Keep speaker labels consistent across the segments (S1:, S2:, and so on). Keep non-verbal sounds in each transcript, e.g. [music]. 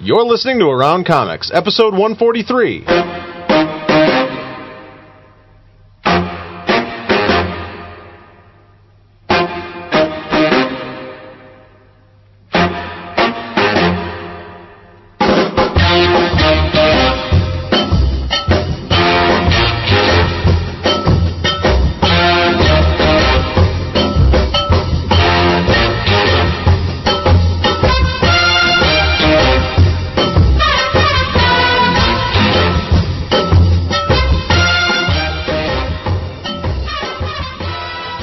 S1: You're listening to Around Comics, episode 143.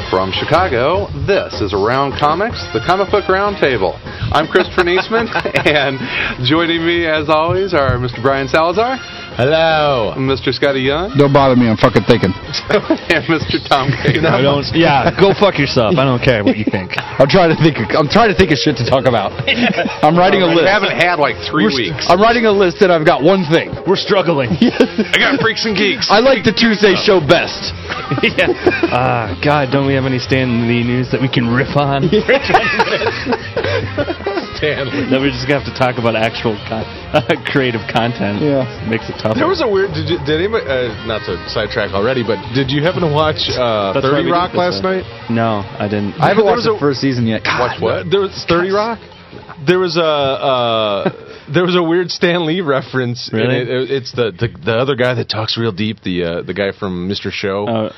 S1: From Chicago, this is Around Comics, the comic book roundtable. I'm Christopher
S2: [laughs]
S1: Niesman, and joining me, as always, are Mr. Brian Salazar,
S2: Hello.
S1: Mr. Scotty
S2: [laughs]
S1: Young,
S3: Don't bother me. I'm fucking thinking.
S1: and Mr. Tom
S2: I
S3: [laughs]
S1: Kane.
S2: don't. Yeah, go fuck yourself. I don't care what you think.
S3: I'm trying to think. Of, I'm trying to think of shit to talk
S2: [laughs]
S3: about. I'm writing a
S1: We
S3: list.
S1: haven't had like 3 weeks.
S3: I'm writing a list, and I've got one thing.
S2: We're
S3: [laughs]
S2: struggling.
S1: I got freaks and
S2: [laughs]
S1: geeks.
S3: I like the Tuesday show best.
S2: Oh.
S3: [laughs]
S2: yeah. Uh, God, don't we have any Stanley news that we can riff on?
S3: [laughs]
S1: Stanley.
S2: That we just gonna have to talk about actual con- [laughs] uh, creative content.
S3: Yeah.
S2: Makes it tougher.
S1: There was a weird. Did, you, did anybody? Uh, not to sidetrack already, but did you happen to watch uh,
S2: That's why we
S1: Thirty
S2: did
S1: Rock
S2: this,
S1: last
S2: uh,
S1: night?
S2: no, I didn't.
S3: I haven't
S1: There
S3: watched
S1: was a-
S3: the first season yet. God,
S1: Watch what? There was Thirty Rock. There was a uh, [laughs] there was a weird Stan Lee reference. in
S2: Really?
S1: it. It- it's the, the the other guy that talks real deep. The uh, the guy from Mr. Show,
S2: Uh,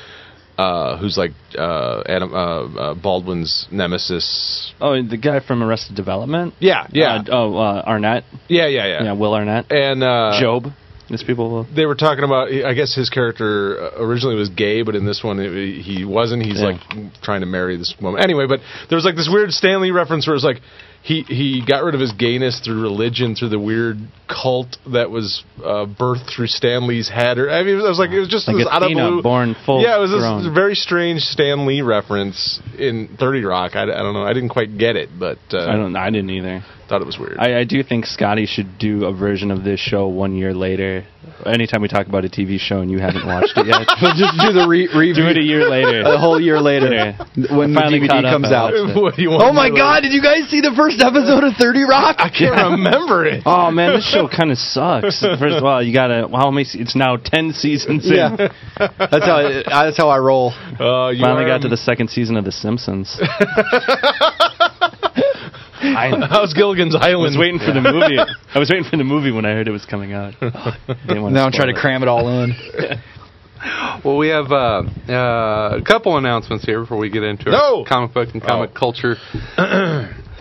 S1: uh, who's like uh, Adam uh, uh, Baldwin's nemesis.
S2: oh, the guy from Arrested Development.
S1: Yeah, yeah,
S2: Uh, oh, uh, Arnett.
S1: yeah, yeah, yeah.
S2: Yeah. Will Arnett.
S1: And uh,
S2: Job. These people. Will.
S1: they were talking about i guess his character uh, originally was gay but in this one it, he wasn't he's
S2: Yeah.
S1: like trying to marry this woman anyway but there was like this weird stanley reference where it's like he he got rid of his gayness through religion through the weird cult that was uh, birthed through stanley's head or i mean it was like it was just
S2: Like
S1: this out of
S2: Athena,
S1: blue
S2: born full
S1: yeah it was this
S2: grown.
S1: very strange stanley reference in 30 rock I, I don't know i didn't quite get it but uh,
S2: I don't. I didn't either.
S1: thought it was weird
S2: I, I do think Scotty should do a version of this show one year later. Anytime we talk about a TV show and you haven't watched it [laughs] yet,
S3: We'll just do the re-
S2: do it a
S3: review
S2: year later.
S3: a whole year later
S2: Yeah.
S3: when the
S2: I finally
S3: DVD
S2: caught up.
S1: [laughs]
S3: comes out.
S1: What do you want
S3: Oh my
S1: to-
S3: God! Did you guys see the first episode of Thirty Rock?
S1: i can't remember it
S2: Oh man, this show kind of sucks. First of all, you gotta. Well, how many? se- It's now ten seasons.
S3: Yeah.
S2: in.
S3: That's how. I, that's how I roll.
S1: Uh, you
S2: [laughs] Finally
S1: are
S2: got to
S1: a
S2: the second season of The Simpsons. I
S1: How's Gilligan's Island?
S2: was waiting for the movie. [laughs] I was waiting for the movie when I heard it was coming [laughs] out.
S3: Now I'm trying to cram it all in.
S4: Well, we have uh, uh, a couple announcements here before we get into
S1: No! Oh.
S4: our comic book and
S1: [clears throat]
S4: comic culture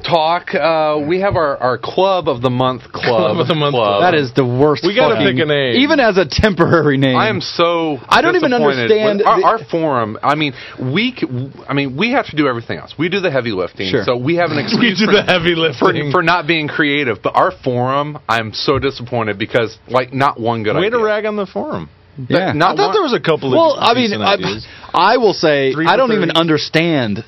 S4: talk. Uh, we have our, our club of the month club.
S1: of the Month [laughs] Club. [laughs]
S3: That is the worst.
S1: We gotta
S3: fucking-
S1: pick a name.
S3: even as a temporary name.
S4: I am so.
S3: I don't even
S4: disappointed with-
S3: understand
S4: our,
S3: the-
S4: our forum. I mean, we. c- I mean, we have to do everything else. We do the heavy lifting,
S3: Sure.
S4: so we have an
S1: [laughs] We
S4: excuse
S1: do
S4: for,
S1: the heavy
S4: for,
S1: lifting.
S4: for not being creative. But our forum, I'm so disappointed because like not one good
S1: Way
S4: idea.
S1: to rag on the forum.
S3: Yeah.
S1: I
S4: Not
S1: thought
S4: one-
S1: there was a couple of
S3: Well, I mean,
S1: decent
S3: I, [laughs]
S1: ideas.
S3: I will say
S1: Three
S3: I
S1: for
S3: don't
S1: 30.
S3: even understand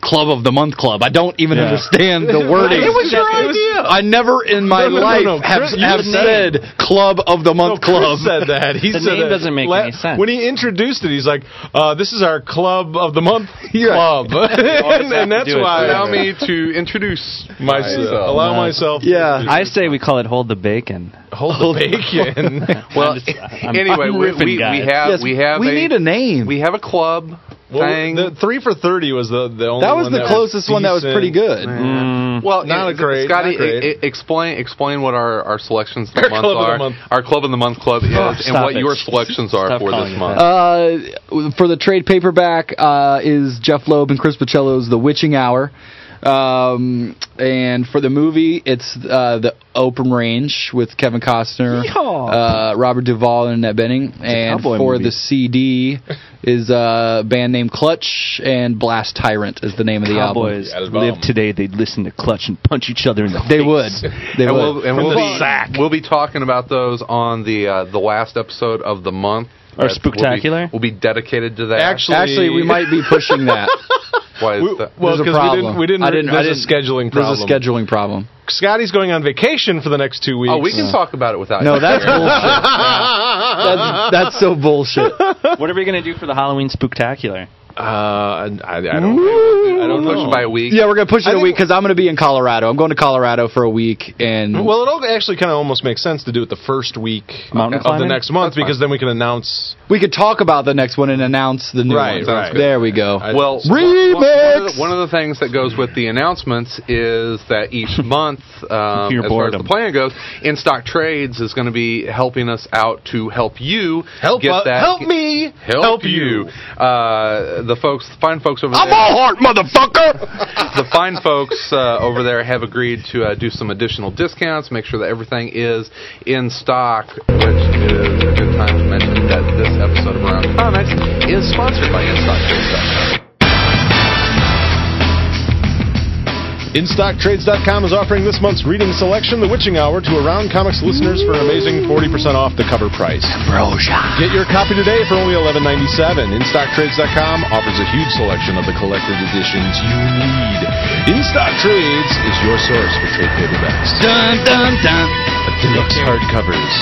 S3: Club of the Month Club. I don't even
S2: Yeah.
S1: [laughs]
S3: understand the wording.
S1: It was your
S3: It was-
S1: idea.
S3: I never in my
S1: No, no, no,
S3: life
S1: no.
S3: have,
S1: Chris, you
S3: have
S1: said-
S3: said Club of the Month
S1: Chris
S3: Club.
S1: said that. He
S2: The
S1: said that.
S2: name doesn't make any sense.
S1: When he introduced it, he's like, uh, "This is our club of the
S3: [laughs]
S1: month
S3: Yeah.
S1: club," [laughs] and, and that's
S2: do is
S1: why
S4: Allow me to introduce
S1: myself.
S4: myself.
S1: Allow
S2: No.
S1: myself.
S3: Yeah.
S2: I say we call it hold the bacon.
S1: hold the
S3: [laughs]
S1: bacon.
S4: Well,
S2: I'm just-
S4: [laughs]
S2: I'm-
S4: anyway,
S2: I'm
S4: we,
S2: riffing,
S4: we, we
S2: guys.
S4: have
S3: Yes,
S4: we have a,
S3: need a name.
S4: we have a club
S1: Well,
S4: thing.
S1: the three for thirty was the the only.
S3: that was
S1: one
S3: the closest one that was
S1: decent.
S3: pretty good.
S2: Mm. Mm-hmm.
S4: well,
S1: not
S4: yeah,
S1: a grade,
S4: Scotty,
S1: not a grade.
S4: e- e- explain explain what our, our selections of the
S1: Our
S4: month
S1: club of the
S4: are.
S1: month. Oh,
S4: Our club of the month club is, and
S2: stop
S4: what
S2: it.
S4: your selections are
S2: Stop
S4: for
S2: calling
S4: this
S2: it
S4: month.
S2: that.
S3: Uh, for the trade paperback uh, is Jeff Loeb and Chris Pacello's The Witching Hour. Um, and for the movie, it's uh, The Open Range with Kevin Costner,
S2: Yeehaw.
S3: uh, Robert Duvall, and Annette Benning. And
S2: cowboy
S3: for
S2: movie.
S3: the CD is a band named Clutch and Blast Tyrant is the name of the
S2: Cowboys
S1: album.
S2: live today. They'd listen to Clutch and punch each other in the
S3: album. They would.
S2: [laughs]
S3: They
S4: and
S3: would.
S4: we'll, and
S1: From
S4: we'll
S1: the
S4: be
S1: sack.
S4: we'll be talking about those on the uh, the last episode of the month.
S2: Our
S4: That's- we'll be-
S2: spooktacular?
S4: We'll be, dedicated to that.
S1: Actually-
S3: Actually, we might be pushing that.
S1: [laughs]
S4: why is
S1: We-
S4: that?
S1: well,
S3: There's a
S1: 'cause we didn't-
S3: problem.
S1: we didn't
S3: I
S1: re-
S3: didn't. I
S1: there's a
S3: didn't-
S1: scheduling
S3: There's a
S1: problem.
S3: scheduling problem.
S1: Scotty's going on vacation for the next two weeks.
S4: oh, we can talk about it without.
S3: No, [laughs]
S4: you.
S3: that's bullshit. That's, that's so bullshit. [laughs]
S2: What are we gonna do for the Halloween spooktacular?
S1: Uh, and I, I don't. I don't
S4: Push
S1: know.
S4: by a week.
S3: Yeah, we're gonna push it
S1: I
S3: a
S1: think-
S3: week because I'm gonna be in Colorado. I'm going to Colorado for a week, and
S1: Well, it all actually kind of almost makes sense to do it the first week
S2: Mountain
S1: of the
S2: climbing?
S1: next month because then we can announce.
S3: we could talk about the next one and announce the new
S1: Right,
S3: one.
S1: right.
S3: There we go.
S1: I-
S4: Well,
S3: Remix!
S4: One, one of the, one of the things that goes with the announcements is that each month, um,
S2: Your
S4: as far as
S2: boredom.
S4: the plan goes, In Stock Trades is going to be helping us out to help you
S1: Help
S4: get
S1: u-
S4: that.
S1: help me
S4: Help, you. Uh, the folks, the fine folks over there.
S3: heart, motherfucker.
S4: [laughs] the fine folks uh, over there have agreed to uh, do some additional discounts, make sure that everything is in stock, which is a good time to mention that this episode of Around Comics is sponsored by InStockTrades.com.
S1: InStockTrades.com is offering this month's reading selection, The Witching Hour, to Around Comics listeners for an amazing 40% off the cover price. Get your copy today for only $11.97. InStockTrades.com offers a huge selection of the collected editions you need. InStockTrades is your source for trade paperbacks.
S3: dun dun dun.
S1: Deluxe hardcovers,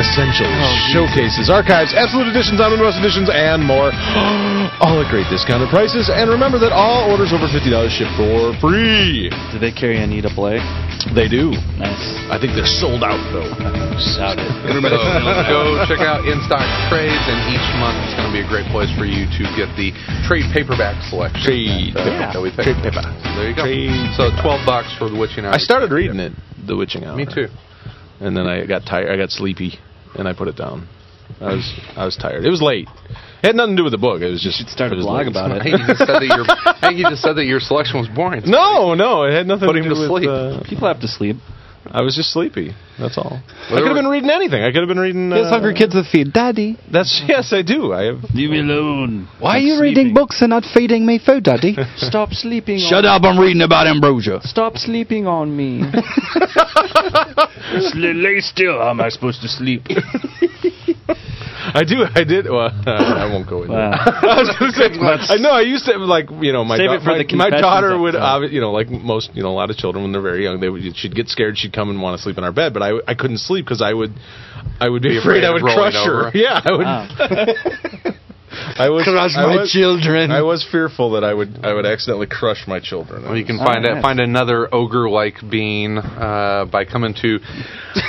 S1: essentials, showcases, archives, absolute editions, omnibus editions, and more. [gasps] all at great discounted prices. And remember that all orders over $50 ship for free.
S2: Do they carry Anita Blake?
S1: They do.
S2: Nice.
S1: I think they're sold out, though.
S2: Shout it.
S4: So
S1: Oh.
S4: go check
S1: [laughs]
S4: out In Stock Trades, and each month it's going to be a great place for you to get the trade paperback selection.
S1: Trade paperback.
S4: that, uh, that we picked.
S1: Trade paperback.
S4: So there you go.
S1: Trade
S4: so twelve bucks for the Witching Hour.
S1: I started reading it, The Witching Hour.
S4: Me too.
S1: And then I got tired. I got sleepy, and I put it down. I was I was tired. It was late. It had nothing to do with the book. It was just
S2: should start
S1: it
S2: a
S1: was
S2: blog
S1: late.
S2: about
S4: I
S2: it.
S4: think you just said that your I think you just said that your selection was boring.
S1: No, no, it had nothing
S4: Put
S1: to
S4: him
S1: do
S4: to
S1: with.
S4: sleep.
S1: uh,
S2: People have to sleep.
S1: I was just sleepy. That's all. I
S4: Well,
S1: could have
S4: there
S1: been
S4: were-
S1: reading anything. I could have been reading. Uh,
S3: Those hungry kids to feed, Daddy.
S1: That's [laughs] yes, I do. I have.
S2: Leave me alone.
S3: Why are you reading books and not feeding me food, [laughs] Daddy?
S2: Stop sleeping.
S3: Shut up! I'm reading about ambrosia.
S2: Stop sleeping on me. Lay still. How am I supposed to sleep?
S1: I do. I did. Well, [laughs] I won't go into. it.
S2: Wow.
S1: [laughs] I was gonna say, I know. I used to like you know my
S2: Save
S1: da-
S2: it for
S1: my,
S2: the
S1: my daughter
S2: confessions
S1: would
S2: episode.
S1: obvi- you know like most you know a lot of children when they're very young they would she'd get scared she'd come and want to sleep in our bed but I I couldn't sleep because I would I would be, afraid,
S4: afraid
S1: I
S4: of
S1: would
S4: rolling
S1: crush
S4: over.
S1: her yeah I would [laughs] I was I was,
S3: children.
S1: I was fearful that I would I would accidentally crush my children.
S4: Well, you can find
S2: Oh,
S4: out,
S2: yes.
S4: find another ogre-like being uh, by coming to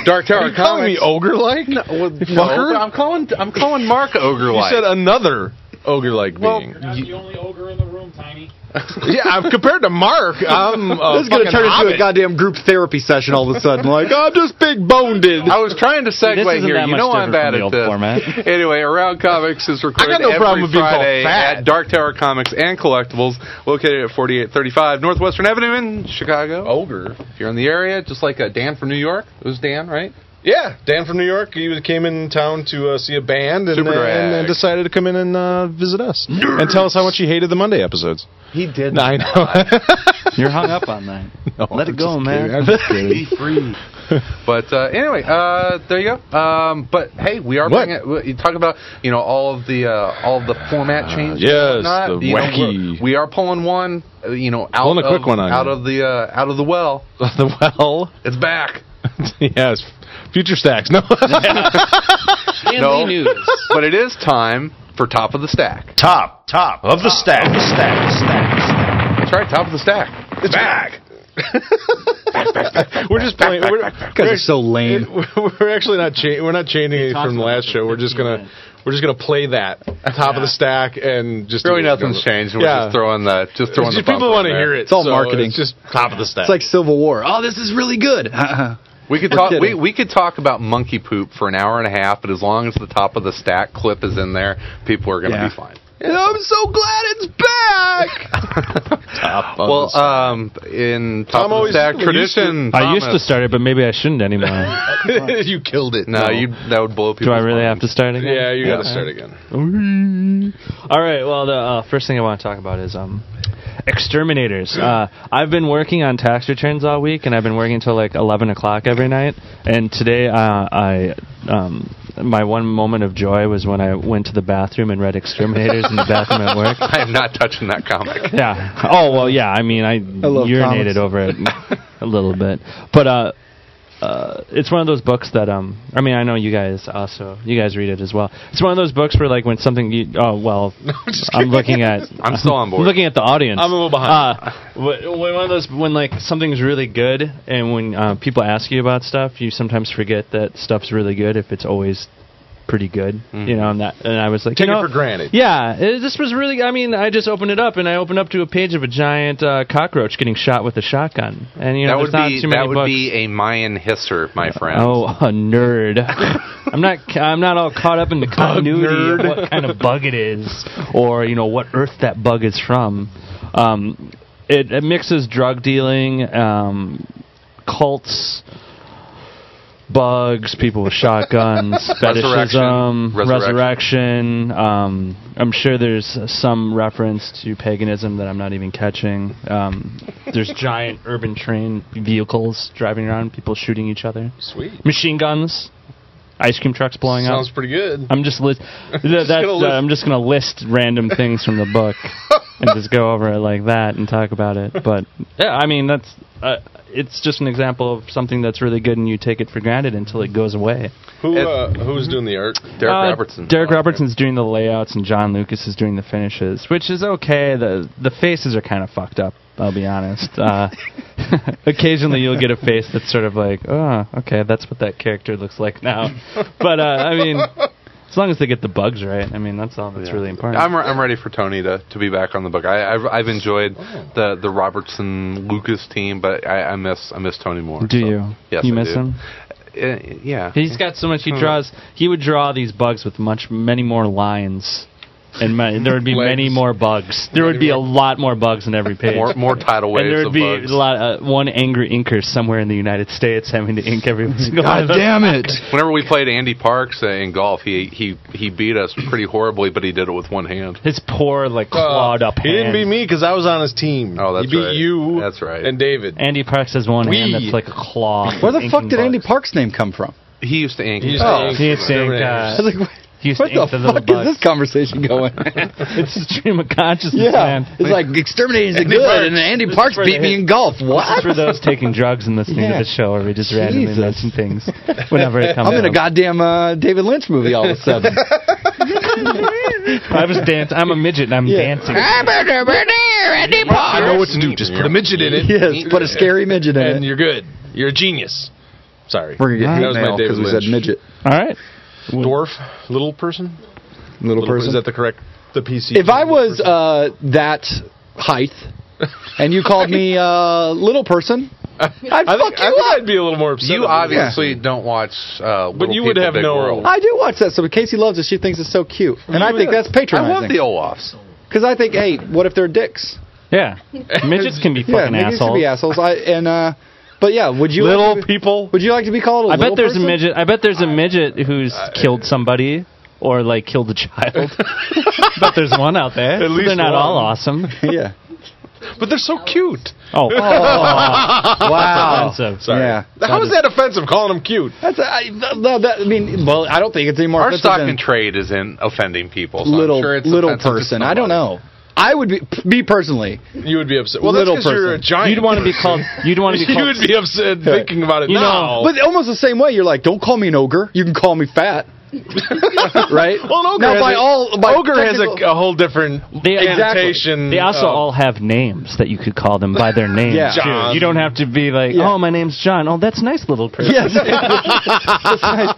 S4: Dark Tower
S1: Are you calling me
S4: Comics.
S1: ogre like?
S4: No, but I'm calling I'm calling Mark
S1: You
S4: ogre-like.
S1: said another ogre like
S4: Well,
S1: being.
S5: You're not the only ogre in the room, Tiny.
S1: yeah, I'm, compared to Mark,
S4: [laughs]
S1: I'm a
S3: this is gonna
S1: fucking
S3: turn into a
S1: hobbit.
S3: goddamn group therapy session all of a sudden. Like I'm just big boned.
S4: I was trying to segue
S2: This isn't
S4: here.
S2: that
S4: You
S2: much
S4: know I'm
S2: different from the old
S4: bad at this.
S2: format.
S4: [laughs] Anyway, Around Comics is recorded
S1: I got no
S4: every
S1: problem with being called
S4: Friday
S1: fat.
S4: at Dark Tower Comics and Collectibles, located at 4835 Northwestern Avenue in Chicago.
S1: ogre.
S4: If you're in the area, just like uh, Dan from New York. It was Dan, right?
S1: Yeah, Dan from New York. He was- came in town to uh, see a band and, uh,
S4: Superdrag.
S1: and, and decided to come in and uh, visit us and tell us how much he hated the Monday episodes.
S4: He did.
S1: No, I know.
S2: [laughs] You're hung up on that.
S1: [laughs] No,
S2: Let
S1: I'm
S2: it go,
S1: just
S2: man.
S6: [laughs]
S1: kidding. I'm just kidding.
S4: free. but uh, anyway, uh, there you go. Um, but hey, we are
S1: What?
S4: bringing. uh, You talk about you know all of the uh, all of the format changes.
S1: yes,
S4: and whatnot.
S1: the
S4: You know,
S1: wacky-
S4: we're- we are pulling one. uh, You know, out
S1: Pulling a quick
S4: of,
S1: one on
S4: out
S1: you.
S4: of the uh, out of the well.
S1: the well, [laughs]
S4: It's back.
S1: yes, future stacks. No,
S4: no news. [laughs] but it is time for top of the
S6: [laughs]
S4: stack.
S6: Top, top of the stack, stack, stack, stack.
S4: That's right, top of the stack.
S1: it's back. we're just playing. We're,
S3: guys are so lame.
S1: [laughs] we're actually not cha- we're not changing it from last show. We're just gonna we're just gonna play that top of the stack and just
S4: Really, nothing's changed. We're
S1: Yeah.
S4: just throwing the just throwing
S1: It's
S4: the
S1: just people
S4: bumper
S1: want to
S4: in there.
S1: hear it.
S3: It's all
S1: so
S3: marketing.
S1: It's just top of the stack.
S3: It's like Civil War. Oh, this is really good. [laughs]
S4: We could talk. We,
S3: kidding.
S4: we could talk about monkey poop for an hour and a half, but as long as the top of the stack clip is in there, people are going to
S3: Yeah.
S4: be fine.
S3: I'm so glad it's
S1: [laughs]
S3: back.
S1: top of
S4: Well,
S1: the stack.
S4: um, in top
S1: Tom
S4: of the
S1: always-
S4: stack
S1: we used to-
S4: tradition,
S2: I used to
S4: Thomas-
S2: start it, but maybe I shouldn't [laughs] anymore.
S1: [laughs] you killed it.
S4: No, you that would blow people.
S2: Do I really
S4: [laughs]
S2: have to start again?
S1: Yeah, you got to start again.
S2: [laughs] All right. Well, the uh, first thing I want to talk about is um, exterminators. Uh, I've been working on tax returns all week, and I've been working till like eleven o'clock every night. And today, uh, I um, my one moment of joy was when I went to the bathroom and read exterminators in the bathroom at work.
S4: I am not touching that
S2: [laughs]
S4: comic.
S2: Yeah. Oh well. Yeah. I mean, I,
S3: love
S2: urinated
S3: comics.
S2: over it a little bit, but uh, uh, uh, it's one of those books that um I mean I know you guys also you guys read it as well. It's one of those books where like when something you oh
S4: [laughs]
S2: well I'm looking at
S4: I'm still on board.
S2: looking at the audience.
S1: I'm a little behind.
S2: Uh, wh- when one of those when like something's really good and when uh, people ask you about stuff, you sometimes forget that stuff's really good if it's always pretty good.
S4: Mm-hmm.
S2: You know, and that and I was like,
S1: Take
S2: you
S1: it
S2: know,
S1: for granted.
S2: Yeah, it- this was really. I mean, I just opened it up and I opened up to a page of a giant uh, cockroach getting shot with a shotgun, and you know,
S4: that
S2: there's
S4: would
S2: not
S4: be
S2: too many
S4: that would
S2: books.
S4: be a Mayan hisser, my friend.
S2: Oh, a nerd! I'm not. ca- I'm not all caught up in the continuity of what kind of bug it is, or you know what Earth that bug is from. Um, it, it mixes drug dealing, um, cults, bugs, people with shotguns, fetishism,
S4: Resurrection.
S2: resurrection. Um, I'm sure there's some reference to paganism that I'm not even catching. Um, there's giant urban train vehicles driving around, people shooting each other,
S1: Sweet.
S2: machine guns, ice cream trucks blowing
S1: Sounds
S2: up.
S1: pretty good.
S2: I'm
S1: [laughs]
S2: just list. that's,
S1: gonna
S2: uh,
S1: list-
S2: I'm just gonna list random things from the
S1: [laughs]
S2: book and just go over it like that and talk about it. But yeah, I mean that's uh, it's just an example of something that's really good and you take it for granted until it goes away.
S1: Who
S4: It-
S1: uh, who's doing the art?
S4: Derek
S2: Uh,
S4: Robertson. Oh,
S2: Derek Robertson's doing the layouts and John Lucas is doing the finishes, which is okay. The the faces are kind of fucked up. I'll be honest. Uh, [laughs] occasionally, you'll get a face that's sort of like, oh, okay, that's what that character looks like
S4: [laughs]
S2: now. But uh, I mean, as long as they get the bugs right, I mean, that's all that's really important.
S4: I'm, re- I'm ready for Tony to, to be back on the book. I, I've, I've enjoyed
S3: Oh.
S4: the, the Robertson Lucas team, but I, I miss I miss Tony more.
S2: do
S4: so.
S2: you?
S4: Yes,
S2: you
S4: I
S2: miss
S4: do. Hmm.
S2: him?
S4: Uh, yeah.
S2: He's got so much. He draws. He would draw these bugs with much many more lines, and ma- there would
S4: [laughs]
S2: be many
S1: Legs.
S2: more bugs. There would be a lot more bugs in every page.
S4: more more tidal
S2: [laughs]
S4: waves
S2: and there
S4: of
S2: would be
S4: bugs.
S2: a lot, uh, one angry inker somewhere in the United States having to ink
S3: [laughs]
S2: every single one of
S3: God
S2: those.
S3: damn it!
S4: Whenever we played Andy Parks uh, in golf, he he he beat us pretty horribly, but he did it with one hand.
S2: His poor, like
S3: Uh,
S2: clawed up
S1: Uh, He didn't beat
S2: hand.
S1: me because I was on his team.
S4: Oh, that's
S1: he beat
S4: right.
S1: you.
S4: That's right.
S1: And David.
S2: Andy Parks has one hand
S1: We-
S2: that's like a claw.
S3: [laughs] Where the
S2: inking
S3: fuck did Andy
S2: bugs.
S3: Park's name come from?
S4: He used to ink.
S1: He used to
S3: Oh.
S1: ink
S2: He used to ink, uh,
S1: Terminators.
S3: I was [laughs] like,
S2: He used to
S3: what
S2: ink the
S3: the,
S2: little
S3: fuck
S2: bugs.
S3: is this conversation going?
S2: [laughs]
S3: [laughs]
S2: It's a stream of consciousness,
S3: yeah,
S2: man.
S3: it's like exterminating is good,
S1: Parks.
S3: and then Andy
S2: This is
S3: Parks
S2: for
S3: beat
S2: the
S3: me
S2: hit-
S3: in golf.
S2: This is
S3: What?
S2: for those taking drugs and listening
S3: Yeah.
S2: to the show where we just randomly
S3: Jesus.
S2: mention things whenever
S3: [laughs]
S2: it comes
S3: I'm in a
S2: up.
S3: goddamn uh, David Lynch movie all of a sudden.
S2: I was dancing. I'm a midget and I'm dancing.
S3: Ah. Andy
S1: I know what to do. Just put a midget in it.
S3: Yes, put a scary midget in
S1: and
S3: it.
S1: you're good. You're a genius. Sorry.
S3: We're gonna
S2: That
S3: get
S1: was
S3: hate
S1: my
S3: mail
S1: David
S3: because we said
S1: Lynch.
S3: midget,
S2: All right.
S1: Dwarf, little person.
S3: little,
S1: Little
S3: person.
S1: Is that the correct? The PC.
S3: if I
S1: little
S3: was
S1: person?
S3: uh, that height, and you called me uh, little person, I'd
S1: I
S3: fuck
S1: think, I
S3: you
S1: think
S3: up.
S1: I'd be a little more upset.
S4: You
S1: about
S4: obviously don't watch, uh, Little
S1: you would
S4: People,
S1: have
S4: Big
S1: no-
S4: World.
S3: I do watch that. So Casey loves it. She thinks it's so cute, and I think that's
S4: I love the
S3: patronizing.
S4: Olafs.
S3: Because I think, hey, what if they're dicks? [laughs]
S2: Yeah. Midgets can be
S3: Yeah,
S2: fucking
S3: niggas should
S2: assholes.
S3: be assholes. I and uh, but yeah, would you
S2: Little
S3: like to be-
S2: people.
S3: Would you like to be called a
S2: I
S3: little
S2: bet there's
S3: person?
S2: a midget. I bet there's a midget who's killed somebody or like killed
S1: [laughs]
S2: a child. but there's one out there. At
S1: least
S2: They're not all
S1: one.
S2: awesome.
S3: yeah.
S1: But they're so cute.
S2: [laughs] Oh,
S3: Wow.
S2: offensive.
S1: Sorry.
S3: Yeah.
S1: How is that offensive? Calling them cute.
S3: That's I, no, that, I mean, well, I don't think it's any more
S4: Our
S3: offensive
S4: stock
S3: than
S4: and trade is in offending people. So I'm
S3: little
S4: sure it's
S3: little
S4: offensive to
S3: person. I don't
S4: somebody.
S3: know. I would be me personally.
S1: You would be upset. Well,
S3: Little
S1: that's because you're a
S3: person.
S1: giant.
S2: You'd want to be called. You'd want to be
S1: [laughs] You
S2: called.
S1: would be upset thinking about it
S2: You
S1: now.
S2: know,
S3: But almost the same way, you're like, don't call me an ogre. You can call me fat,
S1: [laughs]
S3: right?
S1: well, an ogre
S3: now
S1: has
S3: by
S1: a,
S3: all by
S1: ogre has a,
S3: technical-
S1: a whole different
S2: They-
S1: annotation.
S2: They also
S1: of-
S2: all have names that you could call them by their names.
S3: Yeah.
S2: too.
S1: Oh. John.
S2: You don't have to be like,
S3: Yeah.
S2: oh, my name's John. Oh, that's nice, little person.
S3: [laughs]
S1: [laughs]
S3: yes. That's nice.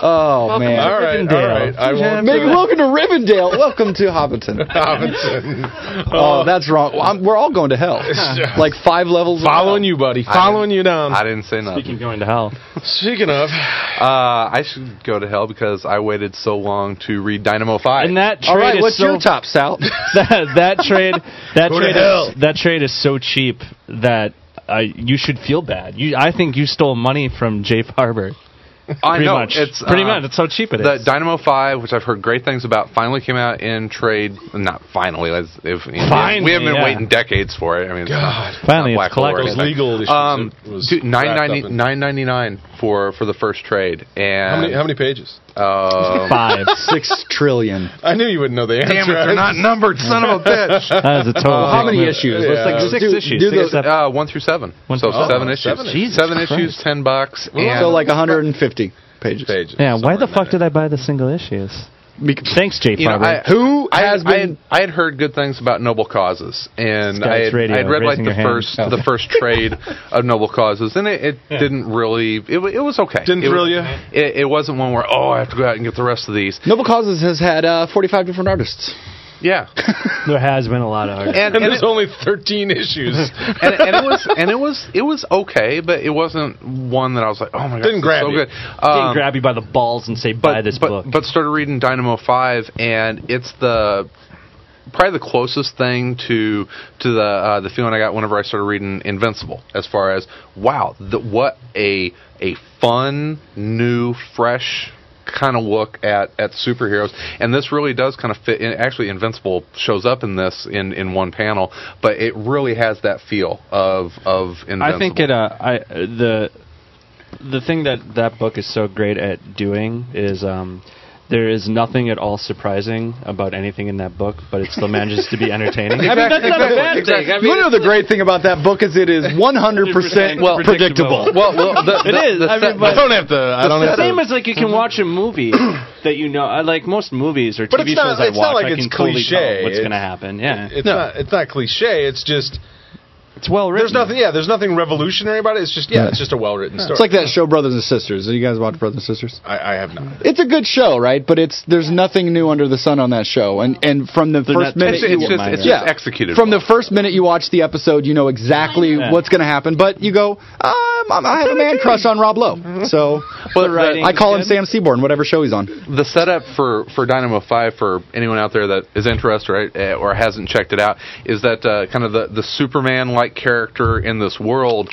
S3: Oh man.
S1: All right, all
S2: Rivendell.
S1: right. I won't.
S3: Maybe welcome to Rivendell. Welcome
S1: [laughs]
S3: to Hobbiton. Oh, that's wrong. Well, I'm, we're all going
S1: [laughs]
S3: to hell. like five levels. of
S1: Following
S3: hell.
S1: you, buddy. Following you down.
S4: I didn't say nothing.
S2: Speaking of going to hell.
S1: Speaking of,
S4: Uh, I should go to hell because I waited so long to read Dynamo Five.
S2: And that trade
S3: All right,
S2: is
S3: what's
S2: so
S3: your top, [laughs]
S2: [laughs]
S3: Sal?
S2: that, that trade that
S1: Go to
S2: trade
S1: hell.
S2: is, that trade is so cheap that uh, you should feel bad. You, I think you stole money from Jay Farber.
S4: I
S2: Pretty
S4: know
S2: much.
S4: it's
S2: pretty
S4: uh,
S2: much. That's how cheap it is.
S4: The Dynamo Five, which I've heard great things about, finally came out in trade. Not finally. That's, if,
S2: Finally,
S4: we haven't been
S2: yeah.
S4: waiting decades for it. I mean, it's
S1: God.
S4: not- not
S2: Finally, it's
S4: Black Lord.
S1: Those
S2: collectible.
S1: legal issues
S4: Um,
S1: that was wrapped
S4: dude, nine
S1: up
S4: ninety
S1: in-
S4: nine ninety nine for for the first trade. And
S1: How many, how many pages?
S4: um,
S2: Five.
S3: Six trillion.
S1: I knew you wouldn't know the answer.
S4: Damn it, they're not numbered, son of a bitch.
S2: That
S4: [laughs]
S2: is a total.
S3: How
S2: thing,
S3: many
S2: man.
S3: issues?
S1: Yeah.
S3: Let's like
S1: Six
S3: do-
S2: issues.
S3: Do
S2: Six
S3: those,
S2: issues.
S4: Uh, one through seven.
S2: One
S4: so
S2: through- oh,
S4: seven
S1: seven
S4: issues.
S1: issues.
S2: Jesus
S4: seven
S2: Christ.
S4: issues, ten bucks. And
S3: so like 150 pages.
S1: [laughs] pages.
S2: Yeah, why
S1: somewhere
S2: the
S1: in
S2: fuck
S1: there.
S2: did I buy the single issues? Thanks, Jay
S4: You know,
S2: Farber.
S4: I-
S3: Who
S4: I,
S3: has
S4: I
S3: been?
S4: had, I had heard good things about noble causes, and
S2: Scouts
S4: I had,
S2: Radio,
S4: I had read like
S2: raising
S4: the
S2: your hand. Oh.
S4: first the first trade
S2: [laughs]
S4: of noble causes, and it, it didn't really it, wa- it was okay.
S1: Didn't
S4: it,
S1: thrill
S4: was-
S1: you?
S4: It, it wasn't one where oh I have to go out and get the rest of these.
S3: Noble Causes has had uh, 45 different artists.
S2: [laughs]
S4: Yeah,
S2: there has been a
S4: [laughs]
S2: lot of arguments.
S4: and,
S1: And
S4: and,
S1: there's
S4: it,
S1: only 13 issues.
S4: and, and it was and it was it was okay, but it wasn't one that I was like oh my god
S1: Didn't grab
S4: so
S1: you.
S4: good.
S2: Didn't
S4: Um,
S2: grab you by the balls and say buy this
S4: but,
S2: book.
S4: But started reading Dynamo Five, and it's the probably the closest thing to to the uh, the feeling I got whenever I started reading Invincible. As far as wow, the, what a a fun, new, fresh kind of look at at superheroes and this really does kind of fit in actually invincible shows up in this in in one panel but it really has that feel of of invincible
S2: I think it. Uh, I the the thing that that book is so great at doing is um, there is nothing at all surprising about anything in that book, but it still manages to
S1: [laughs]
S2: be entertaining.
S4: Exactly, exactly, exactly.
S3: I mean, you know the great thing about that book is it is [laughs] 100%
S2: Well,
S3: predictable.
S4: well, well the,
S2: [laughs] It
S4: the-
S2: is,
S4: the
S2: I mean,
S4: set-
S1: I
S2: but-
S1: don't have to. I don't
S2: the
S1: have to.
S2: same as like you
S1: Mm-hmm.
S2: can watch
S1: [clears throat]
S2: a movie that you know, I like most movies or TV
S1: But it's not-
S2: shows I
S1: it's not
S2: watch,
S1: like
S2: I
S1: it's
S2: can totally
S1: cliche.
S2: tell what's
S1: It's-
S2: going to happen. Yeah,
S1: It's not. It's not cliche. It's just
S2: it's well written.
S1: there's nothing. Yeah, there's nothing revolutionary about it. It's just yeah, it's just a well written story.
S3: It's like that show Brothers and Sisters. Have you guys watch Brothers and Sisters?
S1: I, I have not.
S3: It's a good show, right? But it's there's nothing new under the sun on that show. And and from the
S2: They're
S3: first
S2: not
S3: minute
S4: it's, it's
S3: you
S4: just it's
S3: Yeah.
S4: just executed
S3: from
S4: well.
S3: the first minute you watch the episode, you know exactly
S2: Yeah.
S3: what's going to happen. But you go, um, I'm- I have a man crush on Rob Lowe, so
S4: But
S2: writing
S3: I call him
S2: is
S3: Sam Seaborn, whatever show he's on.
S4: the setup for, for Dynamo 5 for anyone out there that is interested right, eh, or hasn't checked it out is that uh, kind of the, the Superman like character in this world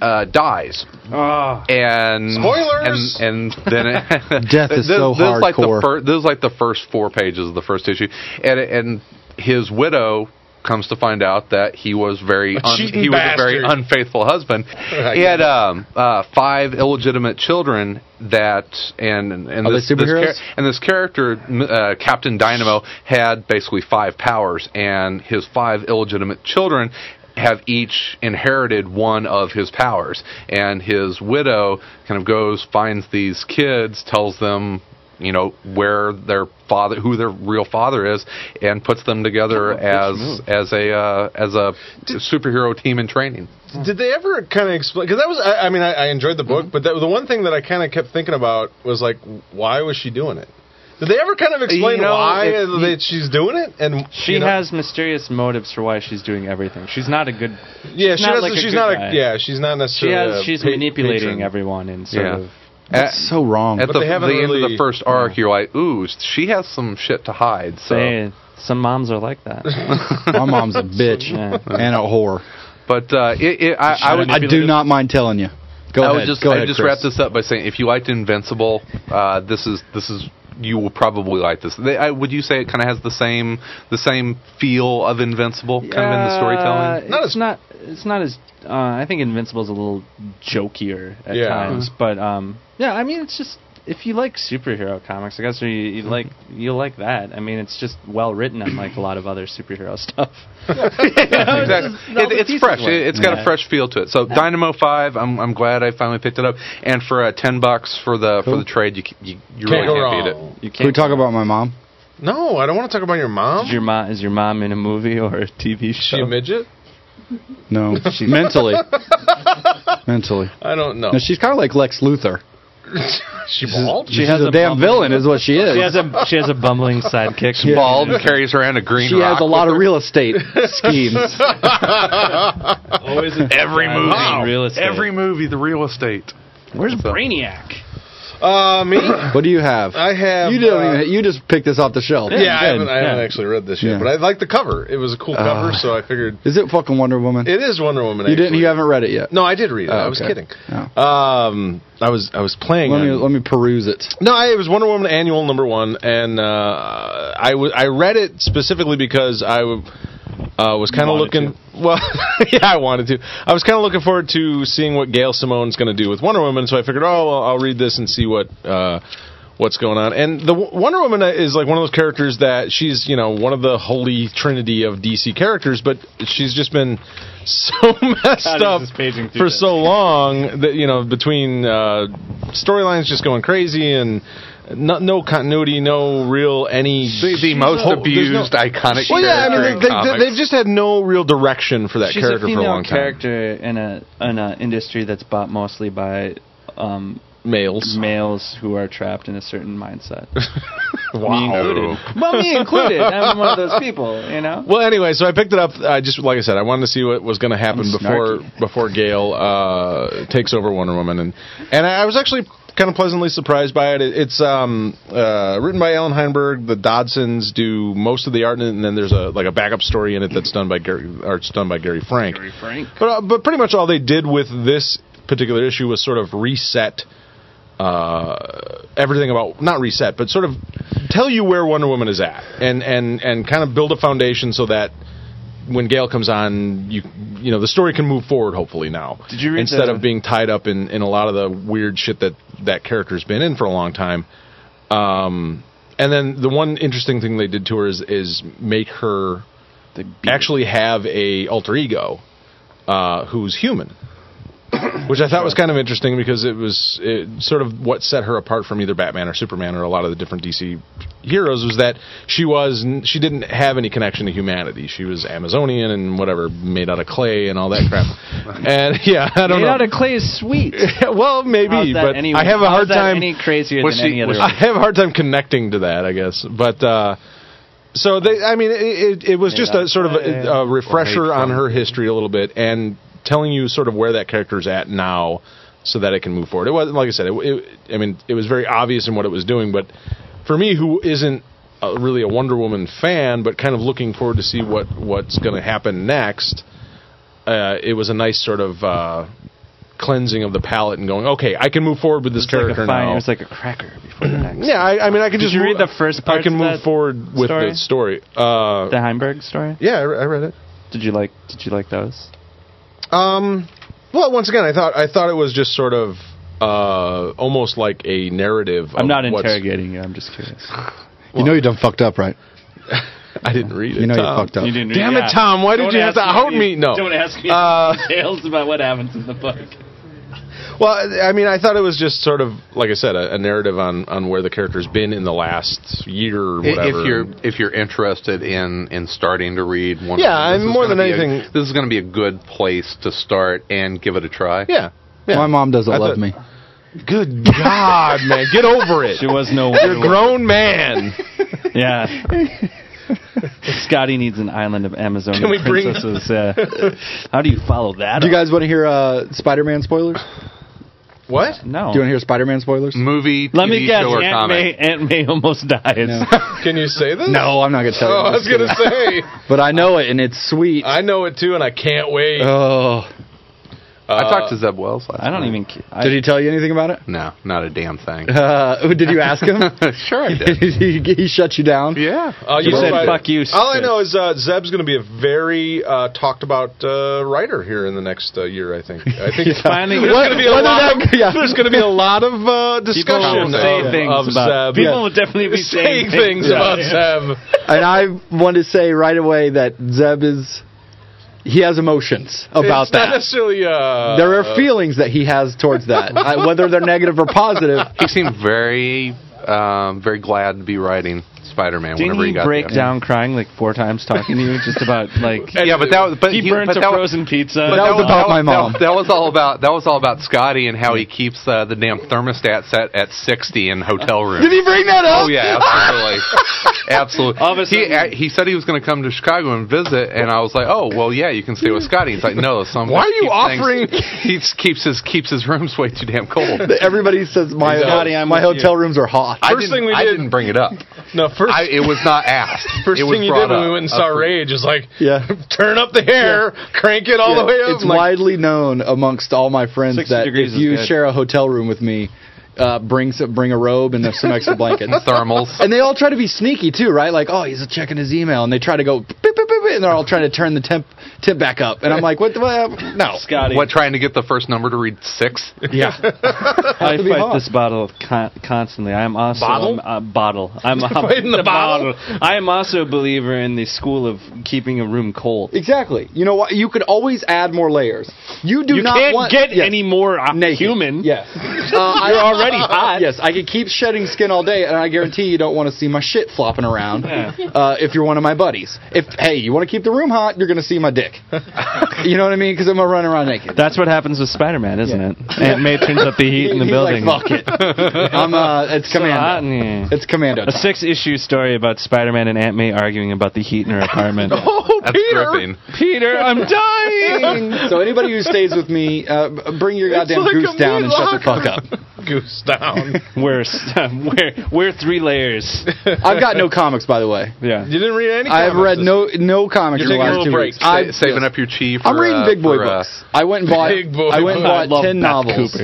S4: uh, dies. Ah. And
S1: Spoilers!
S4: And, and then it, [laughs]
S3: Death is so
S4: This, like the
S3: hardcore.
S4: fir- this is like the first four pages of the first issue, and and his widow comes to find out that he was very un-
S1: cheating
S4: he was a very
S1: bastard.
S4: unfaithful husband.
S1: Right.
S4: He had um, uh, five illegitimate children that and and, and
S3: Are they
S4: this, this
S3: superheroes?
S4: and this character, m- uh, Captain Dynamo, had basically five powers, and his five illegitimate children have each inherited one of his powers. And his widow kind of goes, finds these kids, tells them, you know, where their father, who their real father is, and puts them together as as a uh, as a superhero team in training.
S1: Did they ever kind of explain? Because that was. I, I mean, I, I enjoyed the book, but that, the one thing that I kind of kept thinking about was like, why was she doing it? Did they ever kind of explain
S2: know,
S1: why
S2: if you-
S1: that she's doing it? And
S2: She
S1: you know-
S2: has mysterious motives for why she's doing everything. She's not a good.
S1: Yeah, she
S2: not
S1: doesn't.
S2: like a
S1: she's
S2: good
S1: not.
S2: guy.
S1: A, yeah, she's not
S2: She
S1: necessarily.
S2: has.
S1: a
S2: She's
S1: pa-
S2: manipulating
S1: patron.
S2: everyone and sort
S4: Yeah.
S2: of.
S3: That's
S4: At-
S3: so wrong.
S4: At
S1: But
S4: the,
S1: they haven't
S4: the end of
S1: really-
S4: the first arc, you're like, ooh, she has some shit to hide. So,
S2: Hey, some moms are like that.
S3: My mom's
S4: [laughs]
S3: a bitch
S2: Yeah.
S3: and a whore.
S4: but uh, it, it, I, I
S2: Shut
S4: would
S2: up.
S3: I do not mind telling you. Go
S4: I
S3: ahead.
S4: would just
S3: Go
S4: I
S3: ahead,
S4: just
S3: Chris.
S4: wrap this up by saying if you liked Invincible, uh, this is this is you will probably like this. They, I, would you say it kind of has the same the same feel of Invincible kind of in the
S2: Not
S4: storytelling?
S1: Not
S2: it's
S1: as-
S2: not. It's not as. Uh, I think Invincible's a little jokier at
S1: Yeah.
S2: times, but um, yeah. I mean, it's just if you like superhero comics, I guess you, you like you like that. I mean, it's just well written, unlike a lot of other superhero [laughs] stuff.
S4: [laughs] [laughs] exactly.
S2: all the
S4: It, it's
S2: pieces
S4: fresh.
S2: work.
S4: It, has got
S2: Yeah.
S4: a fresh feel to it. So Dynamo Five, I'm, I'm glad I finally picked it up. And for uh, ten bucks for the for the trade, you c- you, you
S1: Can't
S4: really
S1: go
S4: can't beat it.
S1: wrong.
S2: You can't.
S3: Can we talk about my mom?
S1: No, I don't want to talk about your mom.
S2: Is your mom is your mom in a movie or a TV
S1: Is she
S2: show?
S1: a midget?
S4: [laughs]
S3: No, mentally, mentally.
S1: I don't know.
S3: No, she's kind of like Lex Luthor.
S1: she bald?
S3: She's
S2: has
S3: a,
S2: a
S3: damn
S2: bumbling-
S3: villain, is what she is.
S2: she has a she has a bumbling sidekick.
S4: Bald carries around a green.
S3: She
S4: rock
S3: has a lot of real
S4: [laughs]
S3: estate schemes.
S2: Always a
S4: Every
S2: Yeah,
S4: movie,
S2: wow. Real estate.
S4: Every movie, the real estate.
S2: Where's
S4: So-
S2: Brainiac?
S1: Uh,
S3: [coughs]
S1: me?
S3: What do you have?
S1: I have.
S3: you don't
S1: uh,
S3: even. You just picked this off the shelf.
S1: Yeah, I haven't,
S2: good,
S1: I haven't
S2: yeah.
S1: actually read this yet,
S3: Yeah.
S1: but I like the cover. It was a cool cover, so I figured
S3: Is it fucking Wonder Woman?
S1: it is Wonder Woman.
S3: you didn't.
S1: actually.
S3: You haven't read it yet.
S1: No, I did read it.
S3: Oh,
S1: I was
S3: okay.
S1: kidding.
S3: Oh.
S1: Um, I was I was playing.
S3: Let me
S1: on-
S3: let me peruse it.
S1: no, I, it was Wonder Woman Annual number one, and uh, I wa- I read it specifically because I w- uh, was kind of
S2: Wanted
S1: looking [laughs] Well, yeah, I wanted to. I was kind of looking forward to seeing what Gail Simone's going to do with Wonder Woman, so I figured, oh, well, I'll read this and see what uh, what's going on. And the W- Wonder Woman uh, is like one of those characters that she's, you know, one of the holy trinity of DC characters, but she's just been [laughs] so messed
S7: God, he's
S1: up
S7: just paging through
S1: for
S7: this.
S1: so long that you know between uh, storylines just going crazy and. No, no continuity, no real any.
S4: The, the most
S1: Oh, there's
S4: abused
S1: no-
S4: iconic
S1: well, yeah, I mean,
S4: character in
S1: they, they,
S4: comics.
S1: they've just had no real direction for that
S2: She's
S1: character
S2: a
S1: for a
S2: female
S1: long
S2: character in a in a industry that's bought mostly by um,
S1: time. Males.
S2: males who are trapped in a
S1: [laughs]
S2: certain mindset.
S4: Wow.
S2: well, me included. I'm one of
S1: [laughs]
S2: those people, you know.
S1: Well, anyway, so I picked it up. I just, like I said, I wanted to see what was going to happen
S2: I'm
S1: before before Gail uh, takes over Wonder Woman, and and I was actually kind of pleasantly surprised by it. it it's um, uh, written by Alan Heinberg. The Dodsons do most of the art, in it, and then there's a like a backup story in it that's done by Gary, or it's done by Gary Frank. Gary Frank. But uh, but pretty much all they did with this particular issue was sort of reset. uh, everything about not reset, but sort of tell you where Wonder Woman is at, and and and kind of build a foundation so that when Gail comes on, you you know the story can move forward. Hopefully now,
S2: Did you read
S1: instead
S2: the-
S1: of being tied up in in a lot of the weird shit that that character's been in for a long time. Um, and then the one interesting thing they did to her is is make her actually have a alter ego uh, who's human which I thought was kind of interesting because it was it, sort of what set her apart from either Batman or Superman or a lot of the different DC heroes was that she was n- she didn't have any connection to humanity. She was Amazonian and whatever, made out of clay and all that
S2: [laughs]
S1: crap. and yeah, I don't
S2: Made
S1: know.
S2: out of clay is sweet.
S1: well, [laughs] maybe,
S2: How's that
S1: but
S2: any-
S1: I have a
S2: how's
S1: hard
S2: that
S1: time.
S2: Any crazier
S4: Was
S2: than
S4: she-
S2: any
S4: was
S2: [laughs] other?
S1: I have a hard time connecting to that, I guess. But uh, so they, I mean, it, it, it was just a sort of a, a refresher on her history a little bit and telling you sort of where that character's at now, so that it can move forward. It wasn't like I said. It, it, I mean, it was very obvious in what it was doing, but for me, who isn't uh really a Wonder Woman fan, but kind of looking forward to see what what's going to happen next, uh, it was a nice sort of. Uh, Cleansing of the palate and going, okay, I can move forward with this
S2: It's like
S1: character
S2: a fine.
S1: now.
S2: It was like a cracker before the next.
S1: Yeah, I, I mean, I could just
S2: Did you read
S1: mo-
S2: the first
S1: I
S2: parts
S1: can
S2: of
S1: move
S2: that
S1: forward with
S2: story?
S1: the story. Uh,
S2: The Heimberg story.
S1: yeah, I, re- I read it.
S2: Did you like? Did you like those?
S1: Um, well, once again, I thought I thought it was just sort of uh, almost like a narrative.
S2: I'm
S1: of
S2: not
S1: what's-
S2: interrogating you. I'm just
S1: [laughs]
S2: curious.
S8: You know you done fucked up, right?
S1: I didn't read it.
S8: You know you
S1: Tom.
S8: fucked up.
S7: You didn't read
S1: Damn it,
S7: yeah.
S1: Tom! Why did
S7: Don't
S1: you
S7: ask
S1: have to out
S7: any-
S1: me? No.
S7: Don't ask me
S1: Uh,
S7: any details about what happens in the book.
S1: Well, I mean, I thought it was just sort of like I said, a, a narrative on on where the character's been in the last year or
S4: I-
S1: whatever.
S4: If you're if you're interested in in starting to read one,
S1: Yeah,
S4: this
S1: and
S4: is
S1: more
S4: gonna
S1: than
S4: be a-
S1: anything-
S4: this is going to be a good place to start and give it a try.
S1: yeah, yeah.
S8: My mom doesn't
S1: I
S8: love
S1: thought-
S8: me.
S1: Good God, man, get over it.
S2: She was no
S1: You're a grown man.
S2: Yeah. Scotty needs an island of Amazonian
S1: Can we bring-
S2: princesses. yeah. How do you follow that?
S8: Do you
S2: up?
S8: guys want to hear uh, Spider-Man spoilers?
S1: Oh. What?
S2: no.
S8: Do you want to hear Spider-Man spoilers?
S4: Movie,
S2: Let
S4: TV
S2: me guess.
S4: show, or
S2: Aunt
S4: comic.
S2: May, Aunt May almost dies.
S8: No.
S1: Can you say this?
S8: No, I'm not gonna tell
S1: Oh,
S8: you.
S1: I was gonna say.
S8: [laughs] But I know it, and it's sweet.
S1: I know it too, and I can't wait.
S3: Uh,
S1: Uh,
S8: oh,
S4: I talked to Zeb Wells last.
S2: [laughs] Uh, I don't
S4: night.
S2: even. ca- I,
S8: did he tell you anything about it? [laughs]
S4: No, not a damn thing. [laughs]
S8: Uh, did you ask him?
S1: [laughs]
S4: sure, I did.
S8: [laughs] he, he shut you down.
S4: [laughs] yeah.
S1: Uh,
S2: You
S1: know
S2: said
S1: what?
S2: fuck you.
S1: All I know is uh, Zeb's going to be a very uh, talked about uh, writer here in the next uh, year. I think. I think
S2: Finally,
S1: there's
S2: What-
S1: going to be a
S8: whether
S1: lot.
S8: that-
S1: of,
S8: yeah.
S1: There's going to be a lot of uh, discussion
S2: will say
S1: of,
S2: things
S1: of
S2: about-
S1: Zeb.
S2: people
S1: Yeah.
S2: will definitely
S1: [laughs]
S2: be
S1: saying
S2: saying
S1: things
S2: things.
S1: about Zeb.
S8: And I want to say right away that Zeb is he has emotions
S1: it's
S8: about
S1: Not
S8: that.
S1: necessarily. Uh,
S8: there are feelings that he has towards that, I, whether they're negative or positive.
S4: He seemed very um, very glad to be writing Spider-Man
S2: Didn't
S4: whenever
S2: he
S4: he got
S2: break
S4: there.
S2: down crying like four times talking to you just about like
S4: [laughs] Yeah, but that was but
S2: he,
S4: he,
S2: burnt
S4: but
S2: a
S4: that was,
S2: frozen pizza?
S8: But that was about my mom.
S4: That, that was all about that was all about Scotty and how he keeps uh, the damn thermostat set at 60 in hotel rooms.
S8: Did he bring that up?
S4: Oh
S1: [laughs]
S4: yeah, absolutely, absolutely.
S2: All of a
S4: he
S2: sudden-
S4: uh, he said he was going to come to Chicago and visit, and I was like, oh well, yeah, you can stay with Scotty. He's like, no, some.
S1: Why are you offering-
S4: He [laughs] keeps his keeps his rooms way too damn cold.
S8: Everybody says my
S1: Scotty, I'm
S8: my
S1: with
S8: hotel rooms are hot.
S4: I
S1: First
S4: didn't-
S1: thing we
S4: I
S1: did-
S4: didn't bring it up.
S1: no first.
S4: I, it was not asked.
S1: [laughs] First
S4: It was
S1: thing you
S4: brought
S1: did when
S4: up.
S1: we went and saw
S4: Up for-
S1: Rage is like,
S8: Yeah.
S1: [laughs] turn up the hair, crank it all the way up.
S8: It's
S1: I'm like,
S8: widely known amongst all my friends
S2: 60
S8: that
S2: degrees
S8: if
S2: is
S8: you
S2: good.
S8: share a hotel room with me, uh, bring some, bring a robe and some extra blankets.
S4: [laughs] thermals.
S1: [laughs]
S8: And they all try to be sneaky too, right? Like, oh, he's checking his email, and they try to go. "Beep, beep, beep, beep,"
S3: it, and they're all trying to turn the temp temp back up, and I'm like, what? the what
S8: uh,
S3: no,
S2: Scotty,
S4: [laughs] What, trying to get the first number to read six?
S3: yeah,
S2: I
S3: to be
S2: fight
S3: hot.
S2: this bottle con- constantly. I'm also
S1: Bottle?
S2: a uh, bottle.
S3: [laughs]
S2: I'm a,
S1: Fighting the bottle?
S2: I am also a believer in the school of keeping a room cold.
S3: exactly. You know what? You could always add more layers. You do
S9: You
S3: not
S9: can't
S3: want,
S9: get
S3: yes.
S9: any more
S1: Ah,
S9: uh,
S3: Naked.
S9: human.
S3: [laughs] Yes. Uh, You're already hot. Yes, I could keep shedding skin all day, and I guarantee you don't want to see my shit flopping around uh, if you're one of my buddies. If hey, you want to keep the room hot, you're gonna see my dick. you know what I mean? Because I'm gonna run around naked.
S2: That's what happens with Spider-Man, isn't it? Aunt May turns up the heat in the
S3: [laughs] He's
S2: building.
S3: Like, Fuck it.
S2: [laughs]
S3: I'm uh, it's
S2: Hot
S3: commando.
S2: in here.
S3: It's commando.
S2: A [laughs]
S3: time.
S2: six-issue story about Spider-Man and Aunt May arguing about the heat in her
S3: [laughs]
S2: apartment.
S1: Oh,
S4: That's gripping.
S2: Peter, I'm dying.
S3: so anybody who stays with me, uh, b- bring your goddamn
S1: like
S3: goose
S1: a
S3: down and shut the fuck
S1: meatloaf.
S3: up.
S1: [laughs] Goose down.
S2: we're, st- [laughs] we're we're three
S3: [laughs]
S2: layers.
S3: I've got no comics, by the way.
S2: Yeah.
S1: you didn't read any.
S3: I have
S1: comics
S3: read
S1: this
S3: no no comics.
S1: You're
S3: in
S1: taking
S3: the
S1: a
S3: last
S1: little
S3: two
S1: break.
S3: weeks.
S1: Sa-
S4: Sa-
S3: I've-
S4: saving
S3: yes.
S4: up your chi for.
S3: I'm reading
S4: uh,
S3: big boy
S4: for, uh,
S3: books. I went and bought.
S1: Big boy
S3: I went and
S1: books.
S3: bought ten novels. [laughs]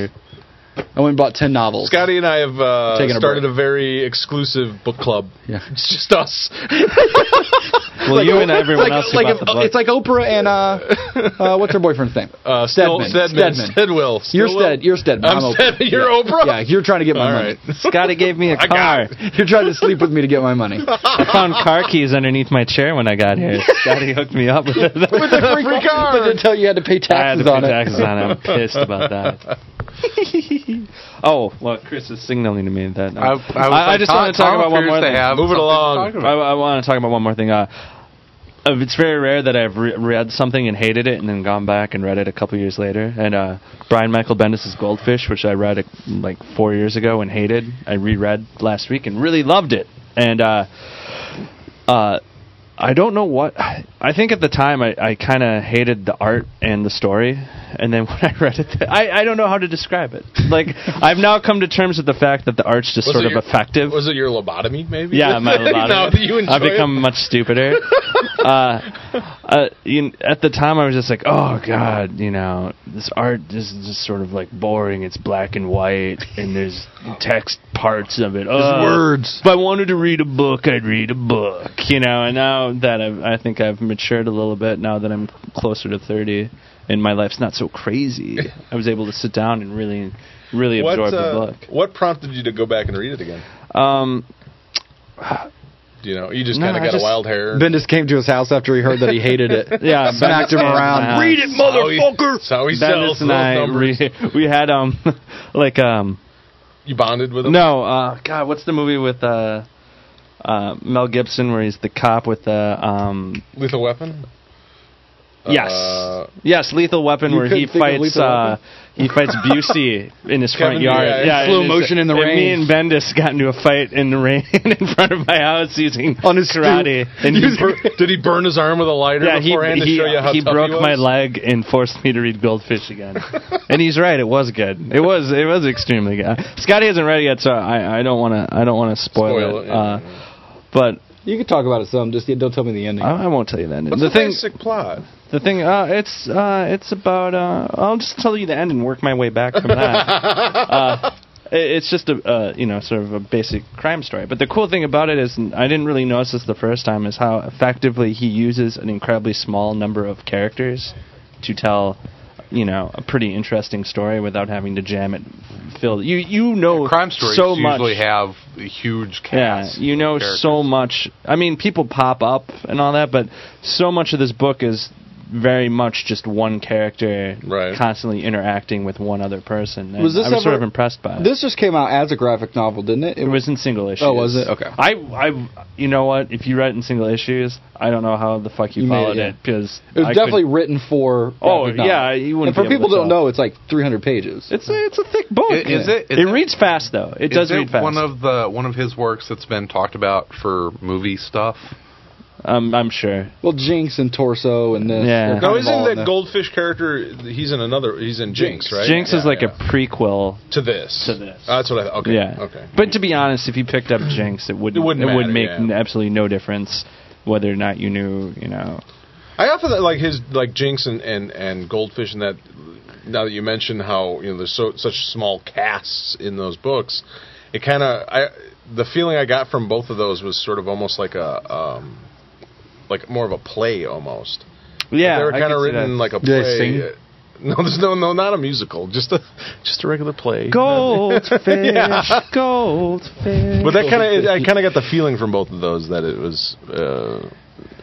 S3: I went and bought ten novels.
S1: Scotty and I have uh,
S3: Taking a
S1: started
S3: break.
S1: a very exclusive book club.
S3: Yeah.
S1: It's just us.
S2: Well, you and everyone
S3: like,
S2: else who
S3: like
S2: bought
S3: if-
S2: the book.
S3: it's like Oprah and uh, [laughs] uh, what's her boyfriend's name?
S1: Uh,
S3: Stedman.
S1: Stedman.
S3: Stedman.
S1: Steadwell.
S3: You're
S1: Stillwell?
S3: Stead. You're Stedman.
S1: I'm
S3: I'm Oprah.
S1: Stedman. You're Oprah.
S3: yeah, you're trying to get my
S1: All
S3: money.
S1: right. [laughs]
S2: Scotty gave me a car.
S3: [laughs] You're trying to sleep with me to get my [laughs] money.
S2: I found car keys underneath my chair when I got
S3: [laughs]
S2: here. Scotty hooked me up with it.
S3: With a free, car. But until you had to pay
S2: I had to
S3: taxes
S2: pay
S3: on it.
S2: taxes on it. I'm pissed about that.
S3: [laughs]
S2: oh, well, Chris is signaling to me that.
S4: I, I,
S2: I,
S4: was
S2: I
S4: like,
S2: just
S4: Tom-
S2: wanna talk
S4: Tom
S2: about one
S4: appears
S2: more
S4: to
S2: thing.
S4: Have
S1: Move it
S4: something to
S1: along.
S4: talk about.
S2: I want to talk about one more thing. Uh, uh, it's very rare that I've re- read something and hated it, and then gone back and read it a couple years later. And uh, Brian Michael Bendis's Goldfish, which I read uh, like four years ago and hated, I reread last week and really loved it. And uh, uh, I don't know what. I think at the time I, I kind of hated the art and the story, and then [laughs] when I read it, I, I don't know how to describe it. Like I've now come to terms with the fact that the art's just
S1: Was
S2: sort
S1: it
S2: of
S1: your-
S2: effective.
S1: Was it your lobotomy, maybe? [laughs]
S2: Yeah, my lobotomy.
S1: now that you enjoy
S2: I've become
S1: [laughs]
S2: much stupider. uh, uh, you, at the time, I was just like, "Oh God, you know, this art is just sort of like boring. It's black and white, and there's text parts of it.
S3: uh,
S2: Ugh.
S3: words.
S2: If I wanted to read a book, I'd read a book, you know. And now that I've, I think I've matured a little bit, now that I'm closer to thirty, and my life's not
S1: [laughs]
S2: so crazy, I was able to sit down and really, really
S1: it. What,
S2: absorb
S1: uh,
S2: the book.
S1: what prompted you to go back and read it again?
S2: Um,
S1: Do you know? You just
S2: No,
S1: kind of
S2: I
S1: got a
S2: just-
S1: wild hair.
S3: Bendis came to his house after he heard that he hated
S1: [laughs]
S2: [laughs]
S3: it.
S2: yeah,
S3: Smacked him
S2: back-
S3: around.
S2: Yeah.
S1: read it, motherfucker. That's how he sells
S2: Bendis and
S1: those
S2: I,
S1: numbers.
S2: re- [laughs] we had um, like um,
S1: you bonded with him.
S2: no, uh, God, what's the movie with uh, uh, Mel Gibson where he's the cop with the um,
S1: Lethal Weapon.
S2: yes,
S1: Uh,
S2: yes, Lethal Weapon
S3: You
S2: where
S3: couldn't
S2: he
S3: think of
S2: fights
S3: Lethal
S2: uh, he
S3: [laughs]
S2: fights Busey in his front
S1: Kevin,
S2: yard.
S1: yeah,
S2: Yeah,
S3: in slow
S2: and it's-
S3: motion in the
S2: and Me
S3: rain.
S2: and Bendis got into a fight in the rain [laughs] in front of my house using
S3: On his stoop.
S2: karate and he
S3: [laughs] Using-
S2: bur-
S1: Did he burn his arm with a lighter
S2: Yeah, he,
S1: beforehand to
S2: he,
S1: show you how
S2: he
S1: tough
S2: broke
S1: he was?
S2: my leg and forced me to read Goldfish again.
S1: [laughs]
S2: and he's right; it was good. It was it was extremely good. Scotty hasn't read it yet, so I, I don't want to I don't want to spoil,
S1: Spoil
S2: it.
S1: it, yeah,
S2: uh,
S1: yeah,
S2: But
S3: You could talk about it some. Just don't tell me the ending.
S2: I, I won't tell you that.
S1: What's
S2: the
S1: the,
S2: thing,
S1: basic plot?
S2: the thing, uh, it's uh, it's about. Uh, I'll just tell you the end and work my way back from that. uh, it- it's just a uh, you know sort of a basic crime story. But the cool thing about it is, and I didn't really notice this the first time, is how effectively he uses an incredibly small number of characters to tell. You know, a pretty interesting story without having to jam it. Filled. You you know
S4: Crime stories
S2: so much.
S4: usually have huge
S2: Yeah,
S4: casts.
S2: you
S4: of
S2: know
S4: characters.
S2: so much. I mean, people pop up and all that, but so much of this book is very much just one character
S1: Right.
S2: constantly interacting with one other person. and
S3: Was this
S2: I was sort of
S3: ever-
S2: impressed by it.
S3: This just came out as a graphic novel, didn't it?
S2: it was in single issues.
S3: Oh, was it? Okay.
S2: I, I, you know what? If you read it in single issues, I don't know how the fuck you,
S3: You made it,
S2: followed
S3: yeah.
S2: it because
S3: It was
S2: I
S3: definitely
S2: Could,
S3: written for.
S2: Oh,
S3: graphic novel.
S2: yeah, you wouldn't
S3: And for
S2: be able
S3: people
S2: to
S3: who don't
S2: tell.
S3: know, it's like 300 pages.
S2: it's a it's a thick book.
S4: I- is it-
S2: it
S4: is it-
S2: reads fast though. It
S4: Is
S2: does read fast.
S4: one of the one of his works that's been talked about for movie stuff?
S2: um, I'm sure.
S3: well, Jinx and Torso and this.
S2: Yeah.
S3: they're kind
S1: No,
S3: of all in
S1: isn't
S3: there.
S1: that goldfish character? He's in another. He's in Jinx, right?
S2: Jinx is
S1: Yeah,
S2: like
S1: yeah.
S2: a prequel
S1: to this.
S2: To this.
S1: Oh, that's what I thought. Okay.
S2: Yeah.
S1: Okay.
S2: But to be honest, if you picked up Jinx, it wouldn't.
S1: It
S2: It,
S1: wouldn't
S2: would
S1: matter,
S2: make
S1: yeah.
S2: n- absolutely no difference whether or not you knew. You know.
S1: I often like his like Jinx and and and Goldfish and that. Now that you mention how you know there's so such small casts in those books, it kind of I the feeling I got from both of those was sort of almost like a um, like more of a play almost.
S2: Yeah,
S1: they were
S2: I
S1: kind
S2: could
S1: of
S2: see
S1: written
S2: that.
S1: like a
S8: Do they
S1: play.
S8: sing?
S1: [laughs] No, there's no, no, not a musical, just a, just a regular play.
S2: [laughs] goldfish,
S1: [laughs] Yeah.
S2: goldfish.
S1: But that kind of, I kind of got the feeling from both of those that it was, uh,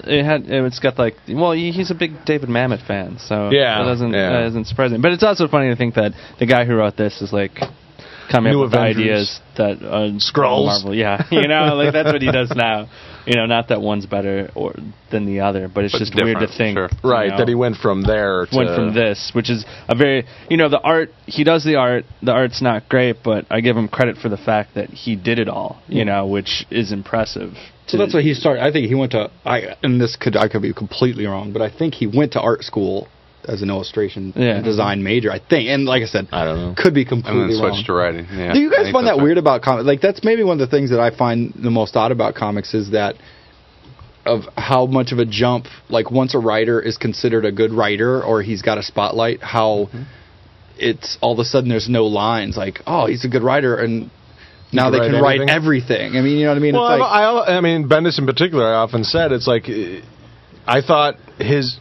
S2: it had it's got like well he- he's a big David Mamet fan so
S1: Yeah,
S2: that doesn't
S1: yeah.
S2: that isn't surprising but it's also funny to think that the guy who wrote this is like coming
S1: New
S2: up with
S1: Avengers.
S2: ideas that
S1: [laughs]
S2: uh,
S1: Skrulls.
S2: Marvel yeah [laughs] you know like that's what he
S1: [laughs]
S2: does now you know not that one's better or than the other but it's
S4: But
S2: just weird to
S4: different,
S2: think
S4: sure.
S2: you
S1: right
S2: know,
S1: that he went from there. To,
S2: went from this which is a very you know the art he does the art the art's not great but I give him credit for the fact that he did it all you know which is impressive
S3: So that's why he started. I think he went to. I and this could I could be completely wrong, but I think he went to art school as an illustration
S2: Yeah.
S3: design major. I think, and like I said,
S1: I don't know.
S3: could be
S4: and then
S3: completely wrong.
S4: switched to writing. Yeah.
S3: Do you
S4: I
S3: guys
S4: think
S3: find that
S4: that's right.
S3: weird about comics? Like that's maybe one of the things that I find the most odd about comics is that of how much of a jump like once a writer is considered a good writer or he's got a spotlight how
S4: Mm-hmm.
S3: it's all of a sudden there's no lines like oh he's a good writer and now
S1: can
S3: they
S1: write
S3: can write
S1: anything?
S3: everything. I mean, you know what I mean?
S1: Well,
S3: it's like,
S1: I, I, I mean, Bendis in particular, I often said it's like eh, I thought his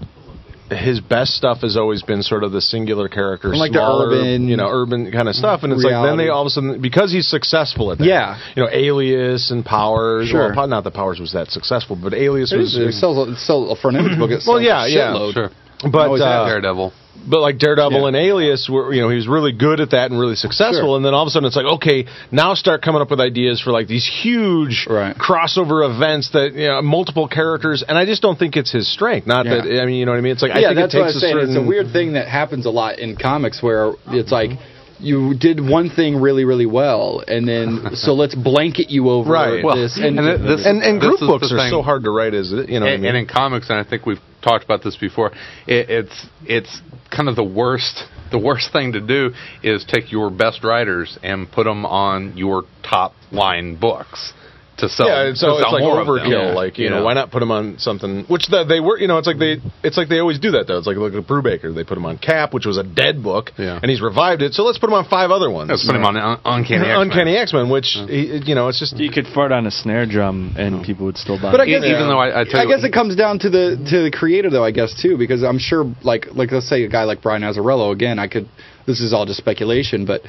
S1: his best stuff has always been sort of the singular character,
S3: And like the
S1: smaller,
S3: urban
S1: you know, urban kind of stuff. And it's like then
S3: reality.
S1: they all of a sudden because he's successful at that,
S3: Yeah.
S1: you know, Alias and Powers.
S3: Sure.
S1: well, po- not that Powers was that successful, but Alias
S3: It
S1: was.
S3: is. It sells, it sells for an image book. It
S1: well,
S3: sells
S1: yeah,
S3: a
S1: yeah,
S3: shitload.
S4: Sure.
S1: But
S3: Always
S1: uh,
S3: have
S4: Daredevil.
S1: but like Daredevil
S3: Yeah.
S1: and Alias were, you know, he was really good at that and really successful.
S3: Sure.
S1: And then all of a sudden it's like, okay, now start coming up with ideas for like these huge
S3: Right.
S1: crossover events that, you know, multiple characters. And I just don't think it's his strength. Not
S3: Yeah.
S1: that, I mean, you know what I mean? It's like, I
S3: yeah,
S1: think
S3: that's
S1: it
S3: what I'm
S1: takes a
S3: saying.
S1: certain.
S3: It's a weird thing that happens a lot in comics where it's like you did one thing really, really well, and then so let's blanket you over
S1: Right. Well,
S3: this. And,
S4: and it- this-
S1: and, and
S4: This
S1: group
S4: is
S1: books
S4: the
S1: are
S4: thing.
S1: so hard to write, is it? You know, what I
S4: and,
S1: mean?
S4: and in comics, and I think we've talked about this before. It, it's it's kind of the worst. The worst thing to do is take your best writers and put them on your top line books to sell.
S1: yeah,
S4: to
S1: and so it's
S4: sell
S1: like
S4: more of them.
S1: overkill.
S4: Yeah.
S1: Like you know, why not put them on something? Which the, they were, you know, it's like they, it's like they always do that though. It's like look at Brubaker, they put him on Cap, which was a dead book,
S4: Yeah.
S1: and he's revived it. So let's put him on five other ones.
S4: Let's put them on Un- Uncanny. X-Men.
S1: Uncanny X Men, which he- you know, it's just
S2: you could fart on a snare drum
S1: Oh.
S2: and people would still buy
S3: but I
S2: it.
S3: guess
S4: Even though I, I tell
S3: I
S4: you,
S3: guess it comes down to the to the creator though, I guess too, because I'm sure like like let's say a guy like Brian Azzarello again, I could this is all just speculation, but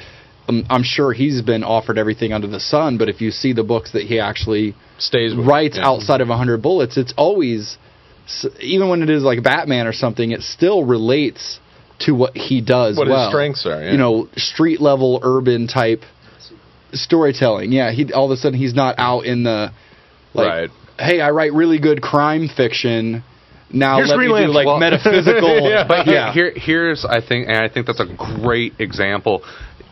S3: um, I'm sure he's been offered everything under the sun, but if you see the books that he actually
S1: stays with,
S3: writes
S1: yeah.
S3: outside of 100 bullets, it's always s- even when it is like Batman or something, it still relates to what he does
S1: What his
S3: well.
S1: strengths are, yeah.
S3: You know, street level urban type storytelling. Yeah, he all of a sudden he's not out in the like
S1: Right.
S3: hey, I write really good crime fiction. Now
S1: Here's
S3: let
S1: Green
S3: me do
S1: Lantern. [laughs]
S3: like
S1: Well-
S3: metaphysical.
S1: Yeah.
S4: But here,
S3: yeah.
S4: here, here's I think, and I think that's a great example.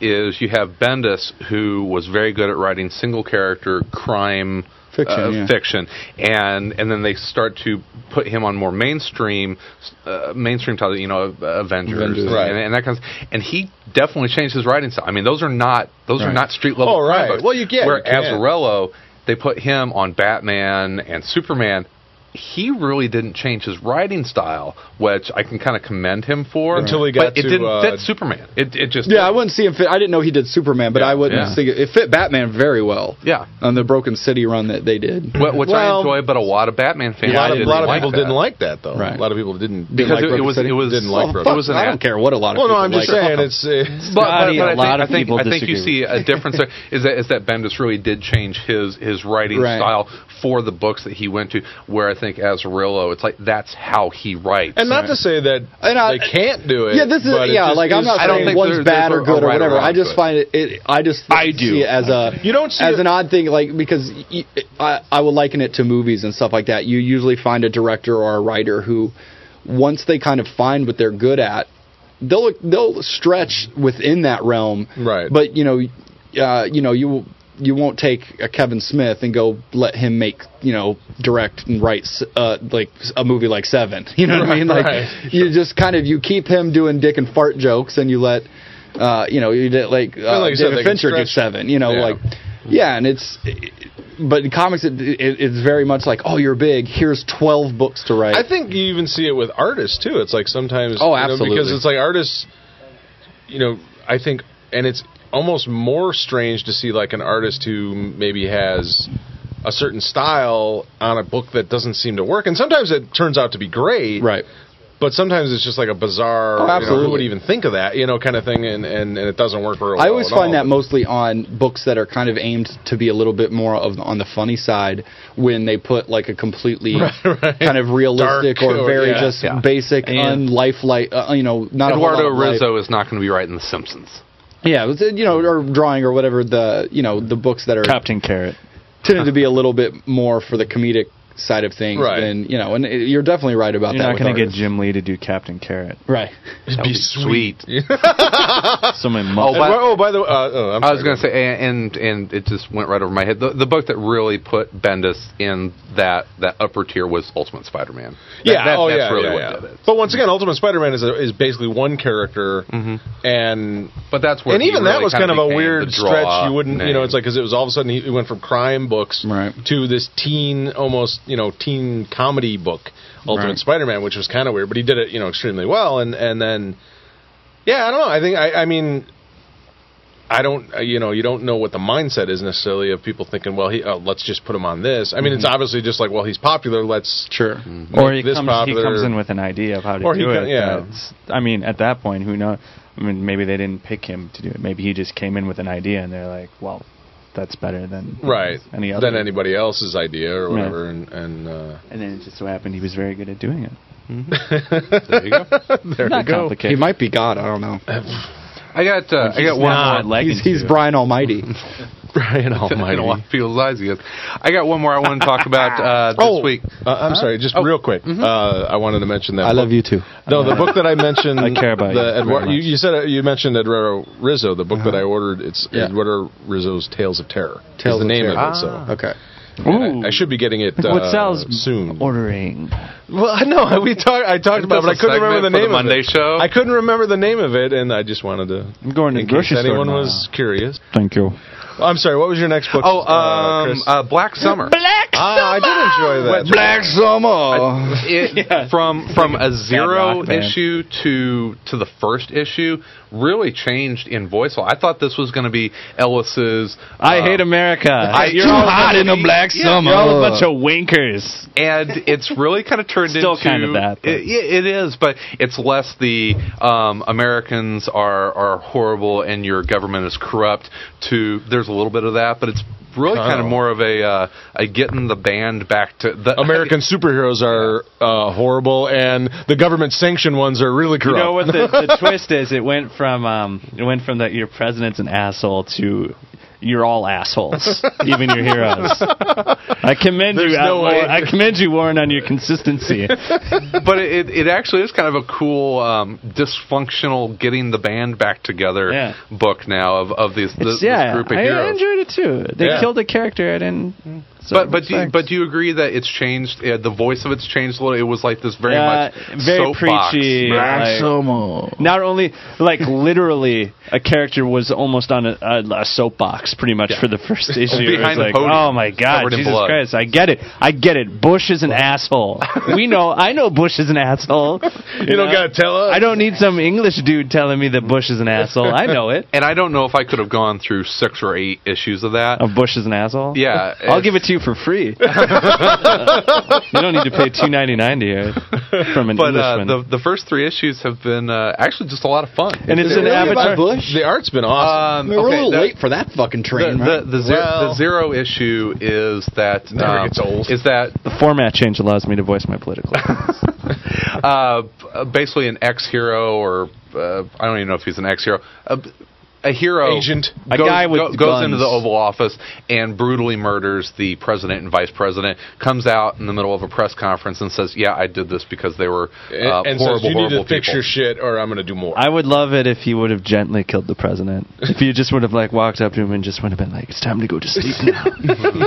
S4: Is you have Bendis, who was very good at writing single character crime
S3: Fiction,
S4: uh,
S3: yeah.
S4: fiction, and and then they start to put him on more mainstream, uh, mainstream title, you know, Avengers,
S3: Avengers.
S4: and,
S1: Right.
S4: and that kind of. And he definitely changed his writing style. I mean, those are not those are
S3: Right.
S4: not street level.
S1: Oh, right.
S4: books.
S1: Well, you- yeah,
S4: where
S1: you can't.
S4: Azzarello, they put him on Batman and Superman. He really didn't change his writing style, which I can kind of commend him for.
S1: Until he got
S4: but it
S1: to,
S4: didn't
S1: uh,
S4: fit Superman. It, it just
S3: Yeah, I wouldn't see him fit. I didn't know he did Superman, but I wouldn't
S4: yeah.
S3: see it. It fit Batman very well.
S4: Yeah.
S3: On the Broken City run that they did.
S4: Wh- which
S1: Well,
S4: I enjoy, but a lot of Batman fans
S1: A lot of,
S4: didn't
S1: lot of
S4: like
S1: people
S4: that.
S1: didn't like that though.
S3: Right.
S1: A lot of people didn't.
S4: because
S3: like
S4: it, it
S3: Broken
S4: was
S3: City?
S4: it was
S1: Didn't like
S4: oh,
S1: Broken
S4: it was an
S3: I
S4: ad-
S3: don't care what a lot of
S1: Well, no, I'm
S3: people
S1: just
S3: like.
S1: saying it's. uh, it's
S4: But, but,
S2: Scotty,
S4: but
S2: a lot
S4: I
S2: of
S4: think,
S2: people
S4: I think, I think you
S2: disagree
S4: see a difference there is that is that Bendis really did change his his writing
S3: Right.
S4: style for the books that he went to. Where I think Azarillo, it's like that's how he writes.
S1: and not to say that
S3: And I-
S1: they can't do it.
S3: Yeah, this is
S1: but it
S3: yeah.
S1: just
S3: Like I'm
S1: is-
S3: not
S4: I don't
S3: saying
S4: think
S3: one's
S4: there's-
S3: bad
S4: there's
S3: or
S4: a
S3: good or
S4: right or
S3: whatever.
S4: wrong
S3: I
S4: to
S3: just
S4: it.
S3: find it. it I just
S1: I do.
S3: see it as a
S1: You don't see
S3: as
S1: it-
S3: an odd thing, like because you, I I would liken it to movies and stuff like that. You usually find a director or a writer who, once they kind of find what they're good at, they'll they'll stretch within that realm.
S1: Right.
S3: But you know, uh, you know you. You won't take a Kevin Smith and go let him make you know direct and write s- uh, like a movie like Seven. [laughs] You know what I mean? Like
S1: Right.
S3: you just kind of you keep him doing dick and fart jokes, and you let uh, you know you did like, uh,
S1: like you said,
S3: David
S1: they can
S3: Fincher
S1: stretch
S3: get seven. You know,
S1: Yeah.
S3: like yeah, and it's but in comics it, it, it's very much like oh you're big. Here's twelve books to write.
S1: I think you even see it with artists too. It's like sometimes
S3: Oh,
S1: you know, because
S3: absolutely.
S1: it's like artists you know, I think and it's almost more strange to see like an artist who maybe has a certain style on a book that doesn't seem to work, and sometimes it turns out to be great,
S3: Right.
S1: But sometimes it's just like a bizarre, you know,
S3: absolutely.
S1: who would even think of that, you know, kind of thing, and, and, and it doesn't work real well.
S3: I always
S1: at all.
S3: find that mostly on books that are kind of aimed to be a little bit more of on the funny side when they put like
S1: [laughs]
S3: a completely kind of realistic
S1: Dark
S3: or
S1: or-
S3: very
S1: yeah,
S3: just
S1: yeah.
S3: basic, unlifelike, uh, you know, not a whole
S4: Eduardo
S3: lot of life.
S4: Rizzo is not going to be writing The Simpsons.
S3: Yeah, it was, uh, you know, or drawing or whatever the you know the books that are
S2: Captain Carrot.
S3: tended to be a little bit more for the comedic side of things
S1: Right.
S3: than you know, and it, you're definitely right about
S2: You're
S3: that.
S2: not going to get
S3: with
S2: Jim Lee to do
S1: [laughs]
S2: Captain Carrot.
S3: artists. right.
S1: It'd be
S4: Sweet.
S2: So many
S4: Oh,
S1: And
S2: months.
S4: but-
S1: wh- oh, by the way, uh, oh, I'm
S4: I was
S1: sorry.
S4: going to say, and, and and it just went right over my head. The, the book that really put Bendis in that that upper tier was Ultimate Spider-Man. That-
S1: Yeah,
S4: that-
S1: oh,
S4: that's
S1: yeah,
S4: really
S1: yeah,
S4: what
S1: yeah.
S4: did it.
S1: But once again, Ultimate Spider-Man is a, is basically one character,
S4: Mm-hmm.
S1: and
S4: But that's where
S1: and
S4: he
S1: even that
S4: really
S1: was
S4: kinda
S1: kind of a
S4: became
S1: weird
S4: the draw
S1: stretch. You wouldn't, you know,
S4: name.
S1: it's like because it was all of a sudden he, he went from crime books
S3: Right.
S1: to this teen, almost you know, teen comedy book, Ultimate
S3: Right.
S1: Spider-Man, which was kind of weird. But he did it, you know, extremely well, and and then, yeah, I don't know. I think I, I mean. I don't, uh, you know, you don't know what the mindset is necessarily of people thinking, well, he, uh, let's just put him on this. I mean, it's obviously just like, well, he's popular, let's
S3: Sure.
S2: or
S1: make
S2: he
S1: this
S2: comes, he
S1: popular.
S2: comes in with an idea of how to
S1: Or he
S2: do
S1: can-
S2: it.
S1: yeah.
S2: uh, it's- I mean, at that point, who knows? I mean, maybe they didn't pick him to do it. Maybe he just came in with an idea, and they're like, "Well, that's better than
S1: right
S2: any other."
S1: than anybody else's idea or whatever and and uh, [laughs]
S2: And then it just so happened he was very good at doing it.
S4: There you go.
S1: there
S2: Mm-hmm. Not
S1: you go
S3: [laughs] He
S2: complicated.
S3: might be God. I don't know.
S4: I got uh, I got one more. [laughs]
S2: Not like
S3: He's,
S2: into
S3: he's
S2: it.
S3: Brian Almighty.
S1: brian
S4: I don't know why
S1: almighty
S4: I feel as lies he is. I got one more I want to talk
S1: [laughs]
S4: about uh, this
S1: Oh,
S4: week.
S1: uh, I'm sorry. Just real quick, uh, I wanted to mention that.
S3: [laughs] I love
S1: book.
S3: you too.
S1: No, the book that I mentioned.
S2: I care about you
S1: the
S2: very
S1: Eduardo. You,
S2: much.
S1: you said uh, you mentioned Eduardo Rizzo. The book that I ordered. It's
S3: Yeah.
S1: Eduardo Rizzo's Tales of Terror. is
S3: Tales
S1: the
S3: of
S1: name
S3: Terror. Ah.
S1: of it. So
S3: Okay.
S1: And I, I should be getting it. Uh,
S2: what Sal's
S1: soon?
S2: ordering?
S1: well, I know we talked. I talked about, it, but I
S4: This is a
S1: couldn't remember the
S4: segment for
S1: name
S4: the
S1: of
S4: Monday
S1: it.
S4: show.
S1: I couldn't remember the name of it, and I just wanted to.
S2: I'm going to
S1: in
S2: the grocery
S1: case
S2: store
S1: anyone
S2: tomorrow.
S1: was curious.
S2: Thank you.
S1: I'm sorry. What was your next book?
S4: Oh,
S1: uh,
S4: um,
S1: Chris?
S4: uh,
S1: [laughs]
S4: Black Summer.
S1: Ah, I did enjoy that.
S3: Black Summer.
S2: [laughs]
S4: it, from from a zero
S2: rock band.
S4: issue to to the first issue really changed in voice. I thought this was going to be Ellis's.
S2: I
S4: um,
S2: hate America.
S4: I-
S2: you're
S4: too
S2: all a
S4: hot
S2: bunch
S4: in
S2: of-
S4: the black
S2: yeah,
S4: summer.
S2: You're all a bunch of winkers.
S4: and it's
S2: [laughs]
S4: really kind of turned
S2: Still
S4: into
S2: kind of that, but-
S4: It, yeah, it is, but it's less the um, Americans are are horrible and your government is corrupt. To there's a little bit of that, but it's really kind of
S1: Oh.
S4: more of a uh, a getting the band back to
S1: [laughs]
S4: the
S1: American superheroes are uh, horrible, and the government sanctioned ones are really corrupt.
S2: You know what the, the twist is? It went from um, it went from that your president's an asshole to you're all assholes, even your heroes. I commend
S1: There's
S2: you,
S1: no
S2: Al
S1: way-
S2: Warren- I commend you, Warren, on your consistency.
S4: but it, it actually is kind of a cool um, dysfunctional getting the band back together
S2: Yeah.
S4: book now of of these
S2: It's-
S4: this,
S2: yeah,
S4: this group of
S2: I, I
S4: heroes.
S2: enjoyed it too. They
S1: Yeah.
S2: killed a character I didn't. so
S4: But but do you,
S2: respect.
S4: but do you agree that it's changed? Uh, the voice of it's changed a little. It was like this very
S2: Yeah,
S4: much
S2: very
S4: soapbox.
S2: preachy. like-
S3: Summer.
S2: not only like literally a character was almost on a, a, a soapbox pretty much for the first issue. It was
S4: Behind the
S2: like,
S4: podium,
S2: oh my god,
S4: covered in
S2: Jesus
S4: blood.
S2: Christ! I get it, I get it. Bush is an
S4: [laughs]
S2: asshole. we know, I know Bush is an asshole. You,
S1: You don't gotta tell us.
S2: I don't need some English dude telling me that Bush is an asshole. I know it.
S4: And I don't know if I could have gone through six or eight issues of that.
S2: Of Bush is an asshole.
S4: Yeah,
S2: [laughs] I'll
S4: it's-
S2: give it to you for
S4: [laughs]
S2: free. you don't need to pay two ninety nine to hear it from an
S4: But uh,
S2: Englishman.
S4: the the first three issues have been uh, actually just a lot of fun.
S2: and it's
S3: Is it
S2: an
S3: really
S2: avatar.
S3: about Bush?
S1: The art's been awesome.
S4: um,
S3: I mean, we're
S4: okay,
S3: a little
S4: that-
S3: late for that fucking train.
S4: The,
S3: right?
S4: the, the, zero,
S1: Well-
S4: the zero issue is that
S1: Never
S4: um,
S1: gets old.
S4: is that
S2: the format change allows me to voice my
S4: [laughs]
S2: political.
S4: uh, b- basically an ex-hero or uh, I don't even know if he's an ex-hero. A, a hero
S1: Agent.
S2: A
S4: goes-
S2: guy with
S4: go- goes
S2: guns.
S4: into the Oval Office and brutally murders the president and vice president. Comes out in the middle of a press conference and says, "Yeah, I did this because they were uh,
S1: And- and
S4: horrible,
S1: says you need
S4: horrible
S1: to fix
S4: people."
S1: your shit, or I'm gonna do more.
S2: I would love it if he would have gently killed the president. If you just would have like walked up to him and just would have been like, "It's time to go to sleep
S4: [laughs]
S2: now,"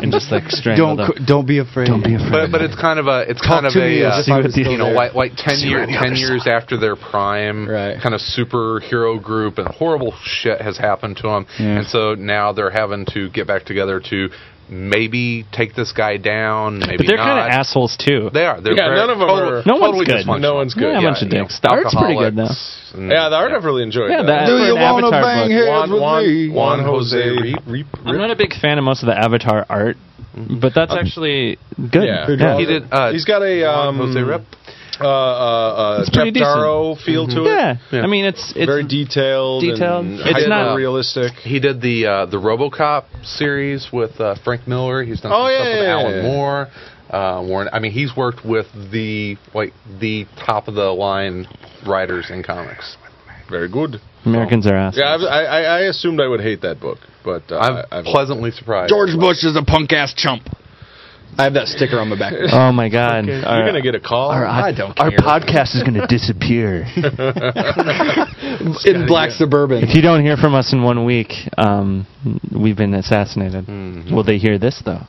S2: and just like strangled
S3: don't
S2: him.
S3: c- don't be afraid.
S2: Don't be afraid.
S4: But, but it's kind of a it's
S3: Talk
S4: kind of
S3: to me
S4: a
S3: as if
S4: uh,
S3: I was
S2: [laughs]
S3: still
S4: you
S3: there.
S4: know like like ten
S2: you
S4: year
S2: on the other
S4: ten years after their prime
S3: Right.
S4: kind of superhero group and horrible shit has happened to them and so now they're having to get back together to maybe take this guy down maybe
S2: But they're
S4: kind of
S2: assholes too.
S4: they are they're
S1: Yeah,
S4: very-
S1: none of 'em
S4: total-
S1: are-
S2: No one's
S4: totally
S2: good.
S4: dysfunctional.
S1: No one's good.
S2: Yeah, a bunch
S1: yeah,
S2: of dicks. The art's pretty good though.
S4: Alcoholics and-
S1: yeah, the art I've really enjoyed.
S2: Yeah,
S1: it.
S2: that-
S3: Do
S2: for
S3: you
S2: an
S3: want to
S2: avatar
S3: bang
S2: book.
S3: heads
S1: Juan,
S3: with
S1: Juan,
S3: me?
S1: Juan Jose. Reap, reap,
S2: I'm not a big fan of most of the Avatar art. But that's actually Uh, good.
S1: Yeah.
S2: Yeah.
S4: Mm-hmm. He did. Uh,
S1: He's got a um,
S4: Jose Rep.
S1: uh, uh, uh,
S2: It's pretty Mm-hmm.
S1: Chaptaro feel to it.
S2: Yeah.
S4: Yeah.
S2: I mean, it's it's
S1: very detailed.
S2: detailed.
S1: and
S2: It's
S1: hyper-
S2: not-
S1: realistic.
S4: He did the uh, the RoboCop series with uh, Frank Miller. He's done some
S1: Oh, yeah,
S4: stuff with
S1: yeah,
S4: Alan
S1: yeah.
S4: Moore, uh, Warren. I mean, he's worked with the like the top of the line writers in comics.
S1: Very good.
S2: Americans are assholes.
S1: Yeah, I've, I, I I assumed I would hate that book, but uh,
S4: I'm
S1: I- I've-
S4: pleasantly surprised.
S3: George Bush is a punk ass chump. I have that sticker on my [laughs] back.
S2: Oh my God!
S1: You're
S2: Our,
S1: gonna get a call.
S3: I don't
S2: our
S3: care.
S2: podcast is
S3: [laughs]
S2: gonna disappear
S3: in black suburban.
S2: if you don't hear from us in one week. Um, we've been assassinated.
S3: Mm-hmm.
S2: Will they hear this though?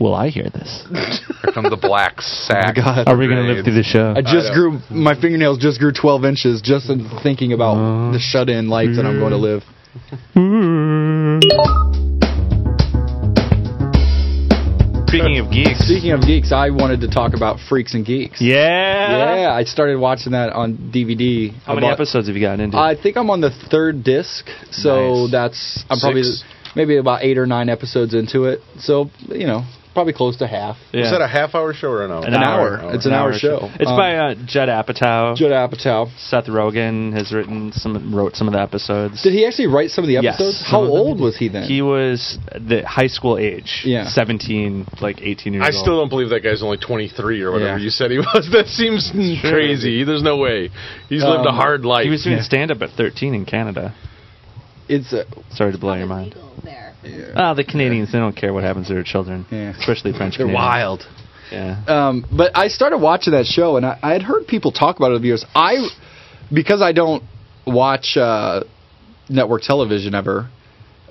S2: Will I hear this?
S4: Here come the [laughs] black sack.
S3: God.
S2: Are we gonna live through the show?
S3: I just
S1: I
S3: grew my fingernails just grew 12 inches just in thinking about
S2: Uh,
S3: the shut-in lights that I'm going
S2: Mm-hmm.
S3: to live.
S2: Speaking of geeks,
S3: Speaking of geeks, I wanted to talk about Freaks and Geeks.
S2: yeah.
S3: Yeah, I started watching that on DVD.
S2: How many
S3: about-
S2: episodes have you gotten into?
S3: I think I'm on the third disc, so
S2: Nice.
S3: that's I'm probably
S1: Six.
S3: maybe about eight or nine episodes into it. So you know, probably close to half.
S1: Is that a half hour show or an hour?
S2: An hour.
S3: It's an, hour, show.
S2: It's
S3: Um,
S2: by uh, Judd Apatow.
S3: Judd Apatow.
S2: Seth Rogen has written some, wrote some of the episodes.
S3: Did he actually write some of the
S2: Yes.
S3: episodes?
S2: Some
S3: How
S2: of them
S3: old was he then?
S2: He was the high school age,
S3: Yeah.
S2: seventeen, like eighteen years
S1: I
S2: old.
S1: still don't believe that guy's only 23 or whatever
S3: Yeah.
S1: you
S3: [laughs]
S1: said he was. That seems crazy. There's no way. He's lived a
S3: Um,
S1: hard life.
S2: He was doing stand up at thirteen in Canada.
S3: it's a,
S2: Sorry to blow your mind. Ah, the Canadians they don't care what happens to their children,
S3: Yeah.
S2: especially French.
S3: they're
S2: Canadians.
S3: wild.
S2: Yeah.
S3: Um, but I started watching that show, and I, I had heard people talk about it over the years. I, because I don't watch uh, network television ever.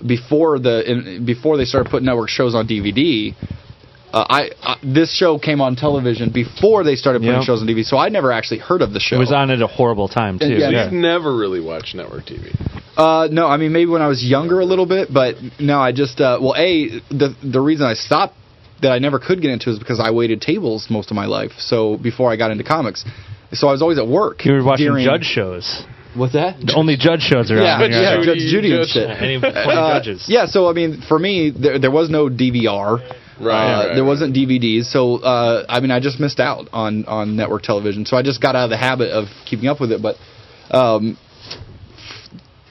S3: Before the in, before they started putting network shows on DVD, uh, I uh, this show came on television before they started putting
S2: Yep.
S3: shows on DVD. So I never actually heard of the show.
S2: It was on at a horrible time too.
S3: Yeah.
S1: You've never really watched network TV.
S3: Uh, no, I mean maybe when I was younger a little bit, but no, I just uh, well, a the the reason I stopped that I never could get into is because I waited tables most of my life. So before I got into comics, so I was always at work.
S2: You were watching
S3: during-
S2: judge shows.
S3: What's that?
S2: The only judge shows are
S3: Yeah,
S2: on.
S1: Judge
S3: yeah,
S1: Judy,
S3: Judge Judy and
S1: Judge-
S3: shit.
S2: And he played
S3: Uh,
S2: judges.
S3: Yeah, so I mean, for me, there, there was no
S1: Right,
S3: DVR. Uh,
S1: right,
S3: there
S1: right.
S3: wasn't DVDs, so uh, I mean, I just missed out on on network television. So I just got out of the habit of keeping up with it. But um,